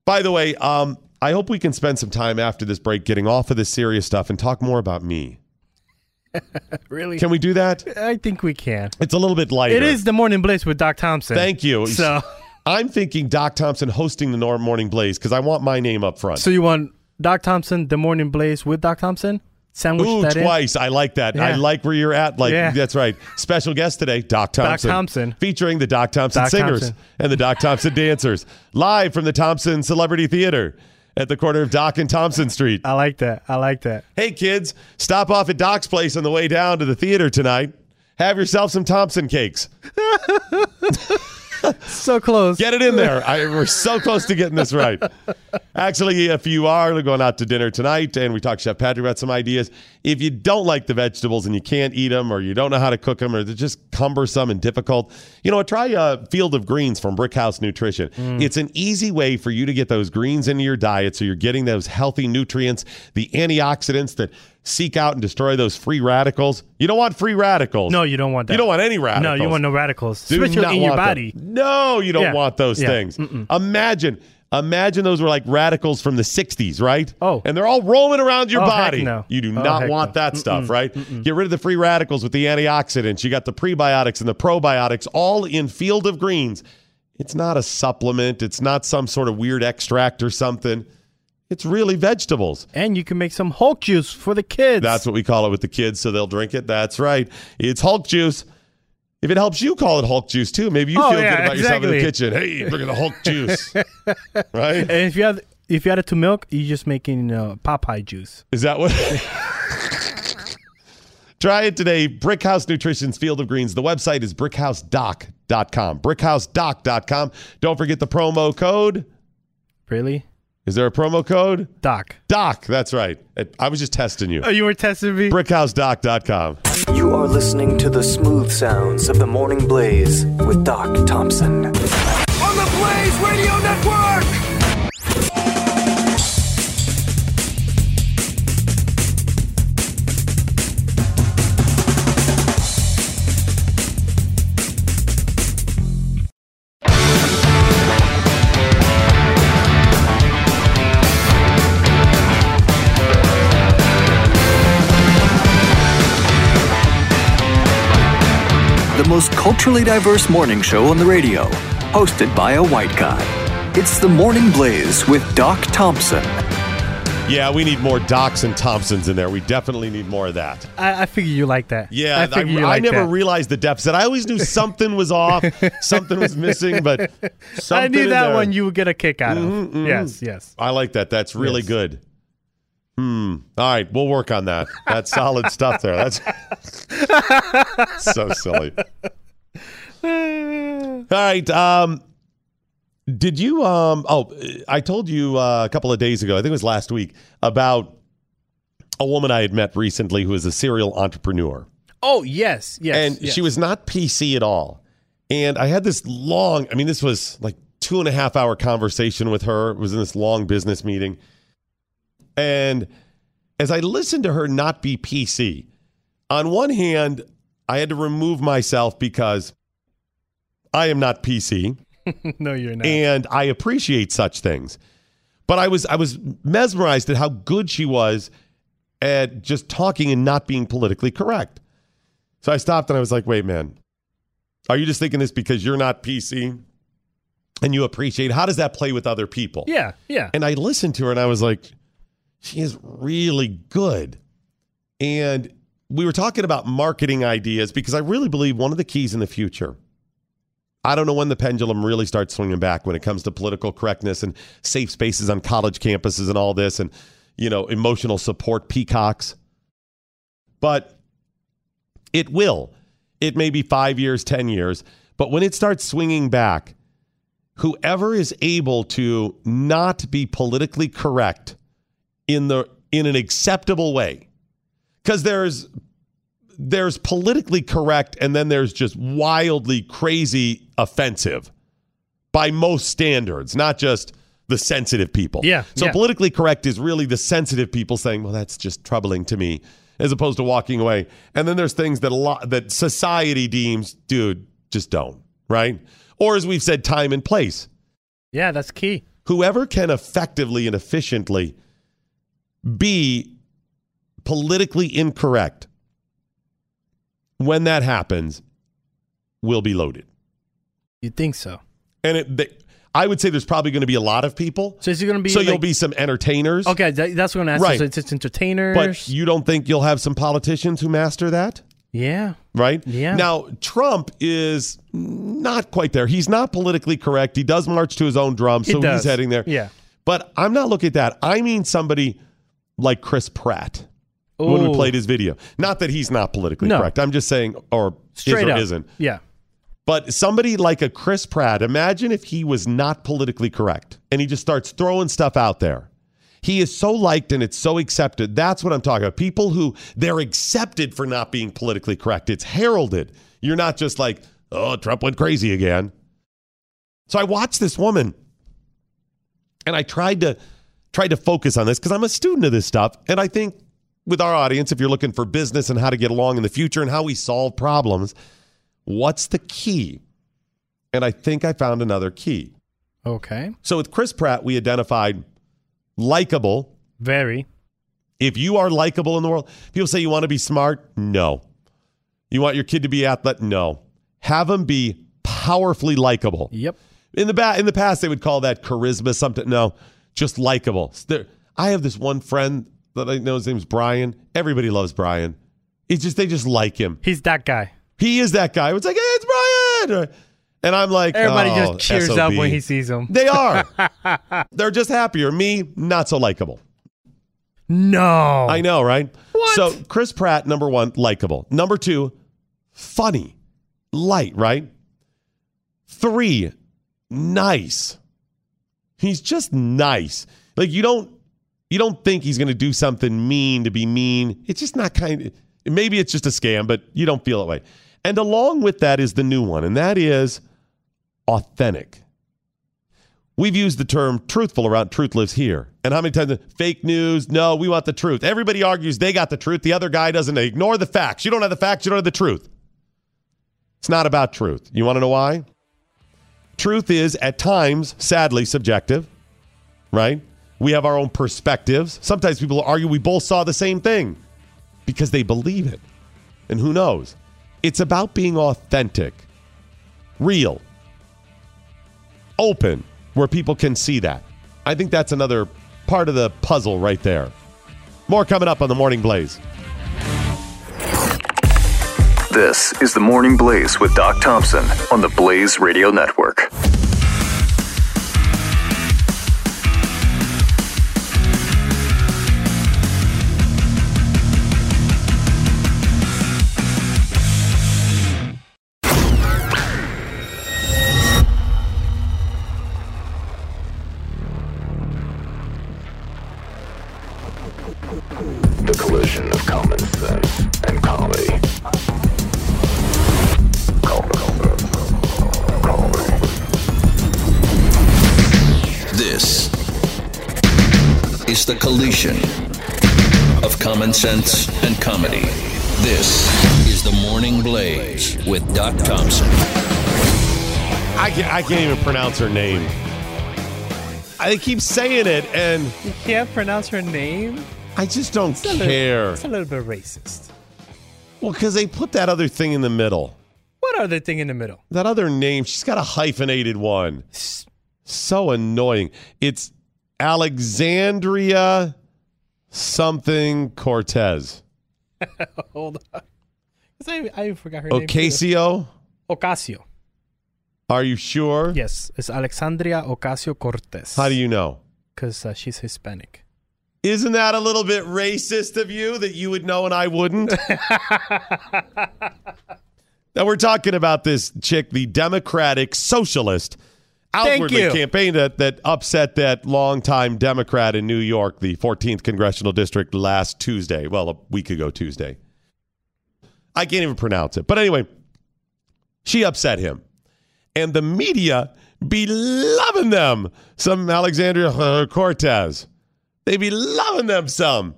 Speaker 4: By the way, um, I hope we can spend some time after this break getting off of this serious stuff and talk more about me.
Speaker 5: Really?
Speaker 4: Can we do that?
Speaker 5: I think we can.
Speaker 4: It's a little bit lighter.
Speaker 5: It is the morning bliss with Doc Thompson.
Speaker 4: Thank you.
Speaker 5: So,
Speaker 4: I'm thinking Doc Thompson hosting the Norm Morning Blaze because I want my name up front.
Speaker 5: so you want Doc Thompson, the morning blaze with Doc Thompson? Sandwich
Speaker 4: Ooh,
Speaker 5: that in?
Speaker 4: twice. I like that. I
Speaker 5: Yeah.
Speaker 4: like where you're at. Like
Speaker 5: Yeah.
Speaker 4: that's right. Special guest today, Doc Thompson.
Speaker 5: Thompson.
Speaker 4: Featuring the Doc Thompson
Speaker 5: Doc
Speaker 4: singers
Speaker 5: Thompson.
Speaker 4: and the Doc Thompson dancers. Live from the Thompson Celebrity Theater at the corner of Doc and Thompson Street.
Speaker 5: I like that. I like that.
Speaker 4: Hey kids, stop off at Doc's place on the way down to the theater tonight. Have yourself some Thompson cakes.
Speaker 5: So close.
Speaker 4: Get it in there. I, we're so close to getting this right. Actually, if you are going out to dinner tonight and we talk Chef Patrick about some ideas, if you don't like the vegetables and you can't eat them or you don't know how to cook them or they're just cumbersome and difficult, you know what? Try a Field of Greens from Brickhouse Nutrition.
Speaker 5: Mm.
Speaker 4: It's an easy way for you to get those greens into your diet so you're getting those healthy nutrients, the antioxidants that seek out and destroy those free radicals. You don't want free radicals.
Speaker 5: No, you don't want that.
Speaker 4: You don't want any radicals.
Speaker 5: No, you want no radicals.
Speaker 4: Do
Speaker 5: Especially
Speaker 4: not
Speaker 5: in your
Speaker 4: want them.
Speaker 5: body.
Speaker 4: No, you don't
Speaker 5: Yeah.
Speaker 4: want those
Speaker 5: Yeah.
Speaker 4: things. Imagine, imagine those were like radicals from the '60s, right?
Speaker 5: Oh.
Speaker 4: and they're all roaming around your
Speaker 5: Oh, heck
Speaker 4: body.
Speaker 5: no.
Speaker 4: You do
Speaker 5: Oh,
Speaker 4: not
Speaker 5: heck
Speaker 4: want
Speaker 5: no.
Speaker 4: that stuff, right? Get rid of the free radicals with the antioxidants. You got the prebiotics and the probiotics, all in Field of Greens. It's not a supplement. It's not some sort of weird extract or something. It's really vegetables.
Speaker 5: And you can make some Hulk juice for the kids.
Speaker 4: That's what we call it with the kids, so they'll drink it. That's right. It's Hulk juice. If it helps you, call it Hulk juice too. Maybe you
Speaker 5: Oh,
Speaker 4: feel
Speaker 5: yeah,
Speaker 4: good about yourself in the
Speaker 5: exactly.
Speaker 4: kitchen. Hey, look at the Hulk juice. right?
Speaker 5: and if you add if you add it to milk, you're just making uh, Popeye juice.
Speaker 4: Is that what? Try it today. Brickhouse Nutrition's Field of Greens. The website is brickhousedoc.com. Brickhousedoc.com. Don't forget the promo code.
Speaker 5: Really,
Speaker 4: Is there a promo code?
Speaker 5: Doc?
Speaker 4: Doc. That's right. I was just testing you.
Speaker 5: Oh, you were testing me.
Speaker 4: Brickhousedoc.com.
Speaker 10: You are listening to the smooth sounds of the Morning Blaze with Doc Thompson.
Speaker 2: On the Blaze Radio Network!
Speaker 10: The most culturally diverse morning show on the radio, hosted by a white guy. It's the Morning Blaze with Doc Thompson.
Speaker 4: Yeah, we need more Docs and Thompsons in there. We definitely need more of that.
Speaker 5: I, I figure you like that.
Speaker 4: Yeah, I,
Speaker 5: I figure you
Speaker 4: I
Speaker 5: like
Speaker 4: never
Speaker 5: that.
Speaker 4: realized the deficit. I always knew something was off, something was missing, but
Speaker 5: I
Speaker 4: something
Speaker 5: knew
Speaker 4: in
Speaker 5: that
Speaker 4: there. Mm-hmm,
Speaker 5: one you would get a kick out of. Yes, yes.
Speaker 4: I like that. That's really
Speaker 5: Yes.
Speaker 4: good. Hmm. All right, we'll work on that. That's solid stuff there. That's so silly. All right. Um, did you? Um, oh, I told you uh, a couple of days ago. I think it was last week about a woman I had met recently who is a serial entrepreneur.
Speaker 5: Oh yes, yes.
Speaker 4: and
Speaker 5: yes.
Speaker 4: she was not PC at all. And I had this long, I mean, this was like two and a half hour conversation with her. It was in this long business meeting. And as I listened to her not be PC, on one hand, I had to remove myself because I am not PC
Speaker 5: no, you're not.
Speaker 4: and I appreciate such things. But I was I was mesmerized at how good she was at just talking and not being politically correct. So I stopped and I was like, "Wait, man, are you just thinking this because you're not PC and you appreciate? How does that play with other people?"
Speaker 5: yeah, yeah.
Speaker 4: And I listened to her and I was like, she is really good. And we were talking about marketing ideas because I really believe one of the keys in the future. I don't know when the pendulum really starts swinging back when it comes to political correctness and safe spaces on college campuses and all this and, you know, emotional support peacocks. But it will. It may be five years, 10 years. But when it starts swinging back, whoever is able to not be politically correct in the in an acceptable way because there's there's politically correct and then there's just wildly crazy offensive by most standards not just the sensitive people
Speaker 5: Yeah,
Speaker 4: so
Speaker 5: yeah.
Speaker 4: politically correct is really the sensitive people saying well that's just troubling to me as opposed to walking away and then there's things that a lot that society deems dude just don't right or as we've said time and place
Speaker 5: Yeah, that's key.
Speaker 4: whoever can effectively and efficiently be politically incorrect when that happens will be loaded
Speaker 5: You think so?
Speaker 4: and it they, i would say there's probably going to be a lot of people
Speaker 5: So is it going to be?
Speaker 4: so
Speaker 5: like-
Speaker 4: you'll be some entertainers
Speaker 5: Okay, that, that's what I'm going to ask.
Speaker 4: Right.
Speaker 5: Right. So it's, it's entertainers.
Speaker 4: but you don't think you'll have some politicians who master that
Speaker 5: yeah.
Speaker 4: right?
Speaker 5: Yeah.
Speaker 4: Now, Trump is not quite there. He's not politically correct. He does march to his own drum,
Speaker 5: He
Speaker 4: so
Speaker 5: does.
Speaker 4: he's heading there.
Speaker 5: Yeah.
Speaker 4: But I'm not looking at that. I mean somebody like Chris Pratt when
Speaker 5: Ooh.
Speaker 4: we played his video. Not that he's not politically
Speaker 5: No.
Speaker 4: correct. I'm just saying, or
Speaker 5: Straight
Speaker 4: is or
Speaker 5: up.
Speaker 4: isn't.
Speaker 5: Yeah.
Speaker 4: But somebody like a Chris Pratt, imagine if he was not politically correct and he just starts throwing stuff out there. He is so liked and it's so accepted. That's what I'm talking about. People who they're accepted for not being politically correct. It's heralded. You're not just like, oh, Trump went crazy again. So I watched this woman and I tried to tried to focus on this because I'm a student of this stuff. And I think with our audience, if you're looking for business and how to get along in the future and how we solve problems, What's the key? And I think I found another key.
Speaker 5: Okay.
Speaker 4: So with Chris Pratt, we identified likable.
Speaker 5: Very.
Speaker 4: If you are likable in the world, people say you want to be smart. No. You want your kid to be athlete? No. Have them be powerfully likable.
Speaker 5: Yep.
Speaker 4: In the ba- in the past, they would call that charisma. Something no, just likable. S- there- I have this one friend that I know. His name's Brian. Everybody loves Brian. It's just they just like him.
Speaker 5: He's that guy.
Speaker 4: He is that guy. It's like, hey, it's Brian. Or- And I'm like,
Speaker 5: Everybody
Speaker 4: "Oh,
Speaker 5: just cheers up
Speaker 4: SOB."
Speaker 5: when he sees him.
Speaker 4: They are. They're just happier. Me, not so likable.
Speaker 5: No.
Speaker 4: I know, right? What? So Chris Pratt, number one, likable. Number two, funny, light, right? Three, nice. He's just nice. Like you don't you don't think he's gonna do something mean to be mean. It's just not kind of maybe it's just a scam, but you don't feel that way. And along with that is the new one, and that is authentic. We've used the term truthful around truth lives here. And how many times fake news? No, we want the truth. Everybody argues they got the truth. The other guy doesn't. They ignore the facts. You don't have the facts. You don't have the truth. It's not about truth. You want to know why? Truth is at times, sadly, subjective, right? We have our own perspectives. Sometimes people argue we both saw the same thing because they believe it. And who knows? It's about being authentic, real, open where people can see that. I think that's another part of the puzzle right there. More coming up on the Morning Blaze.
Speaker 10: This is the Morning Blaze with Doc Thompson on the Blaze Radio Network.
Speaker 2: The collision of common sense and comedy.
Speaker 3: This is the collision of common sense and comedy. This is the Morning Blaze with Doc Thompson.
Speaker 4: I can't, I can't even pronounce her name. I keep saying it, and
Speaker 5: You can't pronounce her name.
Speaker 4: I just don't
Speaker 5: It's a little-
Speaker 4: care.
Speaker 5: It's a little bit racist.
Speaker 4: Well, because they put that other thing in the middle.
Speaker 5: What other thing in the middle?
Speaker 4: That other name, she's got a hyphenated one. So annoying. It's Alexandria something Cortez.
Speaker 5: Hold on. 'Cause I, I forgot her name. too.
Speaker 4: Ocasio,
Speaker 5: Ocasio.
Speaker 4: are you sure?
Speaker 5: Yes, it's Alexandria Ocasio Cortez.
Speaker 4: How do you know?
Speaker 5: Because uh, she's Hispanic.
Speaker 4: Isn't that a little bit racist of you that you would know and I wouldn't? now we're talking about this chick, the Democratic Socialist outwardly
Speaker 5: you.
Speaker 4: campaigned that that upset that longtime Democrat in New York, the 14th congressional district, last Tuesday. Well, a week ago Tuesday. I can't even pronounce it. But anyway, she upset him, and the media be loving them. Some Alexandria uh, Cortez, they be loving them. Some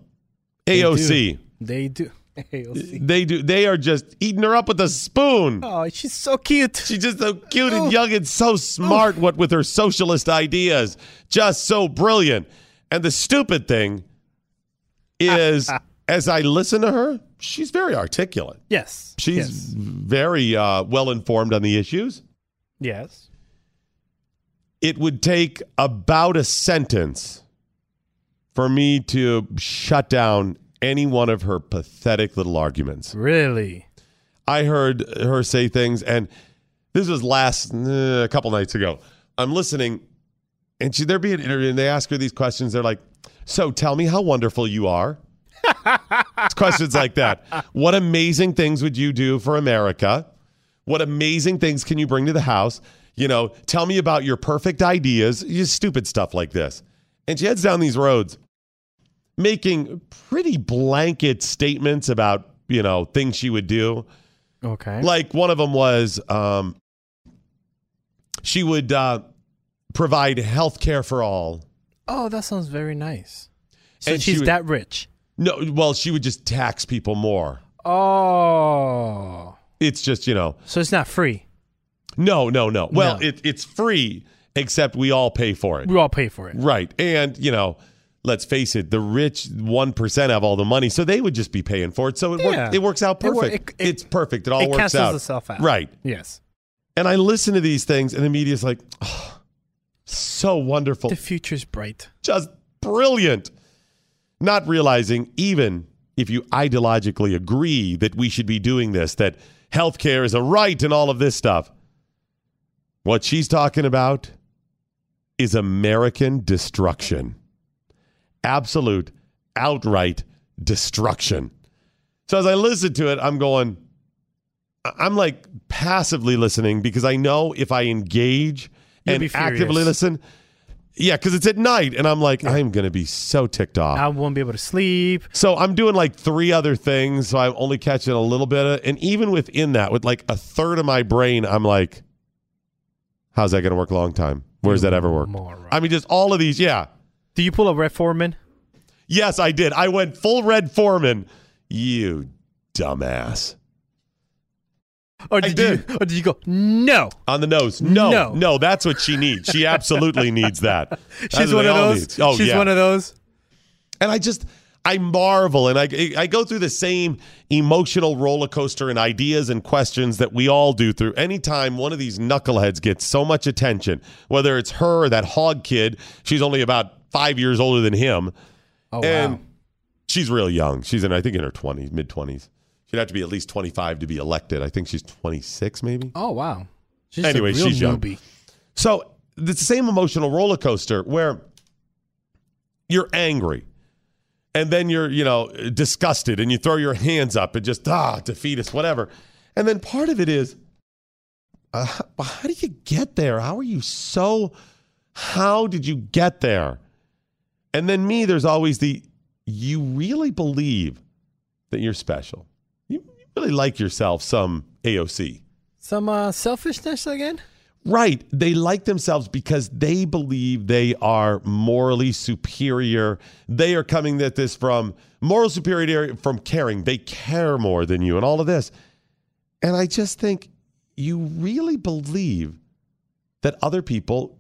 Speaker 4: AOC,
Speaker 5: They do. AOC.
Speaker 4: they do. They are just eating her up with a spoon.
Speaker 5: Oh, she's so cute.
Speaker 4: She's just so cute and young and so smart, what with her socialist ideas. Just so brilliant. And the stupid thing is, as I listen to her, she's very articulate.
Speaker 5: Yes.
Speaker 4: She's
Speaker 5: Yes.
Speaker 4: very uh, well informed on the issues.
Speaker 5: yes.
Speaker 4: It would take about a sentence for me to shut down any one of her pathetic little arguments.
Speaker 5: Really?
Speaker 4: I heard her say things, and this was last uh, a couple nights ago. I'm listening, and she, they're being interviewed, and they ask her these questions. They're like, "So tell me how wonderful you are." it's questions like that. What amazing things would you do for America? What amazing things can you bring to the house? You know, tell me about your perfect ideas. Just stupid stuff like this. And she heads down these roads making pretty blanket statements about, you know, things she would do.
Speaker 5: Okay.
Speaker 4: Like one of them was um, she would uh, provide health care for all.
Speaker 5: oh, that sounds very nice. So
Speaker 4: And she
Speaker 5: she's
Speaker 4: would-
Speaker 5: that rich.
Speaker 4: No, well, she would just tax people more.
Speaker 5: Oh.
Speaker 4: It's just, you know,
Speaker 5: So it's not free.
Speaker 4: no, no, no. Well,
Speaker 5: No.
Speaker 4: It, it's free, except we all pay for it.
Speaker 5: We all pay for it.
Speaker 4: Right. And, you know, let's face it, the rich 1% have all the money, so they would just be paying for it. So it,
Speaker 5: Yeah.
Speaker 4: work, it works out
Speaker 5: It wor-
Speaker 4: perfect.
Speaker 5: it- it-
Speaker 4: it's perfect. It all
Speaker 5: it
Speaker 4: works
Speaker 5: cancels
Speaker 4: out.
Speaker 5: itself out.
Speaker 4: Right.
Speaker 5: Yes.
Speaker 4: And I listen to these things, and the media's like, "Oh, so wonderful.
Speaker 5: The future's bright.
Speaker 4: just brilliant. Not realizing, even if you ideologically agree that we should be doing this, that healthcare is a right and all of this stuff, what she's talking about is American destruction. Absolute, outright destruction. So as I listen to it, I'm going, I- I'm like passively listening because I know if I engage
Speaker 5: You'll
Speaker 4: and
Speaker 5: be furious.
Speaker 4: actively listen, yeah, because it's at night, and I'm like, I'm gonna be so ticked off.
Speaker 5: I won't be able to sleep.
Speaker 4: so I'm doing like three other things, so I'm only catching a little bit of, and even within that, with like a third of my brain, I'm like, how's that gonna work long time? Where's that ever work?
Speaker 5: moron.
Speaker 4: I mean, just all of these, yeah.
Speaker 5: Do you pull a Red Foreman?
Speaker 4: Yes, I did. I went full red foreman. You dumbass.
Speaker 5: Or
Speaker 4: I
Speaker 5: did,
Speaker 4: did.
Speaker 5: you or did you go, no.
Speaker 4: On the nose. No, no.
Speaker 5: No.
Speaker 4: that's what she needs. She absolutely needs that. That's
Speaker 5: She's
Speaker 4: what
Speaker 5: one
Speaker 4: they
Speaker 5: of
Speaker 4: all
Speaker 5: those.
Speaker 4: need. Oh,
Speaker 5: She's
Speaker 4: yeah.
Speaker 5: one of those.
Speaker 4: And I just I marvel and I I go through the same emotional roller coaster and ideas and questions that we all do through anytime one of these knuckleheads gets so much attention, whether it's her or that hog kid, she's only about five years older than him.
Speaker 5: Oh,
Speaker 4: and
Speaker 5: wow.
Speaker 4: she's real young. She's in I think in her twenties, mid twenties. She'd have to be at least twenty five to be elected. I think she's twenty six, maybe.
Speaker 5: Oh, wow. She's
Speaker 4: Anyway,
Speaker 5: a real
Speaker 4: she's young.
Speaker 5: newbie.
Speaker 4: So it's the same emotional roller coaster where you're angry and then you're, you know, disgusted and you throw your hands up and just, ah, defeat us, whatever. And then part of it is, uh, how- how do you get there? How are you so, how did you get there? And then me, there's always the, you really believe that you're special. You, you really like yourself, some AOC.
Speaker 5: Some uh, selfishness again?
Speaker 4: Right. They like themselves because they believe they are morally superior. They are coming at this from moral superiority from caring. They care more than you and all of this. And I just think you really believe that other people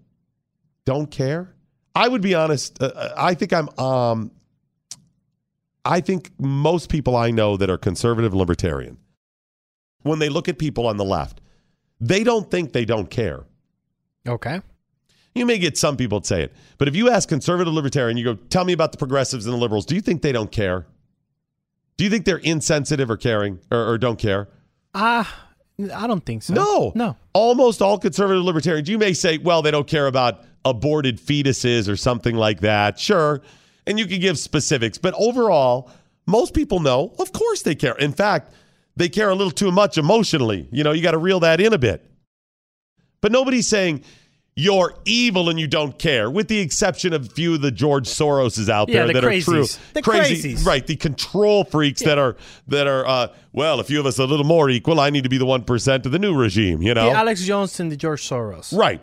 Speaker 4: don't care. I would be honest. Uh, I think I'm. Um, I think most people I know that are conservative libertarian, when they look at people on the left, they don't think they don't care.
Speaker 5: Okay.
Speaker 4: You may get some people that say it, but if you ask conservative libertarian, you go, tell me about the progressives and the liberals. Do you think they don't care? Do you think they're insensitive or caring or, or don't care?
Speaker 5: Ah, I don't think so.
Speaker 4: No.
Speaker 5: No.
Speaker 4: Almost all conservative libertarians, you may say, well, they don't care about aborted fetuses or something like that. Sure. And you can give specifics. But overall, most people know, of course they care. In fact, they care a little too much emotionally. You know, you got to reel that in a bit. But nobody's saying You're evil and you don't care, with the exception of a few of the George Soroses out
Speaker 5: Yeah,
Speaker 4: there
Speaker 5: the
Speaker 4: that are true.
Speaker 5: crazies. The
Speaker 4: Crazy,
Speaker 5: crazies.
Speaker 4: right? The control freaks that are that are. Uh, well, if you have us a little more equal, I need to be the one percent of the new regime. You know,
Speaker 5: The Alex Jones and the George Soros.
Speaker 4: Right.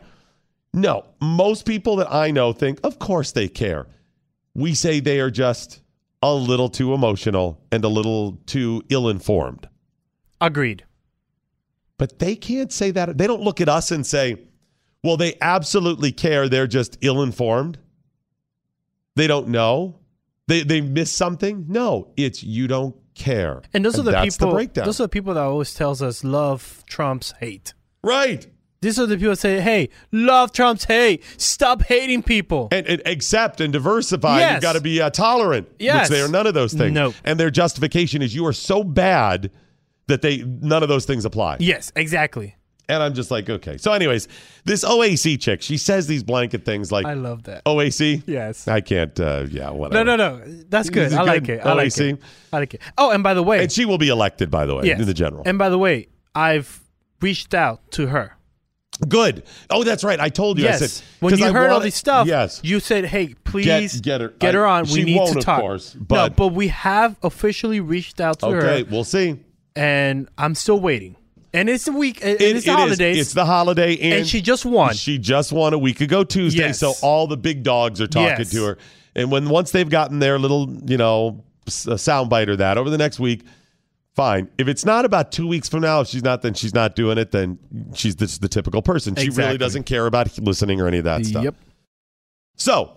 Speaker 4: No, most people that I know think, of course they care. We say they are just a little too emotional and a little too ill informed.
Speaker 5: Agreed.
Speaker 4: But they can't say that. They don't look at us and say, well, they absolutely care. They're just ill informed. They don't know. They, they miss something. No, it's you don't care.
Speaker 5: And those are the
Speaker 4: that's
Speaker 5: people.
Speaker 4: The breakdown.
Speaker 5: Those are the people that always tells us love trumps hate.
Speaker 4: right.
Speaker 5: These are the people that say, "Hey, love trumps hate. Stop hating people."
Speaker 4: and, and accept and diversify. You've
Speaker 5: Yes.
Speaker 4: got to be uh, tolerant,
Speaker 5: Yes.
Speaker 4: which they are none of those things.
Speaker 5: Nope.
Speaker 4: And their justification is you are so bad that they none of those things apply.
Speaker 5: Yes, exactly.
Speaker 4: And I'm just like, okay. So, anyways, this OAC chick, she says these blanket things like Oh.
Speaker 5: I love that.
Speaker 4: OAC.
Speaker 5: Yes.
Speaker 4: I can't. Uh, yeah, whatever.
Speaker 5: No, no, no. That's
Speaker 4: Is
Speaker 5: good.
Speaker 4: it
Speaker 5: I like
Speaker 4: good?
Speaker 5: it. I like
Speaker 4: OAC?
Speaker 5: it. I like it. Oh, and by the way,
Speaker 4: And she will be elected, by the way,
Speaker 5: yes.
Speaker 4: in the general.
Speaker 5: And by the way, I've reached out to her.
Speaker 4: Good. Oh, that's right. I told you.
Speaker 5: yes.
Speaker 4: I said
Speaker 5: when
Speaker 4: 'cause
Speaker 5: you
Speaker 4: I
Speaker 5: heard all
Speaker 4: wanted-
Speaker 5: this stuff,
Speaker 4: Yes.
Speaker 5: you said, "Hey, please
Speaker 4: get her-
Speaker 5: get her
Speaker 4: I-
Speaker 5: on.
Speaker 4: she
Speaker 5: we need
Speaker 4: won't,
Speaker 5: to
Speaker 4: of
Speaker 5: talk."
Speaker 4: course,
Speaker 5: no,
Speaker 4: but-
Speaker 5: but we have officially reached out to
Speaker 4: okay,
Speaker 5: her,
Speaker 4: we'll see.
Speaker 5: and I'm still waiting. And it's a week. And
Speaker 4: It- it
Speaker 5: it's the
Speaker 4: is-
Speaker 5: holidays.
Speaker 4: It's the holiday, and,
Speaker 5: and she just won.
Speaker 4: She just won a week ago Tuesday,
Speaker 5: Yes.
Speaker 4: so all the big dogs are talking
Speaker 5: Yes.
Speaker 4: to her. And when once they've gotten their little, you know, s- uh, soundbite or that over the next week, fine. If it's not about two weeks from now, if she's not, then she's not doing it. Then she's this the typical person. She really
Speaker 5: Exactly.
Speaker 4: doesn't care about listening or any of that stuff.
Speaker 5: Yep.
Speaker 4: So.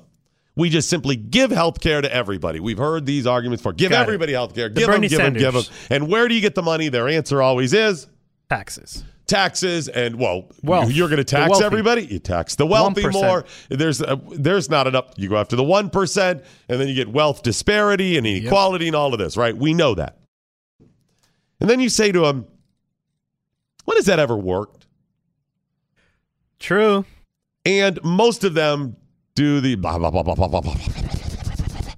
Speaker 4: We just simply give health care to everybody. We've heard these arguments for give
Speaker 5: Got it.
Speaker 4: everybody health care. Give them,
Speaker 5: Bernie
Speaker 4: give them, give them.
Speaker 5: Sanders.
Speaker 4: And where do you get the money? Their answer always is
Speaker 5: Taxes.
Speaker 4: taxes and well
Speaker 5: Wealth.
Speaker 4: you're going to
Speaker 5: The
Speaker 4: tax
Speaker 5: wealthy.
Speaker 4: everybody you tax the wealthy
Speaker 5: 1%.
Speaker 4: more there's uh, there's not enough you go after the 1% and then you get wealth disparity and inequality and all of this right we know that and then you say to them when has that ever worked
Speaker 5: True.
Speaker 4: and most of them do the blah blah blah blah blah blah blah, blah, blah, blah, blah, blah, blah, blah.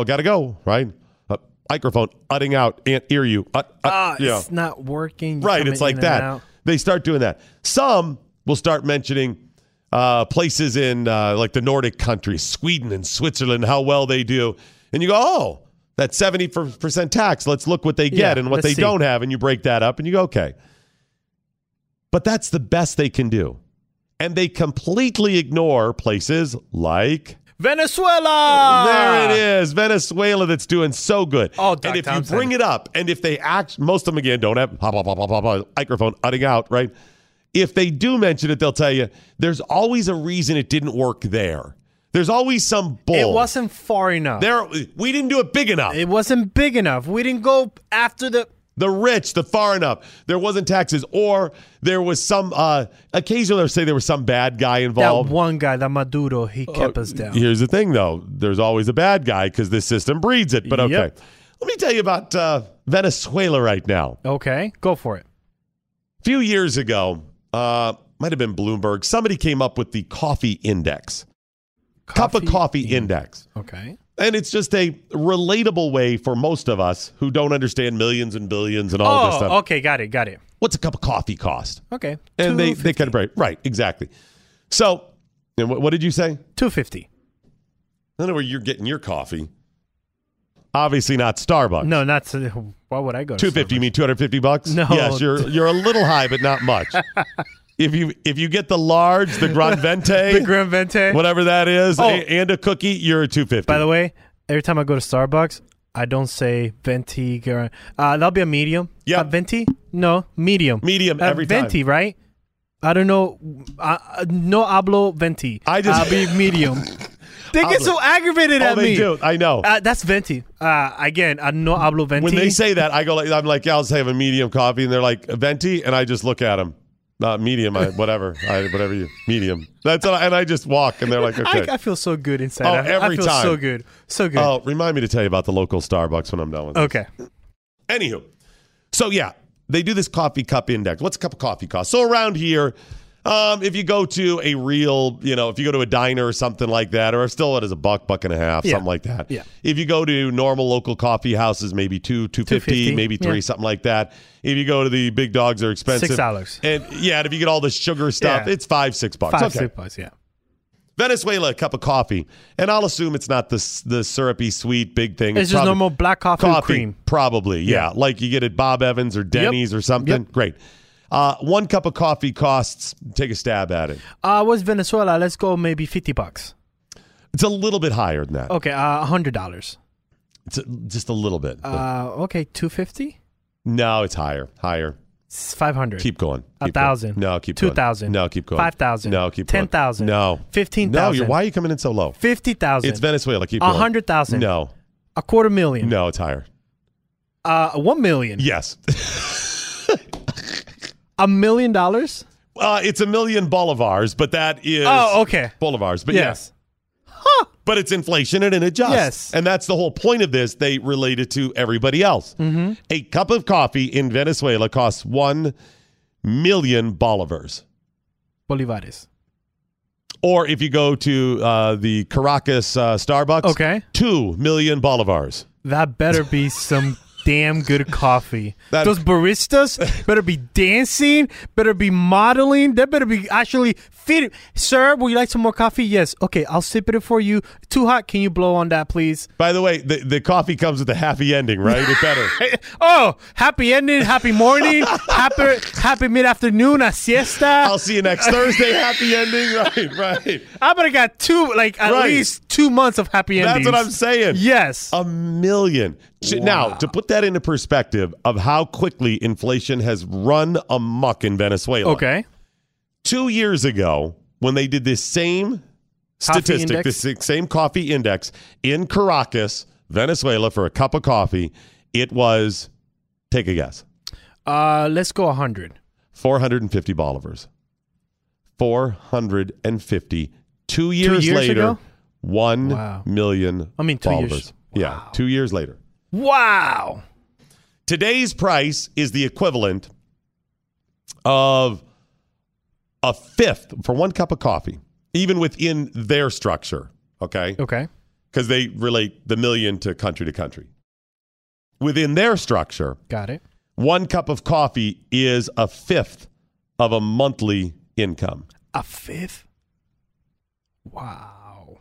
Speaker 4: oh gotta go right uh, microphone utting out can't hear you uh, uh,
Speaker 5: Ah,
Speaker 4: you know.
Speaker 5: it's not working. You're
Speaker 4: Right.
Speaker 5: coming
Speaker 4: It's like
Speaker 5: in and
Speaker 4: that.
Speaker 5: out.
Speaker 4: They start doing that. Some will start mentioning uh, places in uh, like the Nordic countries, Sweden and Switzerland, how well they do. And you go, oh, that's 70% tax. Let's look what they get
Speaker 5: Yeah,
Speaker 4: and what
Speaker 5: let's
Speaker 4: they
Speaker 5: see.
Speaker 4: don't have. And you break that up and you go, okay. But that's the best they can do. And they completely ignore places like
Speaker 5: Venezuela.
Speaker 4: there it is, Venezuela. That's doing so good.
Speaker 5: Ah. Oh, Doc
Speaker 4: and if
Speaker 5: Thompson.
Speaker 4: you bring it up, and if they act, most of them again don't have blah, blah, blah, blah, blah, blah, microphone utting out, right? If they do mention it, they'll tell you there's always a reason it didn't work there. There's always some bull.
Speaker 5: It wasn't far enough.
Speaker 4: there. We didn't do it big enough.
Speaker 5: It wasn't big enough. We didn't go after the.
Speaker 4: the rich, the far enough. There wasn't taxes, or there was some. Uh, occasionally, they'll say there was some bad guy involved.
Speaker 5: That one guy, that Maduro, he
Speaker 4: Uh,
Speaker 5: kept us down.
Speaker 4: Here's the thing, though. There's always a bad guy because this system breeds it. But okay,
Speaker 5: Yep.
Speaker 4: let me tell you about uh, Venezuela right now.
Speaker 5: Okay, go for it.
Speaker 4: A few years ago, uh, might have been Bloomberg. Somebody came up with the coffee index, cup of coffee
Speaker 5: in.
Speaker 4: index,
Speaker 5: Okay.
Speaker 4: and it's just a relatable way for most of us who don't understand millions and billions and all this
Speaker 5: oh,
Speaker 4: stuff.
Speaker 5: okay, got it, got it.
Speaker 4: What's a cup of coffee cost?
Speaker 5: Okay.
Speaker 4: And they
Speaker 5: Two
Speaker 4: they kind of break right exactly. So, and what, what did you say?
Speaker 5: two
Speaker 4: I
Speaker 5: fifty.
Speaker 4: don't know where you're getting your coffee. Obviously not Starbucks.
Speaker 5: No, not to, why would I go to
Speaker 4: Two fifty, you mean two hundred fifty bucks?
Speaker 5: No.
Speaker 4: Yes, you're you're a little high, but not much. if you if you get the large, the Grand Vente,
Speaker 5: Starbucks? The Grand Vente.
Speaker 4: whatever that is,
Speaker 5: Oh.
Speaker 4: a- and a cookie, you're a two fifty.
Speaker 5: By the way, every time I go to Starbucks, I don't say venti. Grand, uh, that'll be a medium.
Speaker 4: Yeah.
Speaker 5: Uh, venti? No, medium.
Speaker 4: Medium
Speaker 5: Uh,
Speaker 4: every time.
Speaker 5: Venti, right? I don't know. Uh, uh, no hablo venti.
Speaker 4: I just-
Speaker 5: I'll be medium. they get so aggravated
Speaker 4: oh,
Speaker 5: at
Speaker 4: they
Speaker 5: me.
Speaker 4: do. I know.
Speaker 5: Uh, that's venti. Uh, again, I no hablo venti.
Speaker 4: when they say that, I go like I'm like, yeah, I'll just have a medium coffee, and they're like venti, and I just look at them. Not medium, I, whatever, I, whatever you medium. That's all, and I just walk, and they're like, okay.
Speaker 5: I, I feel so good inside.
Speaker 4: Oh,
Speaker 5: I-
Speaker 4: every
Speaker 5: I feel
Speaker 4: time.
Speaker 5: so good. So good.
Speaker 4: Oh, remind me to tell you about the local Starbucks when I'm done with this.
Speaker 5: Okay.
Speaker 4: Anywho, so yeah, they do this coffee cup index. What's a cup of coffee cost? So around here, Um, if you go to a real, you know, if you go to a diner or something like that, or still it is a buck, buck and a half,
Speaker 5: Yeah.
Speaker 4: something like that.
Speaker 5: Yeah.
Speaker 4: If you go to normal local coffee houses, maybe two, two fifty,
Speaker 5: $2.50,
Speaker 4: maybe three,
Speaker 5: yeah.
Speaker 4: something like that. If you go to the big dogs, they're expensive.
Speaker 5: $6.
Speaker 4: And yeah, and if you get all the sugar stuff,
Speaker 5: Yeah.
Speaker 4: it's five, six bucks.
Speaker 5: Five
Speaker 4: Okay.
Speaker 5: six bucks, yeah.
Speaker 4: Venezuela, a cup of coffee, and I'll assume it's not the s- the syrupy, sweet, big thing.
Speaker 5: It's just
Speaker 4: probably-
Speaker 5: normal black coffee, with cream.
Speaker 4: Probably, yeah.
Speaker 5: Yeah.
Speaker 4: Like you get at Bob Evans or Denny's or something.
Speaker 5: Yep.
Speaker 4: Great. Uh, one cup of coffee costs, take a stab at it.
Speaker 5: Uh, what's Venezuela? Let's go maybe fifty bucks.
Speaker 4: It's a little bit higher than that.
Speaker 5: Okay, uh, hundred dollars.
Speaker 4: It's a- just a little bit.
Speaker 5: Uh, okay, two fifty.
Speaker 4: no, it's higher. Higher.
Speaker 5: Five hundred.
Speaker 4: Keep going.
Speaker 5: A
Speaker 4: Keep going.
Speaker 5: thousand.
Speaker 4: No, keep going.
Speaker 5: Two thousand.
Speaker 4: No, keep going.
Speaker 5: Five thousand.
Speaker 4: No, keep going.
Speaker 5: Ten thousand.
Speaker 4: No.
Speaker 5: Fifteen
Speaker 4: No,
Speaker 5: thousand.
Speaker 4: you're, why are you coming in so low?
Speaker 5: Fifty thousand.
Speaker 4: It's Venezuela. Keep
Speaker 5: A
Speaker 4: going.
Speaker 5: hundred thousand.
Speaker 4: No.
Speaker 5: A quarter million.
Speaker 4: No, it's higher.
Speaker 5: Uh, one million.
Speaker 4: Yes.
Speaker 5: A million dollars.
Speaker 4: Uh, it's a million bolivars, but that is
Speaker 5: Oh, okay.
Speaker 4: bolivars. But yes, but it's inflation and it adjusts.
Speaker 5: Yes.
Speaker 4: and that's the whole point of this. They relate it to everybody else.
Speaker 5: Mm-hmm.
Speaker 4: A cup of coffee in Venezuela costs one million bolivars.
Speaker 5: Bolivares.
Speaker 4: Or if you go to uh, the Caracas uh, Starbucks,
Speaker 5: Okay.
Speaker 4: two million bolivars.
Speaker 5: That better be some damn good coffee.
Speaker 4: That-
Speaker 5: Those baristas better be dancing, better be modeling. They better be actually feeding. Sir, would you like some more coffee? Yes. Okay, I'll sip it for you. Too hot. Can you blow on that, please?
Speaker 4: By the way, the, the coffee comes with a happy ending, right? It better.
Speaker 5: Oh, happy ending, happy morning, happy happy mid afternoon, a siesta.
Speaker 4: I'll see you next Thursday. Happy ending, right? Right.
Speaker 5: I better got two, like at
Speaker 4: Right.
Speaker 5: least two months of happy
Speaker 4: That's
Speaker 5: endings.
Speaker 4: what I'm saying.
Speaker 5: Yes.
Speaker 4: A million. To- Now, to put that into perspective of how quickly inflation has run amok in Venezuela.
Speaker 5: okay.
Speaker 4: Two years ago, when they did this same statistic,
Speaker 5: index?
Speaker 4: this same coffee index in Caracas, Venezuela, for a cup of coffee, it was, take a guess,
Speaker 5: Uh, let's go 100.
Speaker 4: 450 bolivars. 450. Two years,
Speaker 5: years
Speaker 4: later,
Speaker 5: ago?
Speaker 4: one million
Speaker 5: Wow. I mean, two
Speaker 4: bolivars.
Speaker 5: years.
Speaker 4: Yeah, two years later.
Speaker 5: Wow.
Speaker 4: Today's price is the equivalent of a fifth for one cup of coffee, even within their structure, okay?
Speaker 5: Okay.
Speaker 4: Because they relate the million to country to country. Within their structure,
Speaker 5: Got it.
Speaker 4: one cup of coffee is a fifth of a monthly income.
Speaker 5: A fifth? Wow.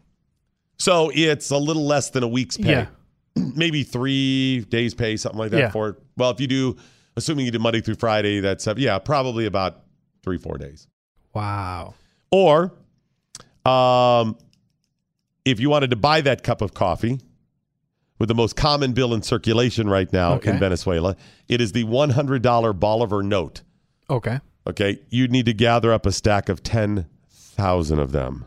Speaker 4: So it's a little less than a week's pay.
Speaker 5: Yeah.
Speaker 4: Maybe three days' pay, something like that
Speaker 5: Yeah.
Speaker 4: for it. Well, if you do, assuming you do Monday through Friday, that's, uh, yeah, probably about three, four days.
Speaker 5: Wow.
Speaker 4: Or um, if you wanted to buy that cup of coffee with the most common bill in circulation right now
Speaker 5: Okay.
Speaker 4: in Venezuela, it is the $100 Bolivar note.
Speaker 5: Okay.
Speaker 4: Okay. You'd need to gather up a stack of 10,000 of them.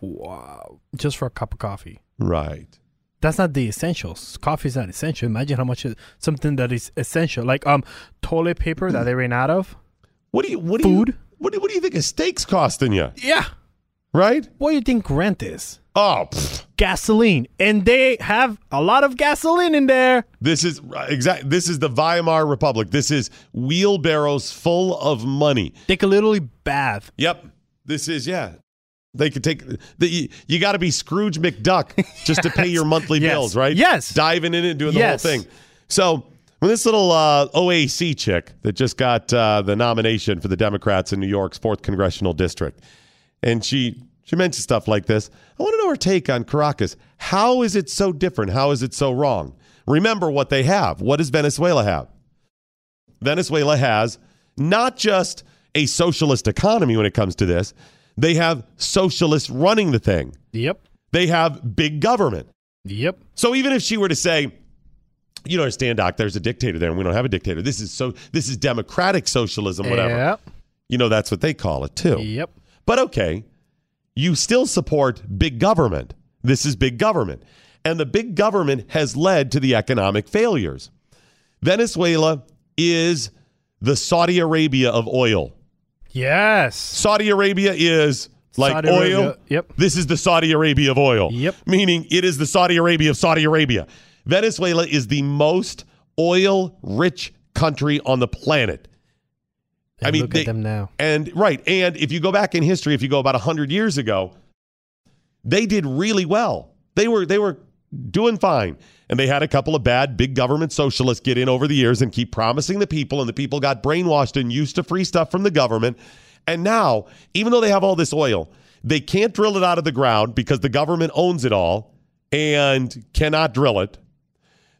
Speaker 5: Wow. Just for a cup of coffee.
Speaker 4: Right.
Speaker 5: That's not the essentials. Coffee is not essential. Imagine how much is something that is essential, like um toilet paper that they ran out of.
Speaker 4: What do you, what do you,
Speaker 5: Food?
Speaker 4: what do, what do you think a steak's costing you?
Speaker 5: Yeah.
Speaker 4: Right?
Speaker 5: What do you think rent is?
Speaker 4: Oh, pfft.
Speaker 5: Gasoline, and they have a lot of gasoline in there.
Speaker 4: this is exact. This is the Weimar Republic. This is wheelbarrows full of money.
Speaker 5: They could literally bathe.
Speaker 4: Yep. This is yeah. They could take the you, got to be Scrooge McDuck just to pay your monthly
Speaker 5: Yes.
Speaker 4: bills, right?
Speaker 5: Yes.
Speaker 4: Diving in and doing the
Speaker 5: Yes.
Speaker 4: whole thing. So when this little uh, OAC chick that just got uh, the nomination for the Democrats in New York's fourth congressional district, and she she mentioned stuff like this. I want to know her take on Caracas. How is it so different? How is it so wrong? Remember what they have. What does Venezuela have? Venezuela has not just a socialist economy when it comes to this, they have socialists running the thing.
Speaker 5: Yep.
Speaker 4: They have big government.
Speaker 5: Yep.
Speaker 4: So even if she were to say, you don't understand, Doc, there's a dictator there and we don't have a dictator. This is so this is democratic socialism, whatever.
Speaker 5: Yep.
Speaker 4: You know, that's what they call it too.
Speaker 5: Yep.
Speaker 4: But okay, you still support big government. This is big government. And the big government has led to the economic failures. Venezuela is the Saudi Arabia of oil.
Speaker 5: Yes.
Speaker 4: Saudi Arabia is like
Speaker 5: Saudi
Speaker 4: oil.
Speaker 5: Arabia, yep.
Speaker 4: This is the Saudi Arabia of oil.
Speaker 5: Yep.
Speaker 4: Meaning it is the Saudi Arabia of Saudi Arabia. Venezuela is the most oil rich country on the planet. I mean,
Speaker 5: look
Speaker 4: they-
Speaker 5: at them now.
Speaker 4: and right, and if you go back in history, if you go about hundred years ago, they did really well. They were they were doing fine, and they had a couple of bad big government socialists get in over the years and keep promising the people, and the people got brainwashed and used to free stuff from the government. And now, even though they have all this oil, they can't drill it out of the ground because the government owns it all and cannot drill it.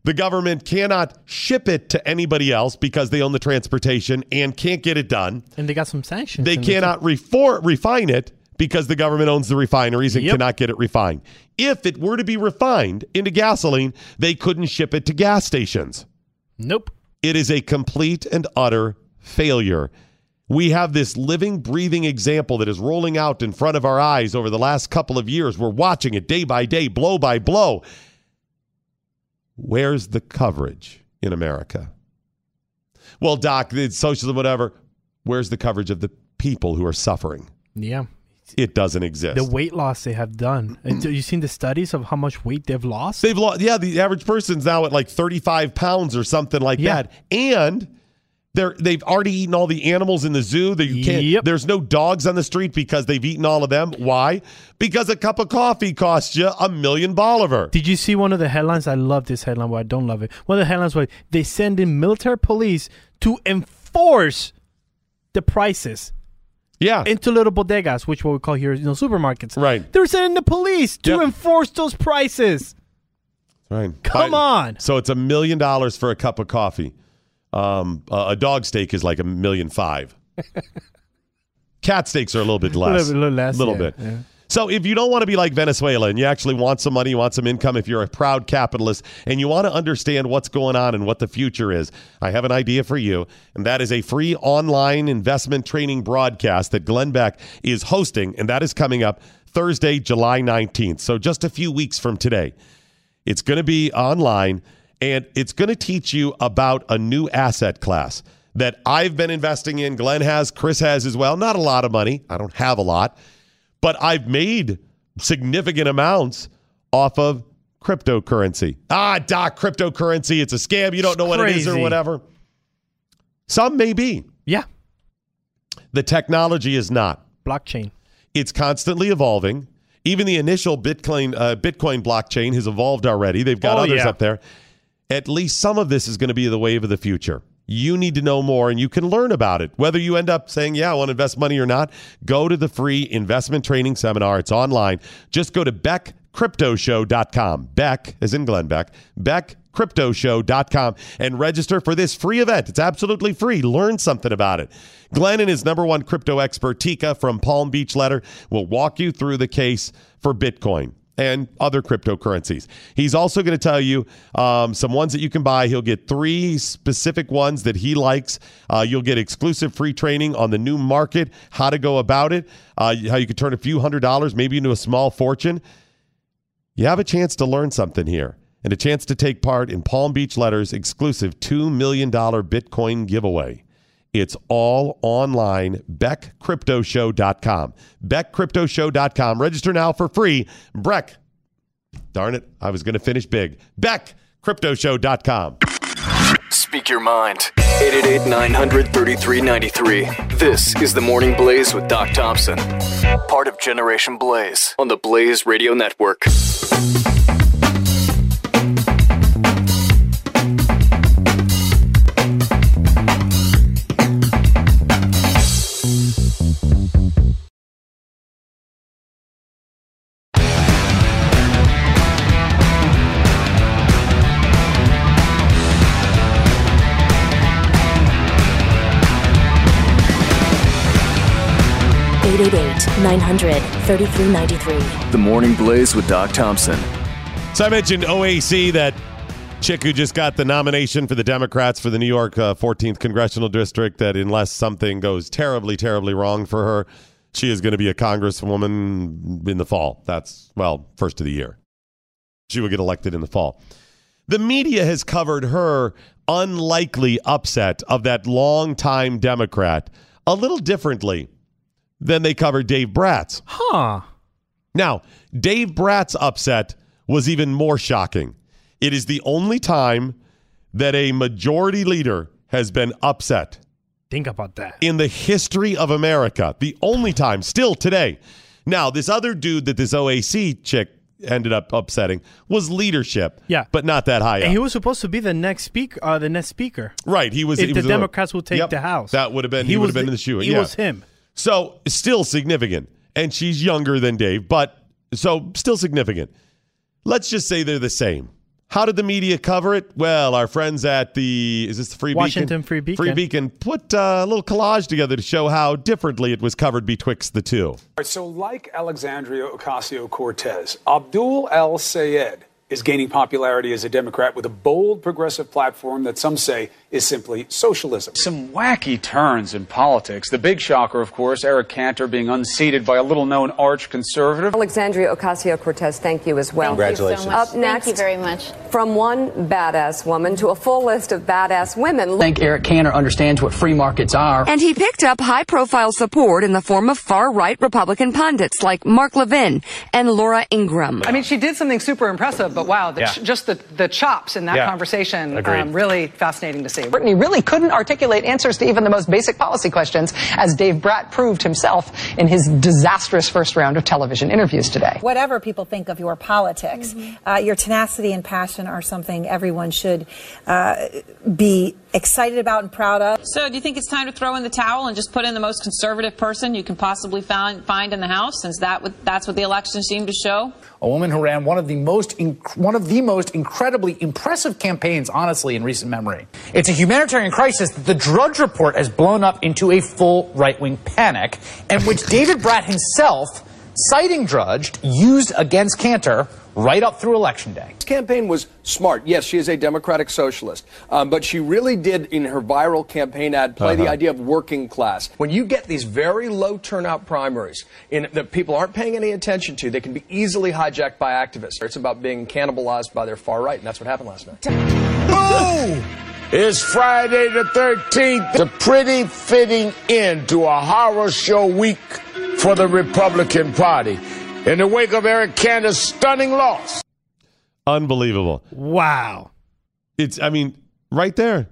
Speaker 4: The government cannot ship it to anybody else because they own the transportation and can't get it done.
Speaker 5: And they got some sanctions.
Speaker 4: They
Speaker 5: and it's-
Speaker 4: cannot refor- refine it because the government owns the refineries and
Speaker 5: Yep.
Speaker 4: cannot get it refined. If it were to be refined into gasoline, they couldn't ship it to gas stations.
Speaker 5: Nope.
Speaker 4: It is a complete and utter failure. We have this living, breathing example that is rolling out in front of our eyes over the last couple of years. We're watching it day by day, blow by blow. Where's the coverage in America? Well, Doc, it's socialism, whatever. Where's the coverage of the people who are suffering?
Speaker 5: Yeah.
Speaker 4: It doesn't exist.
Speaker 5: The weight loss they have done.
Speaker 4: Mm-hmm.
Speaker 5: And so you seen the studies of how much weight they've lost?
Speaker 4: They've lost. Yeah, the average person's now at like 35 pounds or something like
Speaker 5: Yeah.
Speaker 4: that, and they're they've already eaten all the animals in the zoo. That you can't.
Speaker 5: Yep.
Speaker 4: There's no dogs on the street because they've eaten all of them. Why? Because a cup of coffee costs you a million bolivar.
Speaker 5: Did you see one of the headlines? I love this headline, but I don't love it. One of the headlines was they send in military police to enforce the prices
Speaker 4: Yeah.
Speaker 5: into little bodegas, which what we call here, you know, supermarkets.
Speaker 4: Right.
Speaker 5: They're sending the police to
Speaker 4: Yep.
Speaker 5: enforce those prices.
Speaker 4: Right.
Speaker 5: Come
Speaker 4: Buy-
Speaker 5: on.
Speaker 4: So it's a million dollars for a cup of coffee. Um, a a dog steak is like a million five. Cat steaks are a little bit less.
Speaker 5: little bit- little less,
Speaker 4: Little
Speaker 5: yeah,
Speaker 4: bit.
Speaker 5: yeah.
Speaker 4: So if you don't want to be like Venezuela and you actually want some money, you want some income, if you're a proud capitalist and you want to understand what's going on and what the future is, I have an idea for you. And that is a free online investment training broadcast that Glenn Beck is hosting. And that is coming up Thursday, July 19th. So just a few weeks from today. It's going to be online and it's going to teach you about a new asset class that I've been investing in. Glenn has, Chris has as well. Not a lot of money. I don't have a lot, but I've made significant amounts off of cryptocurrency. Ah, doc, cryptocurrency. It's a scam. You don't know what it is or
Speaker 5: Crazy.
Speaker 4: whatever. Some may be.
Speaker 5: Yeah.
Speaker 4: The technology is not
Speaker 5: Blockchain.
Speaker 4: it's constantly evolving. Even the initial Bitcoin uh, Bitcoin blockchain has evolved already. They've got
Speaker 5: Oh,
Speaker 4: others
Speaker 5: yeah.
Speaker 4: up there. At least some of this is going to be the wave of the future. You need to know more and you can learn about it. Whether you end up saying, Yeah, I want to invest money or not, go to the free investment training seminar. It's online. Just go to BeckCryptoShow.com. Beck, as in Glenn Beck, BeckCryptoShow.com and register for this free event. It's absolutely free. Learn something about it. Glenn and his number one crypto expert, Tika from Palm Beach Letter, will walk you through the case for Bitcoin and other cryptocurrencies. He's also going to tell you um, some ones that you can buy. He'll get three specific ones that he likes. Uh, you'll get exclusive free training on the new market, how to go about it, uh, how you could turn a few hundred dollars maybe into a small fortune. You have a chance to learn something here and a chance to take part in Palm Beach Letters' exclusive $2 million Bitcoin giveaway. It's all online, beckcryptoshow.com. Beckcryptoshow.com. Register now for free. Breck. Darn it, I was going to finish big. Beckcryptoshow.com.
Speaker 10: Speak your mind. 888 900 3393. This is the Morning Blaze with Doc Thompson, part of Generation Blaze on the Blaze Radio Network.
Speaker 7: Eight eight eight nine hundred thirty three ninety three.
Speaker 6: The Morning Blaze with Doc Thompson.
Speaker 4: So I mentioned OAC, that chick who just got the nomination for the Democrats for the New York uh, 14th Congressional District, that unless something goes terribly, terribly wrong for her, she is going to be a congresswoman in the fall. That's, well, first of the year. She will get elected in the fall. The media has covered her unlikely upset of that longtime Democrat a little differently than they covered Dave Bratz.
Speaker 5: Huh.
Speaker 4: Now, Dave Bratt's upset was even more shocking. It is the only time that a majority leader has been upset
Speaker 5: think about that.
Speaker 4: in the history of America. The only time, still today. Now, this other dude that this OAC chick ended up upsetting was leadership.
Speaker 5: Yeah.
Speaker 4: But not that high up.
Speaker 5: And he was supposed to be the next speaker. Uh, the next speaker.
Speaker 4: right. He was
Speaker 5: If
Speaker 4: he
Speaker 5: the
Speaker 4: was
Speaker 5: Democrats would take
Speaker 4: Yep,
Speaker 5: the House,
Speaker 4: That would have been he, would
Speaker 5: was
Speaker 4: have been in the shoe.
Speaker 5: It
Speaker 4: yeah.
Speaker 5: was him.
Speaker 4: So still significant. And she's younger than Dave, but so still significant. Let's just say they're the same. How did the media cover it? Well, our friends at the is this the Free
Speaker 5: Washington
Speaker 4: Beacon?
Speaker 5: Free Beacon.
Speaker 4: Free Beacon put uh, a little collage together to show how differently it was covered betwixt the two.
Speaker 11: All right, so like Alexandria Ocasio Cortez, Abdul El Sayed is gaining popularity as a Democrat with a bold progressive platform that some say is simply socialism.
Speaker 12: Some wacky turns in politics. The big shocker, of course, Eric Cantor being unseated by a little known arch conservative.
Speaker 13: Alexandria Ocasio Cortez, thank you as well.
Speaker 12: Thank you so Congratulations. much.
Speaker 13: Up next, thank you very much. From one badass woman to a full list of badass women.
Speaker 14: think Eric Cantor understands what free markets are.
Speaker 13: And he picked up high profile support in the form of far right Republican pundits like Mark Levin and Laura Ingram.
Speaker 15: I mean, she did something super impressive, but wow, Oh, the
Speaker 13: Yeah.
Speaker 15: ch- just the, the chops in that
Speaker 13: Yeah.
Speaker 15: conversation, um,
Speaker 13: Agreed.
Speaker 15: really fascinating to see. Brittany really couldn't articulate answers to even the most basic policy questions, as Dave Bratt proved himself in his disastrous first round of television interviews today.
Speaker 16: Whatever people think of your politics, uh, your tenacity and passion are something everyone should uh, be excited about and proud of.
Speaker 17: So, do you think it's time to throw in the towel and just put in the most conservative person you can possibly find, find in the House, since that would, that's what the election seemed to show?
Speaker 18: a woman who ran one of the most inc- one of the most incredibly impressive campaigns, honestly, in recent memory. It's a humanitarian crisis that the Drudge Report has blown up into a full right wing panic, and which David Bratt himself, citing Drudge, used against Cantor right up through election day.
Speaker 19: This campaign was smart. Yes, she is a democratic socialist, um, but she really did, in her viral campaign ad, play the
Speaker 20: Uh-huh.
Speaker 19: idea of working class. When you get these very low turnout primaries in, that people aren't paying any attention to, they can be easily hijacked by activists. It's about being cannibalized by their far right, and that's what happened last night.
Speaker 21: It's Friday the 13th, a pretty fitting end to a horror show week for the Republican Party in the wake of Eric Cantor's stunning loss.
Speaker 4: Unbelievable.
Speaker 5: Wow.
Speaker 4: It's, I mean, right there.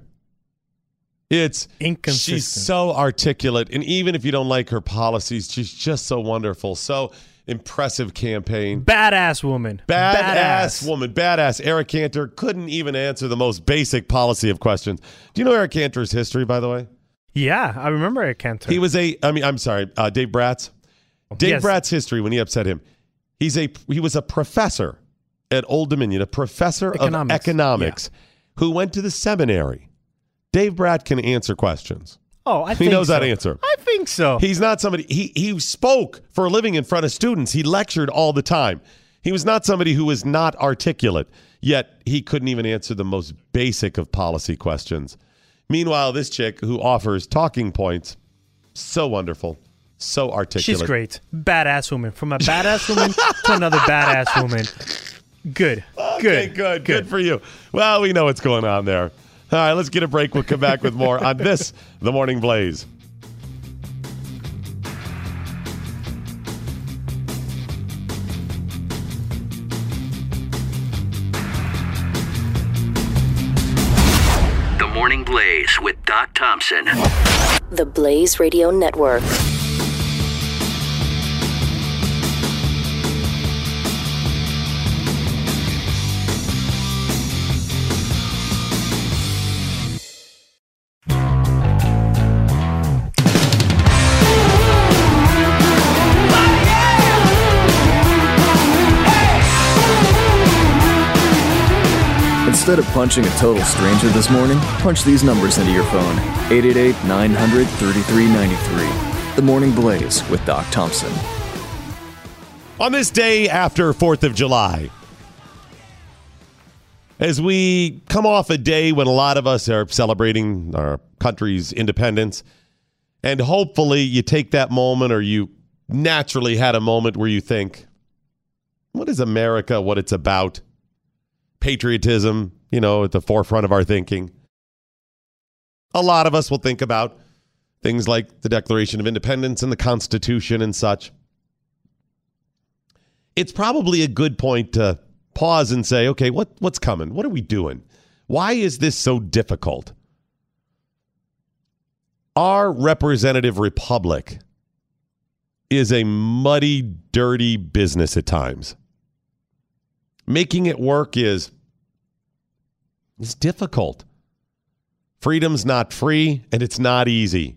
Speaker 4: It's
Speaker 5: Inconsistent.
Speaker 4: She's so articulate. And even if you don't like her policies, she's just so wonderful. So impressive campaign.
Speaker 5: Badass woman.
Speaker 4: Badass, woman. Badass. Eric Cantor couldn't even answer the most basic policy of questions. Do you know Eric Cantor's history, by the way?
Speaker 5: Yeah, I remember Eric Cantor.
Speaker 4: He was a, I mean, I'm sorry, uh, Dave Bratz. Dave
Speaker 5: Yes.
Speaker 4: Bratt's history when he upset him. He's a he was a professor at Old Dominion, a professor
Speaker 5: Economics.
Speaker 4: of economics, who went to the seminary. Dave Bratt can answer questions.
Speaker 5: Oh, I
Speaker 4: he
Speaker 5: think
Speaker 4: knows
Speaker 5: so.
Speaker 4: how to answer.
Speaker 5: I think so.
Speaker 4: He's not somebody he he spoke for a living in front of students. He lectured all the time. He was not somebody who was not articulate, yet he couldn't even answer the most basic of policy questions. Meanwhile, this chick who offers talking points, so wonderful, so articulate.
Speaker 5: She's great. Badass woman. From a badass woman to another badass woman. Good.
Speaker 4: Okay, good. good. for you. Well, we know what's going on there. All right, let's get a break. We'll come back with more on this, The Morning Blaze.
Speaker 1: The Morning Blaze with Doc Thompson.
Speaker 7: The Blaze Radio Network.
Speaker 6: Instead of punching a total stranger this morning, punch these numbers into your phone 888 900 3393. The Morning Blaze with Doc Thompson.
Speaker 4: On this day after 4th of July, as we come off a day when a lot of us are celebrating our country's independence, and hopefully you take that moment or you naturally had a moment where you think, what is America, what it's about? Patriotism, you know, at the forefront of our thinking. A lot of us will think about things like the Declaration of Independence and the Constitution and such it's probably a good point to pause and say, okay, what what's coming? What are we doing? Why is this so difficult? Our representative republic is a muddy, dirty business at times. Making it work is it's difficult. Freedom's not free and it's not easy.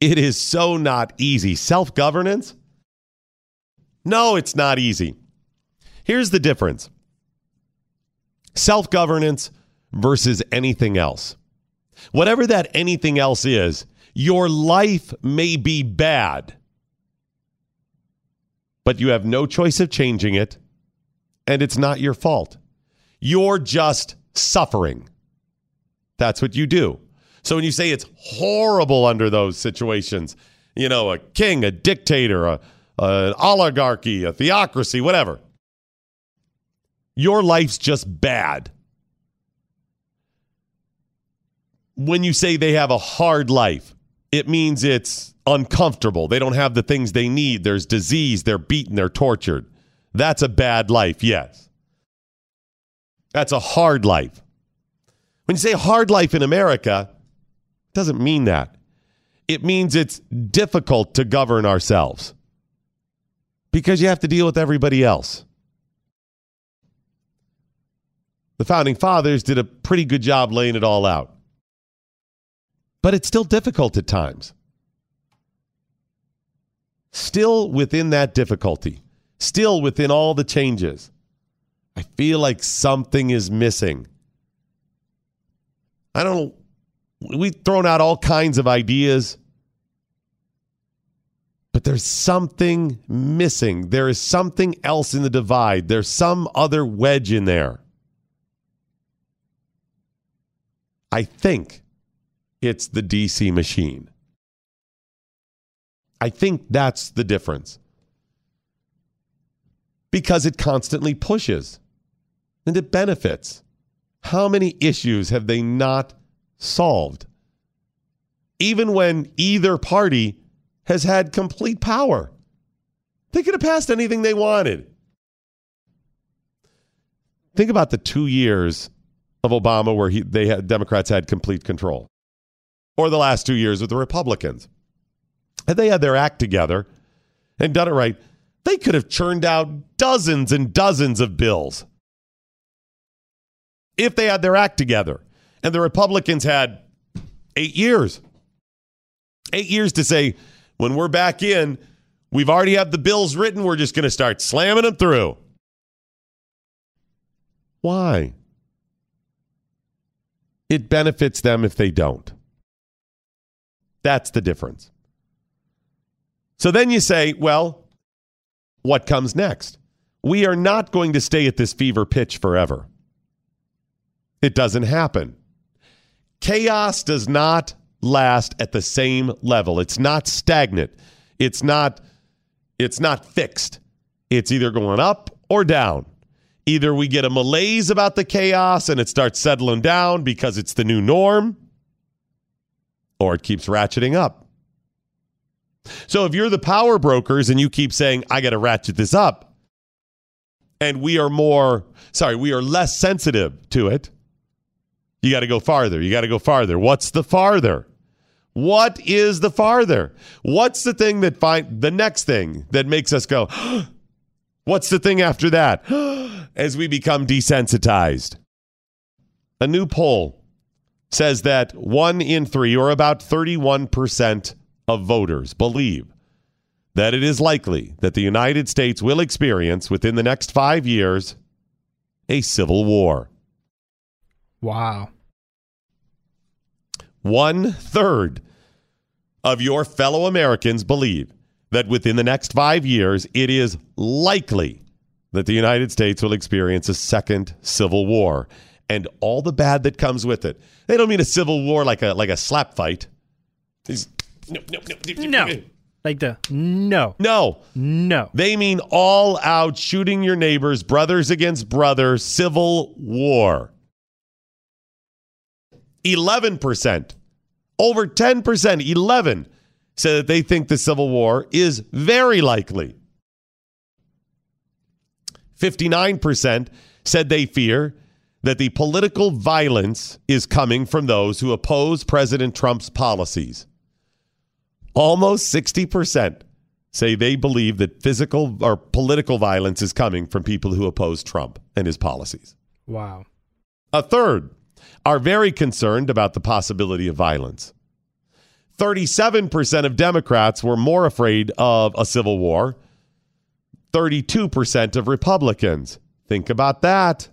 Speaker 4: It is so not easy. Self governance? No, it's not easy. Here's the difference self governance versus anything else. Whatever that anything else is, your life may be bad, but you have no choice of changing it, and it's not your fault. You're just suffering. That's what you do. So when you say it's horrible under those situations, you know, a king, a dictator, a, an oligarchy, a theocracy, whatever, your life's just bad. When you say they have a hard life, it means it's uncomfortable. They don't have the things they need. There's disease, they're beaten, they're tortured. That's a bad life, yes. That's a hard life. When you say hard life in America, it doesn't mean that. It means it's difficult to govern ourselves because you have to deal with everybody else. The founding fathers did a pretty good job laying it all out. But it's still difficult at times. Still within that difficulty, still within all the changes, I feel like something is missing. I don't know. We've thrown out all kinds of ideas, but there's something missing. There is something else in the divide, there's some other wedge in there. I think it's the DC machine. I think that's the difference because it constantly pushes and it benefits. How many issues have they not solved? Even when either party has had complete power, they could have passed anything they wanted. Think about the two years of Obama where he, they had, Democrats had complete control, or the last two years with the Republicans. Had they had their act together and done it right, they could have churned out dozens and dozens of bills if they had their act together. And the Republicans had eight years. Eight years to say, when we're back in, we've already had the bills written, we're just going to start slamming them through. Why? It benefits them if they don't. That's the difference. So then you say, well, what comes next? We are not going to stay at this fever pitch forever. It doesn't happen. Chaos does not last at the same level. It's not stagnant. It's not it's not fixed. It's either going up or down. Either we get a malaise about the chaos and it starts settling down because it's the new norm or it keeps ratcheting up. So if you're the power brokers and you keep saying I got to ratchet this up and we are more sorry, we are less sensitive to it. You got to go farther. You got to go farther. What's the farther? What is the farther? What's the thing that find the next thing that makes us go? What's the thing after that? As we become desensitized. A new poll says that one in three, or about 31% of voters, believe that it is likely that the United States will experience within the next five years a civil war.
Speaker 5: Wow.
Speaker 4: One third of your fellow Americans believe that within the next five years, it is likely that the United States will experience a second civil war and all the bad that comes with it. They don't mean a civil war like a like a slap fight. These- no, no, no,
Speaker 5: No. Like the no.
Speaker 4: No.
Speaker 5: No.
Speaker 4: They mean all out shooting your neighbors, brothers against brothers, civil war. 11%, over 10%, 11 say that they think the civil war is very likely. 59% said they fear that the political violence is coming from those who oppose President Trump's policies. Almost 60% say they believe that physical or political violence is coming from people who oppose Trump and his policies.
Speaker 5: Wow.
Speaker 4: A third are very concerned about the possibility of violence. 37% of Democrats were more afraid of a civil war. 32% of Republicans. Think about that.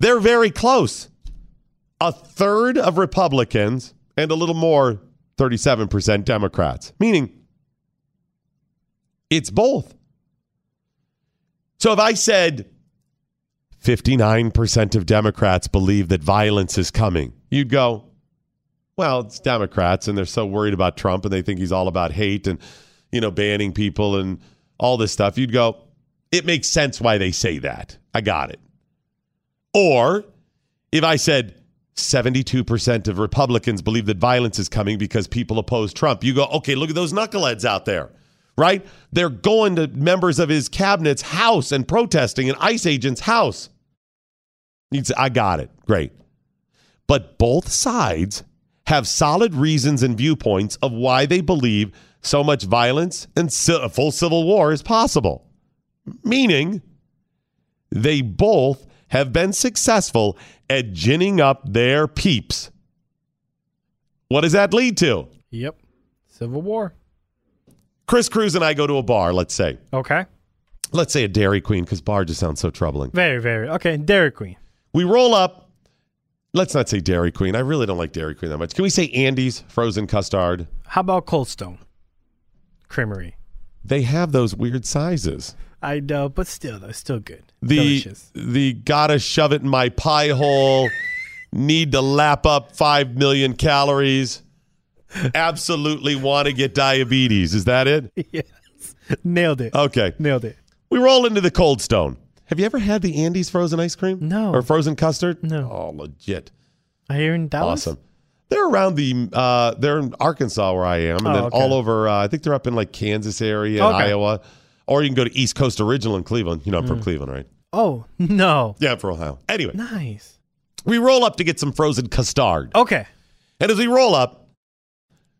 Speaker 4: They're very close. A third of Republicans and a little more, 37% Democrats, meaning it's both. So if I said 59% of Democrats believe that violence is coming, you'd go, well, it's Democrats and they're so worried about Trump and they think he's all about hate and, you know, banning people and all this stuff. You'd go, it makes sense why they say that. I got it. Or if I said 72% of Republicans believe that violence is coming because people oppose Trump, you go, okay, look at those knuckleheads out there, right? They're going to members of his cabinet's house and protesting in ICE agent's house. You'd say, I got it. Great. But both sides have solid reasons and viewpoints of why they believe so much violence and ci- full civil war is possible. Meaning, they both have been successful at ginning up their peeps. What does that lead to?
Speaker 5: Yep. Civil War.
Speaker 4: Chris Cruz and I go to a bar, let's say.
Speaker 5: Okay.
Speaker 4: Let's say a Dairy Queen, because bar just sounds so troubling.
Speaker 5: Very, very. Okay. Dairy Queen.
Speaker 4: We roll up. Let's not say Dairy Queen. I really don't like Dairy Queen that much. Can we say Andy's frozen custard?
Speaker 5: How about Cold Stone Creamery?
Speaker 4: They have those weird sizes.
Speaker 5: I know, but still, though, still good.
Speaker 4: The
Speaker 5: Delicious.
Speaker 4: the gotta shove it in my pie hole. need to lap up five million calories. Absolutely want to get diabetes. Is that it?
Speaker 5: yes. Nailed it.
Speaker 4: Okay.
Speaker 5: Nailed it.
Speaker 4: We roll into the cold stone. Have you ever had the Andes frozen ice cream?
Speaker 5: No.
Speaker 4: Or frozen custard?
Speaker 5: No.
Speaker 4: Oh, legit.
Speaker 5: I hear in Dallas.
Speaker 4: Awesome. They're around the uh they're in Arkansas where I am and
Speaker 5: Oh,
Speaker 4: then
Speaker 5: okay.
Speaker 4: all over uh, I think they're up in like Kansas area and
Speaker 5: Okay.
Speaker 4: Iowa or you can go to East Coast Original in Cleveland. You know, I'm from
Speaker 5: Mm.
Speaker 4: Cleveland, right?
Speaker 5: Oh no.
Speaker 4: Yeah, for Ohio. Anyway,
Speaker 5: Nice.
Speaker 4: we roll up to get some frozen custard.
Speaker 5: Okay.
Speaker 4: And as we roll up,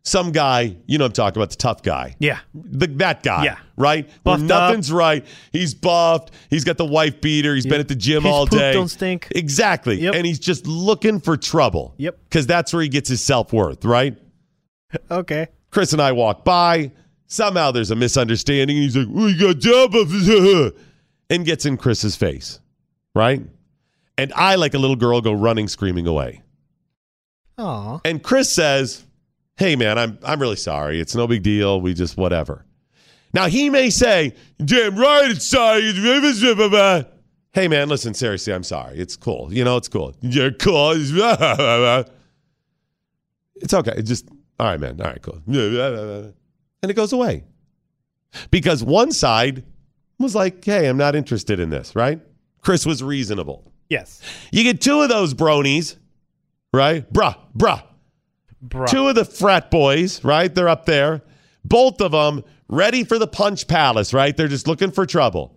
Speaker 4: some guy, you know, what I'm talking about the tough guy.
Speaker 5: Yeah.
Speaker 4: The, that guy,
Speaker 5: Yeah.
Speaker 4: right? Where
Speaker 5: Buffed
Speaker 4: nothing's right. He's buffed. He's got the wife beater. He's been at the gym
Speaker 5: His
Speaker 4: all
Speaker 5: poop
Speaker 4: day.
Speaker 5: don't stink.
Speaker 4: Exactly. And he's just looking for trouble.
Speaker 5: Yep.
Speaker 4: Because that's where he gets his self worth, right?
Speaker 5: Okay.
Speaker 4: Chris and I walk by. Somehow there's a misunderstanding. And he's like, "We got job offers," and gets in Chris's face, right? And I, like a little girl, go running, screaming away.
Speaker 5: Aw.
Speaker 4: And Chris says, "Hey man, I'm I'm really sorry. It's no big deal. We just whatever." Now he may say, "Damn right, it's sorry." Hey man, listen seriously. I'm sorry. It's cool. You know, it's cool. You're cool. It's okay. It just all right, man. All right, cool. And it goes away because one side was like, "Hey, I'm not interested in this." Right? Chris was reasonable.
Speaker 5: Yes.
Speaker 4: You get two of those bronies, right? Bruh, bruh.
Speaker 5: Bruh.
Speaker 4: Two of the frat boys, right? They're up there. Both of them ready for the punch palace, right? They're just looking for trouble.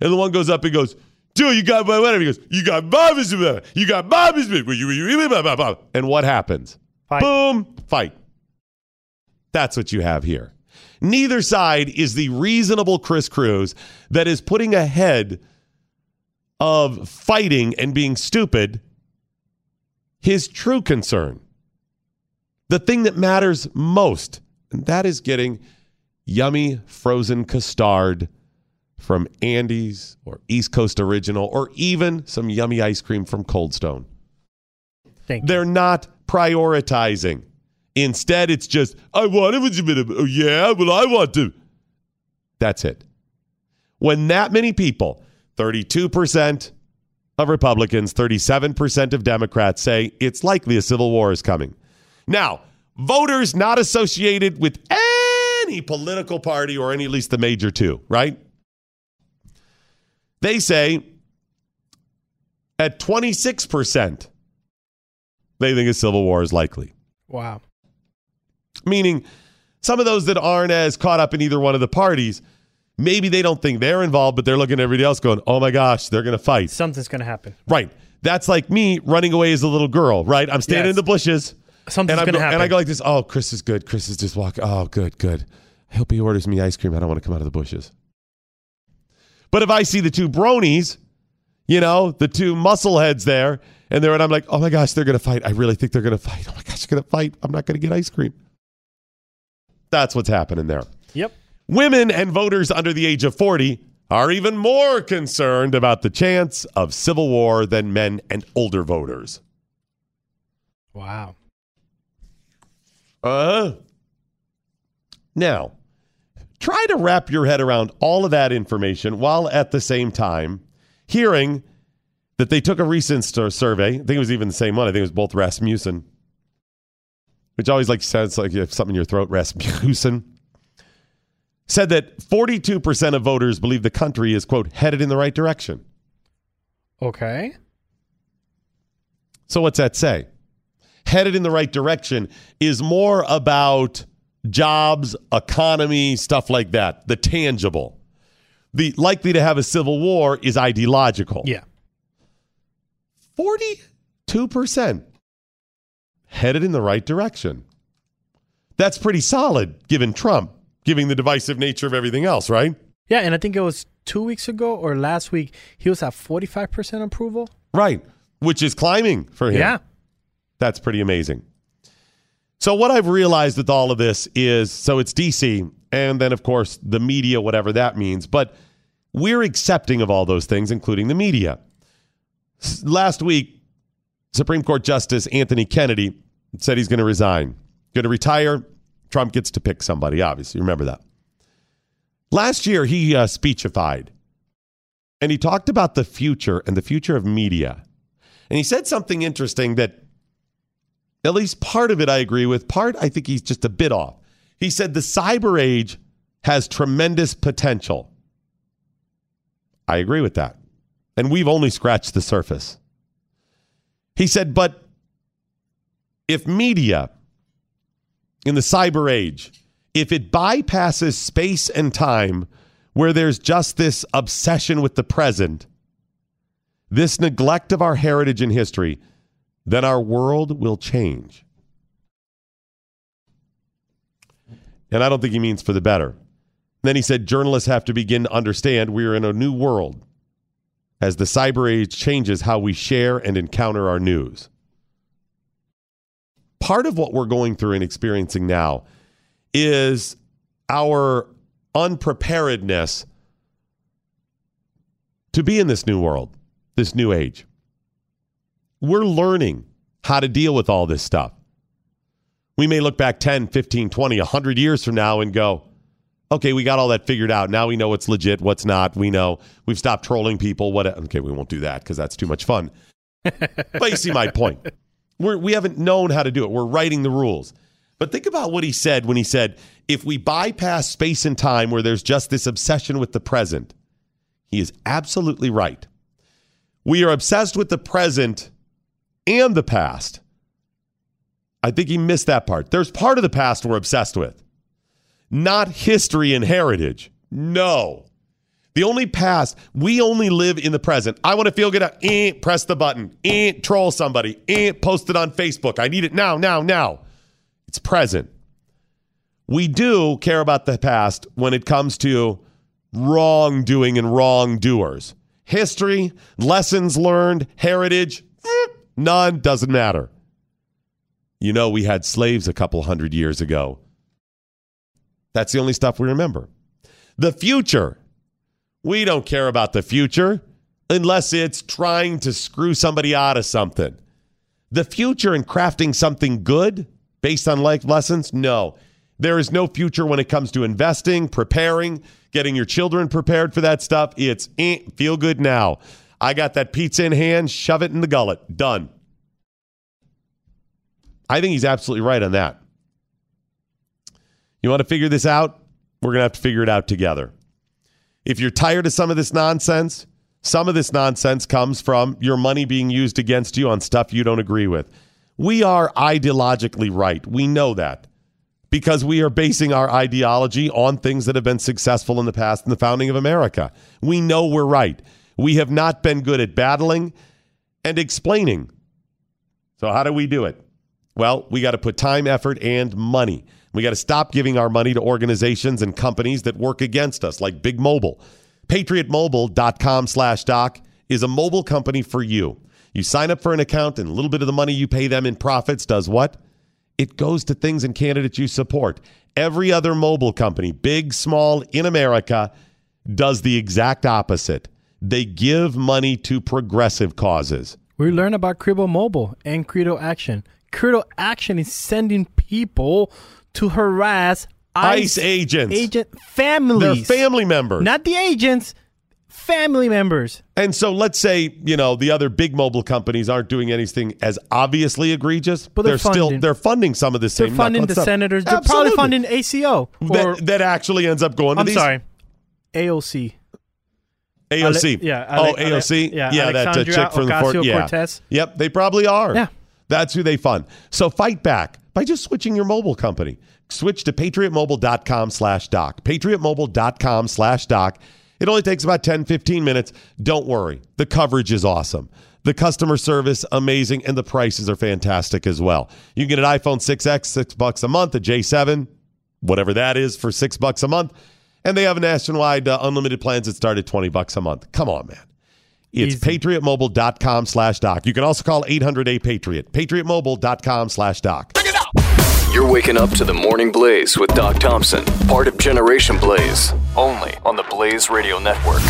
Speaker 4: And the one goes up and goes, dude, you got whatever. He goes, you got Bobby's You got Bobby's And what happens? Boom, fight. That's what you have here. Neither side is the reasonable Chris Cruz that is putting ahead of fighting and being stupid his true concern. The thing that matters most, and that is getting yummy frozen custard from Andy's or East Coast Original or even some yummy ice cream from Cold Stone.
Speaker 5: Thank
Speaker 4: They're not prioritizing. Instead, it's just, I want it. with you, but- oh, Yeah, well, I want to. That's it. When that many people, 32% of Republicans, 37% of Democrats say it's likely a civil war is coming. Now, voters not associated with any political party or any, at least the major two, right? They say at 26%, they think a civil war is likely
Speaker 5: Wow.
Speaker 4: meaning some of those that aren't as caught up in either one of the parties Maybe they don't think they're involved, but they're looking at everybody else going, oh my gosh, they're going to fight.
Speaker 5: Something's going to happen.
Speaker 4: Right. That's like me running away as a little girl, right? I'm standing in the bushes. and
Speaker 5: Something's
Speaker 4: I'm go-
Speaker 5: gonna happen.
Speaker 4: And I go like this, oh, Chris is good. Chris is just walking. Oh, good, good. I hope he orders me ice cream. I don't want to come out of the bushes. But if I see the two bronies, you know, the two muscle heads there, and they're and I'm like, oh my gosh, they're gonna fight. I really think they're gonna fight. Oh my gosh, they're gonna fight. I'm not gonna get ice cream. That's what's happening there.
Speaker 5: Yep.
Speaker 4: Women and voters under the age of 40 are even more concerned about the chance of civil war than men and older voters.
Speaker 5: Wow.
Speaker 4: Uh Now, try to wrap your head around all of that information while at the same time hearing that they took a recent sur- survey. I think it was even the same one. I think it was both Rasmussen, which always like sounds like you have something in your throat. Rasmussen said that 42% of voters believe the country is quote headed in the right direction.
Speaker 5: Okay.
Speaker 4: So what's that say? Headed in the right direction is more about jobs, economy, stuff like that, the tangible. The likely to have a civil war is ideological.
Speaker 5: Yeah.
Speaker 4: 42% headed in the right direction. That's pretty solid given Trump, given the divisive nature of everything else, right?
Speaker 5: Yeah, and I think it was two weeks ago or last week, he was at 45% approval.
Speaker 4: Right. Which is climbing for him.
Speaker 5: Yeah.
Speaker 4: That's pretty amazing. So, what I've realized with all of this is so it's DC, and then, of course, the media, whatever that means, but we're accepting of all those things, including the media. S- Last week, Supreme Court Justice Anthony Kennedy said he's going to resign, going to retire. Trump gets to pick somebody, obviously. Remember that. Last year, he uh, speechified and he talked about the future and the future of media. And he said something interesting that at least part of it I agree with, part I think he's just a bit off. He said the cyber age has tremendous potential. I agree with that. And we've only scratched the surface. He said, but if media in the cyber age, if it bypasses space and time where there's just this obsession with the present, this neglect of our heritage and history, then our world will change. And I don't think he means for the better. Then he said journalists have to begin to understand we are in a new world as the cyber age changes how we share and encounter our news part of what we're going through and experiencing now is our unpreparedness to be in this new world, this new age. We're learning how to deal with all this stuff. We may look back 10, 15, 20, 100 years from now and go, okay, we got all that figured out. Now we know what's legit, what's not. We know we've stopped trolling people. What? e-" Okay, we won't do that because that's too much fun. but you see my point. We're, we haven't known how to do it. We're writing the rules. But think about what he said when he said, if we bypass space and time where there's just this obsession with the present, he is absolutely right. We are obsessed with the present and the past. I think he missed that part. There's part of the past we're obsessed with, not history and heritage. No. The only past, we only live in the present. I want to feel good. Eh, press the button. Eh, troll somebody. Eh, post it on Facebook. I need it now, now, now. It's present. We do care about the past when it comes to wrongdoing and wrongdoers. History, lessons learned, heritage, eh, none, doesn't matter. You know, we had slaves a couple hundred years ago. That's the only stuff we remember. The future. We don't care about the future unless it's trying to screw somebody out of something. The future and crafting something good based on life lessons? No. There is no future when it comes to investing, preparing, getting your children prepared for that stuff. It's eh, feel good now. I got that pizza in hand, shove it in the gullet. Done. I think he's absolutely right on that. You want to figure this out? We're going to have to figure it out together. If you're tired of some of this nonsense, some of this nonsense comes from your money being used against you on stuff you don't agree with. We are ideologically right. We know that. because we are basing our ideology on things that have been successful in the past in the founding of America. We know we're right. We have not been good at battling and explaining. So, how do we do it? Well, we got to put time, effort, and money. We got to stop giving our money to organizations and companies that work against us, like Big Mobile. PatriotMobile.com slash doc is a mobile company for you. You sign up for an account, and a little bit of the money you pay them in profits does what? It goes to things and candidates you support. Every other mobile company, big, small, in America, does the exact opposite. They give money to progressive causes.
Speaker 5: We learn about Credo Mobile and Credo Action. Credo Action is sending people to harass
Speaker 4: ICE agents.
Speaker 5: agent families,
Speaker 4: They're family members.
Speaker 5: not the agents, family members.
Speaker 4: And so let's say, you know, the other big mobile companies aren't doing anything as obviously egregious, but
Speaker 5: they're
Speaker 4: still
Speaker 5: funding.
Speaker 4: they're funding some of the
Speaker 5: They're
Speaker 4: same
Speaker 5: funding
Speaker 4: knucklehead
Speaker 5: the
Speaker 4: stuff.
Speaker 5: senators. They're
Speaker 4: Absolutely.
Speaker 5: probably funding ACO or
Speaker 4: that, that actually ends up going to
Speaker 5: I'm
Speaker 4: these
Speaker 5: sorry, AOC.
Speaker 4: AOC.
Speaker 5: Ale- yeah,
Speaker 4: oh,
Speaker 5: Ale- Ale-
Speaker 4: AOC.
Speaker 5: yeah,
Speaker 4: yeah, that uh,
Speaker 5: Alexandria
Speaker 4: chick from the fort. Yeah.
Speaker 5: Ocasio-Cortez.
Speaker 4: Yep, they probably are.
Speaker 5: Yeah.
Speaker 4: That's who they fund. So fight back by just switching your mobile company. Switch to patriotmobile.com slash doc. Patriotmobile.com slash doc. It only takes about 10, 15 minutes. Don't worry. The coverage is awesome. The customer service, amazing, and the prices are fantastic as well. You can get an iPhone 6X, six bucks a month, a J7, whatever that is, for six bucks a month. And they have nationwide uh, unlimited plans that start at 20 bucks a month. Come on, man. It's patriotmobile.com slash doc. You can also call 800-A-PATRIOT. Patriotmobile.com slash doc.
Speaker 10: You're waking up to the morning blaze with Doc Thompson, part of Generation Blaze, only on the Blaze Radio Network.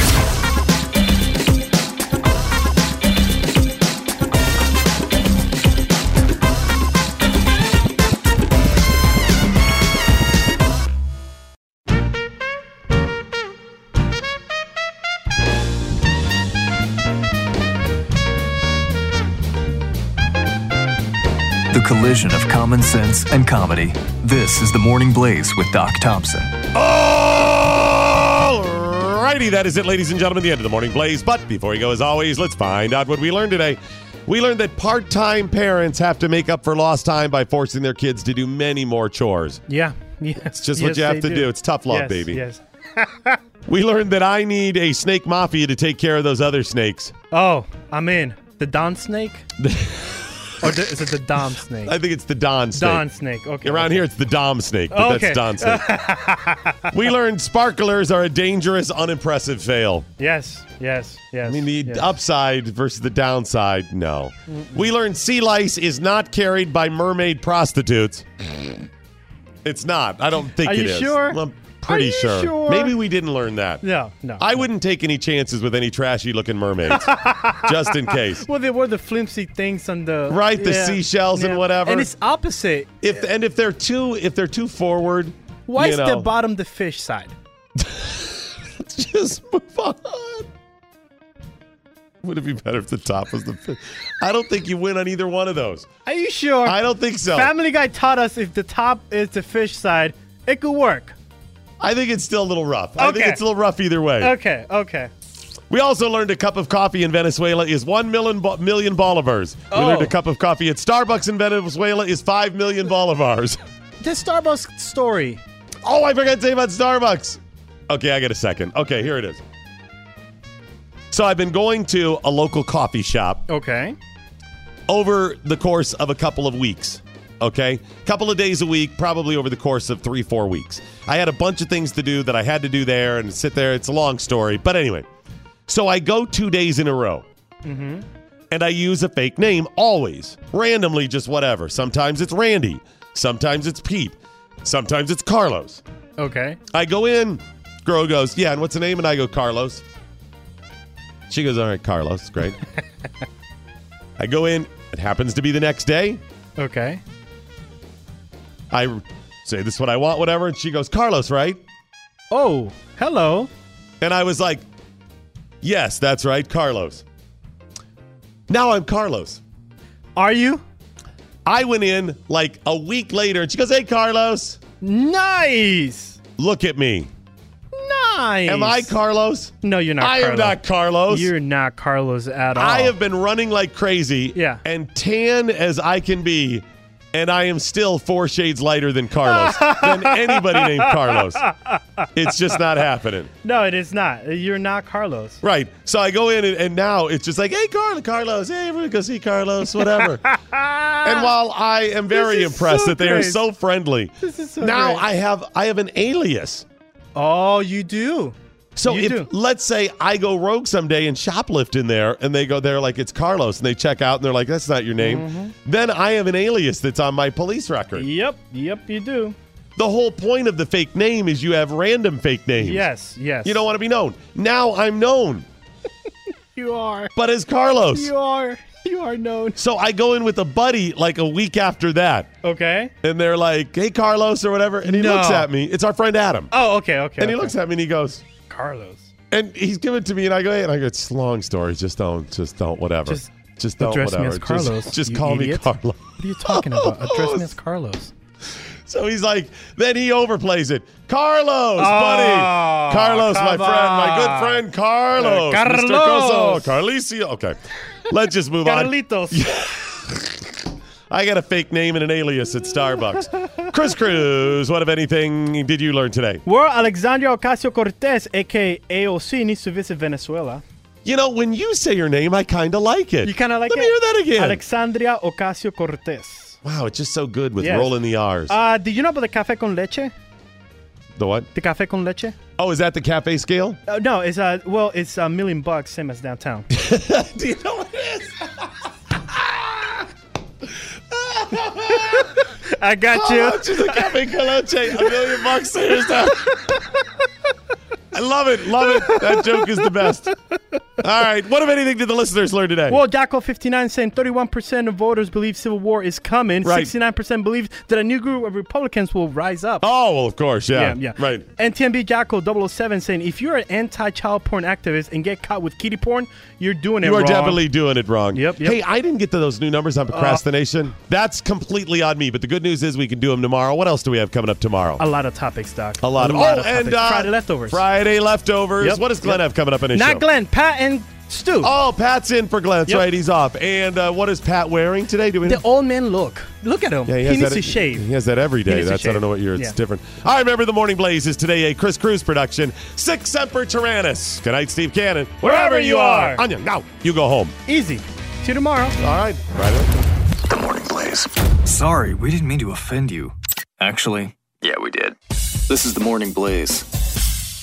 Speaker 6: The collision of common sense and comedy. This is the Morning Blaze with Doc Thompson.
Speaker 4: Alrighty, that is it, ladies and gentlemen, the end of the morning blaze. But before we go, as always, let's find out what we learned today. We learned that part-time parents have to make up for lost time by forcing their kids to do many more chores.
Speaker 5: Yeah, yeah. It's
Speaker 4: just what you have to do. It's tough love,
Speaker 5: yes,
Speaker 4: baby.
Speaker 5: Yes.
Speaker 4: We learned that I need a snake mafia to take care of those other snakes.
Speaker 5: Oh, I'm in. The Don Snake? or the, is it the Dom Snake?
Speaker 4: I think it's the Don snake.
Speaker 5: Don Snake. Okay.
Speaker 4: Around
Speaker 5: okay.
Speaker 4: here, it's the Dom snake, but
Speaker 5: Okay.
Speaker 4: that's Don snake. we learned sparklers are a dangerous, unimpressive fail.
Speaker 5: Yes, yes, yes.
Speaker 4: I mean, the
Speaker 5: yes.
Speaker 4: upside versus the downside, no. We learned sea lice is not carried by mermaid prostitutes. It's not. I don't think
Speaker 5: Are
Speaker 4: it
Speaker 5: you
Speaker 4: is.
Speaker 5: sure?
Speaker 4: I'm pretty
Speaker 5: Are you
Speaker 4: sure.
Speaker 5: sure?
Speaker 4: Maybe we didn't learn that.
Speaker 5: No, no.
Speaker 4: I wouldn't take any chances with any trashy looking mermaids, just in case.
Speaker 5: Well, they were the flimsy things on the.
Speaker 4: Right, the
Speaker 5: yeah,
Speaker 4: seashells and whatever.
Speaker 5: And it's opposite.
Speaker 4: If and if they're too if they're too forward,
Speaker 5: Why
Speaker 4: you
Speaker 5: is
Speaker 4: know,
Speaker 5: the bottom the fish side?
Speaker 4: just move on. Would it be better if the top was the? Fish? I don't think you win on either one of those.
Speaker 5: Are you sure?
Speaker 4: I don't think so.
Speaker 5: Family Guy taught us if the top is the fish side, it could work.
Speaker 4: I think it's still a little rough. I think
Speaker 5: Okay.
Speaker 4: it's a little rough either way.
Speaker 5: Okay, okay.
Speaker 4: We also learned a cup of coffee in Venezuela is one million bo- million bolivars. We
Speaker 5: Oh.
Speaker 4: learned a cup of coffee at Starbucks in Venezuela is five million bolivars.
Speaker 5: The Starbucks story.
Speaker 4: Oh, I forgot to say about Starbucks. Okay, I get a second. Okay, here it is. So I've been going to a local coffee shop
Speaker 5: Okay.
Speaker 4: over the course of a couple of weeks. Okay, couple of days a week, probably over the course of three, four weeks. I had a bunch of things to do that I had to do there and sit there. It's a long story, but anyway. So I go two days in a row
Speaker 5: Mm-hmm.
Speaker 4: and I use a fake name always, randomly, just whatever. Sometimes it's Randy, sometimes it's Pete, sometimes it's Carlos.
Speaker 5: Okay.
Speaker 4: I go in. Girl goes, yeah, and what's the name? And I go, Carlos. She goes, all right, Carlos, great. I go in. It happens to be the next day.
Speaker 5: Okay.
Speaker 4: I say, this is what I want, whatever. And she goes, Carlos, right?
Speaker 5: Oh, hello.
Speaker 4: And I was like, yes, that's right, Carlos. Now I'm Carlos.
Speaker 5: Are you?
Speaker 4: I went in like a week later and she goes, hey, Carlos.
Speaker 5: Nice.
Speaker 4: Look at me.
Speaker 5: Nice.
Speaker 4: Am I Carlos?
Speaker 5: No, you're not.
Speaker 4: I am
Speaker 5: Carlos.
Speaker 4: not Carlos.
Speaker 5: You're not Carlos at all.
Speaker 4: I have been running like crazy. Yeah. And tan as I can be and I am still four shades lighter than Carlos, than anybody named Carlos. It's just not happening.
Speaker 5: No, it is not. You're not Carlos.
Speaker 4: Right. So I go in, and, and now it's just like, hey, Carl, Carlos, hey, we're going to see Carlos, whatever. and while I am very
Speaker 5: This is
Speaker 4: impressed
Speaker 5: so
Speaker 4: that they are
Speaker 5: great.
Speaker 4: so friendly,
Speaker 5: This is so
Speaker 4: now
Speaker 5: great.
Speaker 4: I have I have an alias.
Speaker 5: Oh, you do.
Speaker 4: So if let's say I go rogue someday and shoplift in there, and they go there like it's Carlos, and they check out, and they're like, "That's not your name,"
Speaker 5: Mm-hmm.
Speaker 4: then I have an alias that's on my police record.
Speaker 5: Yep, yep, you do.
Speaker 4: The whole point of the fake name is you have random fake names.
Speaker 5: Yes, yes.
Speaker 4: You don't want to be known. Now I'm known,
Speaker 5: You are.
Speaker 4: but as Carlos.
Speaker 5: You are. You are known.
Speaker 4: So I go in with a buddy like a week after that.
Speaker 5: Okay.
Speaker 4: And they're like, hey, Carlos, or whatever. And he
Speaker 5: No.
Speaker 4: looks at me. It's our friend Adam.
Speaker 5: Oh, okay, okay.
Speaker 4: and he
Speaker 5: okay.
Speaker 4: looks at me and he goes,
Speaker 5: Carlos.
Speaker 4: and he's giving it to me. And I go, hey, and I go, it's a long story. Just don't, just don't, whatever. Just, don't,
Speaker 5: address me
Speaker 4: whatever.
Speaker 5: as
Speaker 4: Just-
Speaker 5: Carlos,
Speaker 4: Just,
Speaker 5: you
Speaker 4: call
Speaker 5: idiot.
Speaker 4: me Carlos.
Speaker 5: What are you talking about? Address me as Carlos.
Speaker 4: So he's like, then he overplays it. Carlos, buddy. Carlos, my
Speaker 5: Oh, come
Speaker 4: friend, my
Speaker 5: on.
Speaker 4: good friend, Carlos.
Speaker 5: Uh,
Speaker 4: Mr.
Speaker 5: Carlos.
Speaker 4: Coso, Carlicio. Okay. Let's just move on.
Speaker 5: Carlitos.
Speaker 4: I got a fake name and an alias at Starbucks. Chris Cruz, what, if anything, did you learn today?
Speaker 5: Well, Alexandria Ocasio Cortez, aka AOC, needs to visit Venezuela.
Speaker 4: You know, when you say your name, I kind of like it.
Speaker 5: You kind of like
Speaker 4: Let
Speaker 5: it?
Speaker 4: me hear that again.
Speaker 5: Alexandria Ocasio Cortez.
Speaker 4: Wow, it's just so good with
Speaker 5: Yes.
Speaker 4: rolling the R's.
Speaker 5: Uh, did you know about the cafe con leche?
Speaker 4: the what?
Speaker 5: The cafe con leche?
Speaker 4: Oh, is that the cafe scale?
Speaker 5: Uh, no, it's uh, well, it's a million bucks, same as downtown.
Speaker 4: Do you know what it is?
Speaker 5: I got
Speaker 4: How
Speaker 5: you.
Speaker 4: much is Oh, a cafe con leche? A million bucks. Serious now. I love it. Love it. That joke is the best. All right. What, if anything, did the listeners learn today?
Speaker 5: Well, Daco 59 saying 31% of voters believe civil war is coming.
Speaker 4: Right.
Speaker 5: 69% believe that a new group of Republicans will rise up.
Speaker 4: oh, well, of course. Yeah.
Speaker 5: Yeah, yeah.
Speaker 4: Right.
Speaker 5: And TMB Jacko 007 saying if you're an anti-child porn activist and get caught with kitty porn, you're doing it
Speaker 4: You are
Speaker 5: wrong.
Speaker 4: definitely doing it wrong.
Speaker 5: Yep, yep. Uh,
Speaker 4: Hey, I didn't get to those new numbers on procrastination. That's completely on me. But the good news is we can do them tomorrow. What else do we have coming up tomorrow?
Speaker 5: a lot of topics, Doc.
Speaker 4: A lot of
Speaker 5: lot of
Speaker 4: and
Speaker 5: topics.
Speaker 4: uh,
Speaker 5: Friday leftovers.
Speaker 4: Friday leftovers.
Speaker 5: Yep,
Speaker 4: What does Glenn
Speaker 5: yep.
Speaker 4: have coming up in his
Speaker 5: Not
Speaker 4: show?
Speaker 5: Glenn, Pat, and Stu.
Speaker 4: Oh, Pat's in for Glenn. That's
Speaker 5: Yep.
Speaker 4: right. He's off. And uh, what is Pat wearing today? Do we?
Speaker 5: The old man look. Look at him.
Speaker 4: Yeah,
Speaker 5: he
Speaker 4: has
Speaker 5: needs
Speaker 4: that-
Speaker 5: to shave.
Speaker 4: He has that every day.
Speaker 5: needs to
Speaker 4: That's I don't
Speaker 5: shave.
Speaker 4: know what year it's
Speaker 5: Yeah.
Speaker 4: different. I remember the Morning Blaze is today a Chris Cruz production. Six Emperor Tyrannus. Good night, Steve Cannon. Wherever, you are, Anya. Now you go home.
Speaker 5: Easy. See you tomorrow.
Speaker 4: All right. Right.
Speaker 6: Blaze.
Speaker 10: Sorry, we didn't mean to offend you.
Speaker 6: Actually,
Speaker 10: Yeah, we did. This is the Morning Blaze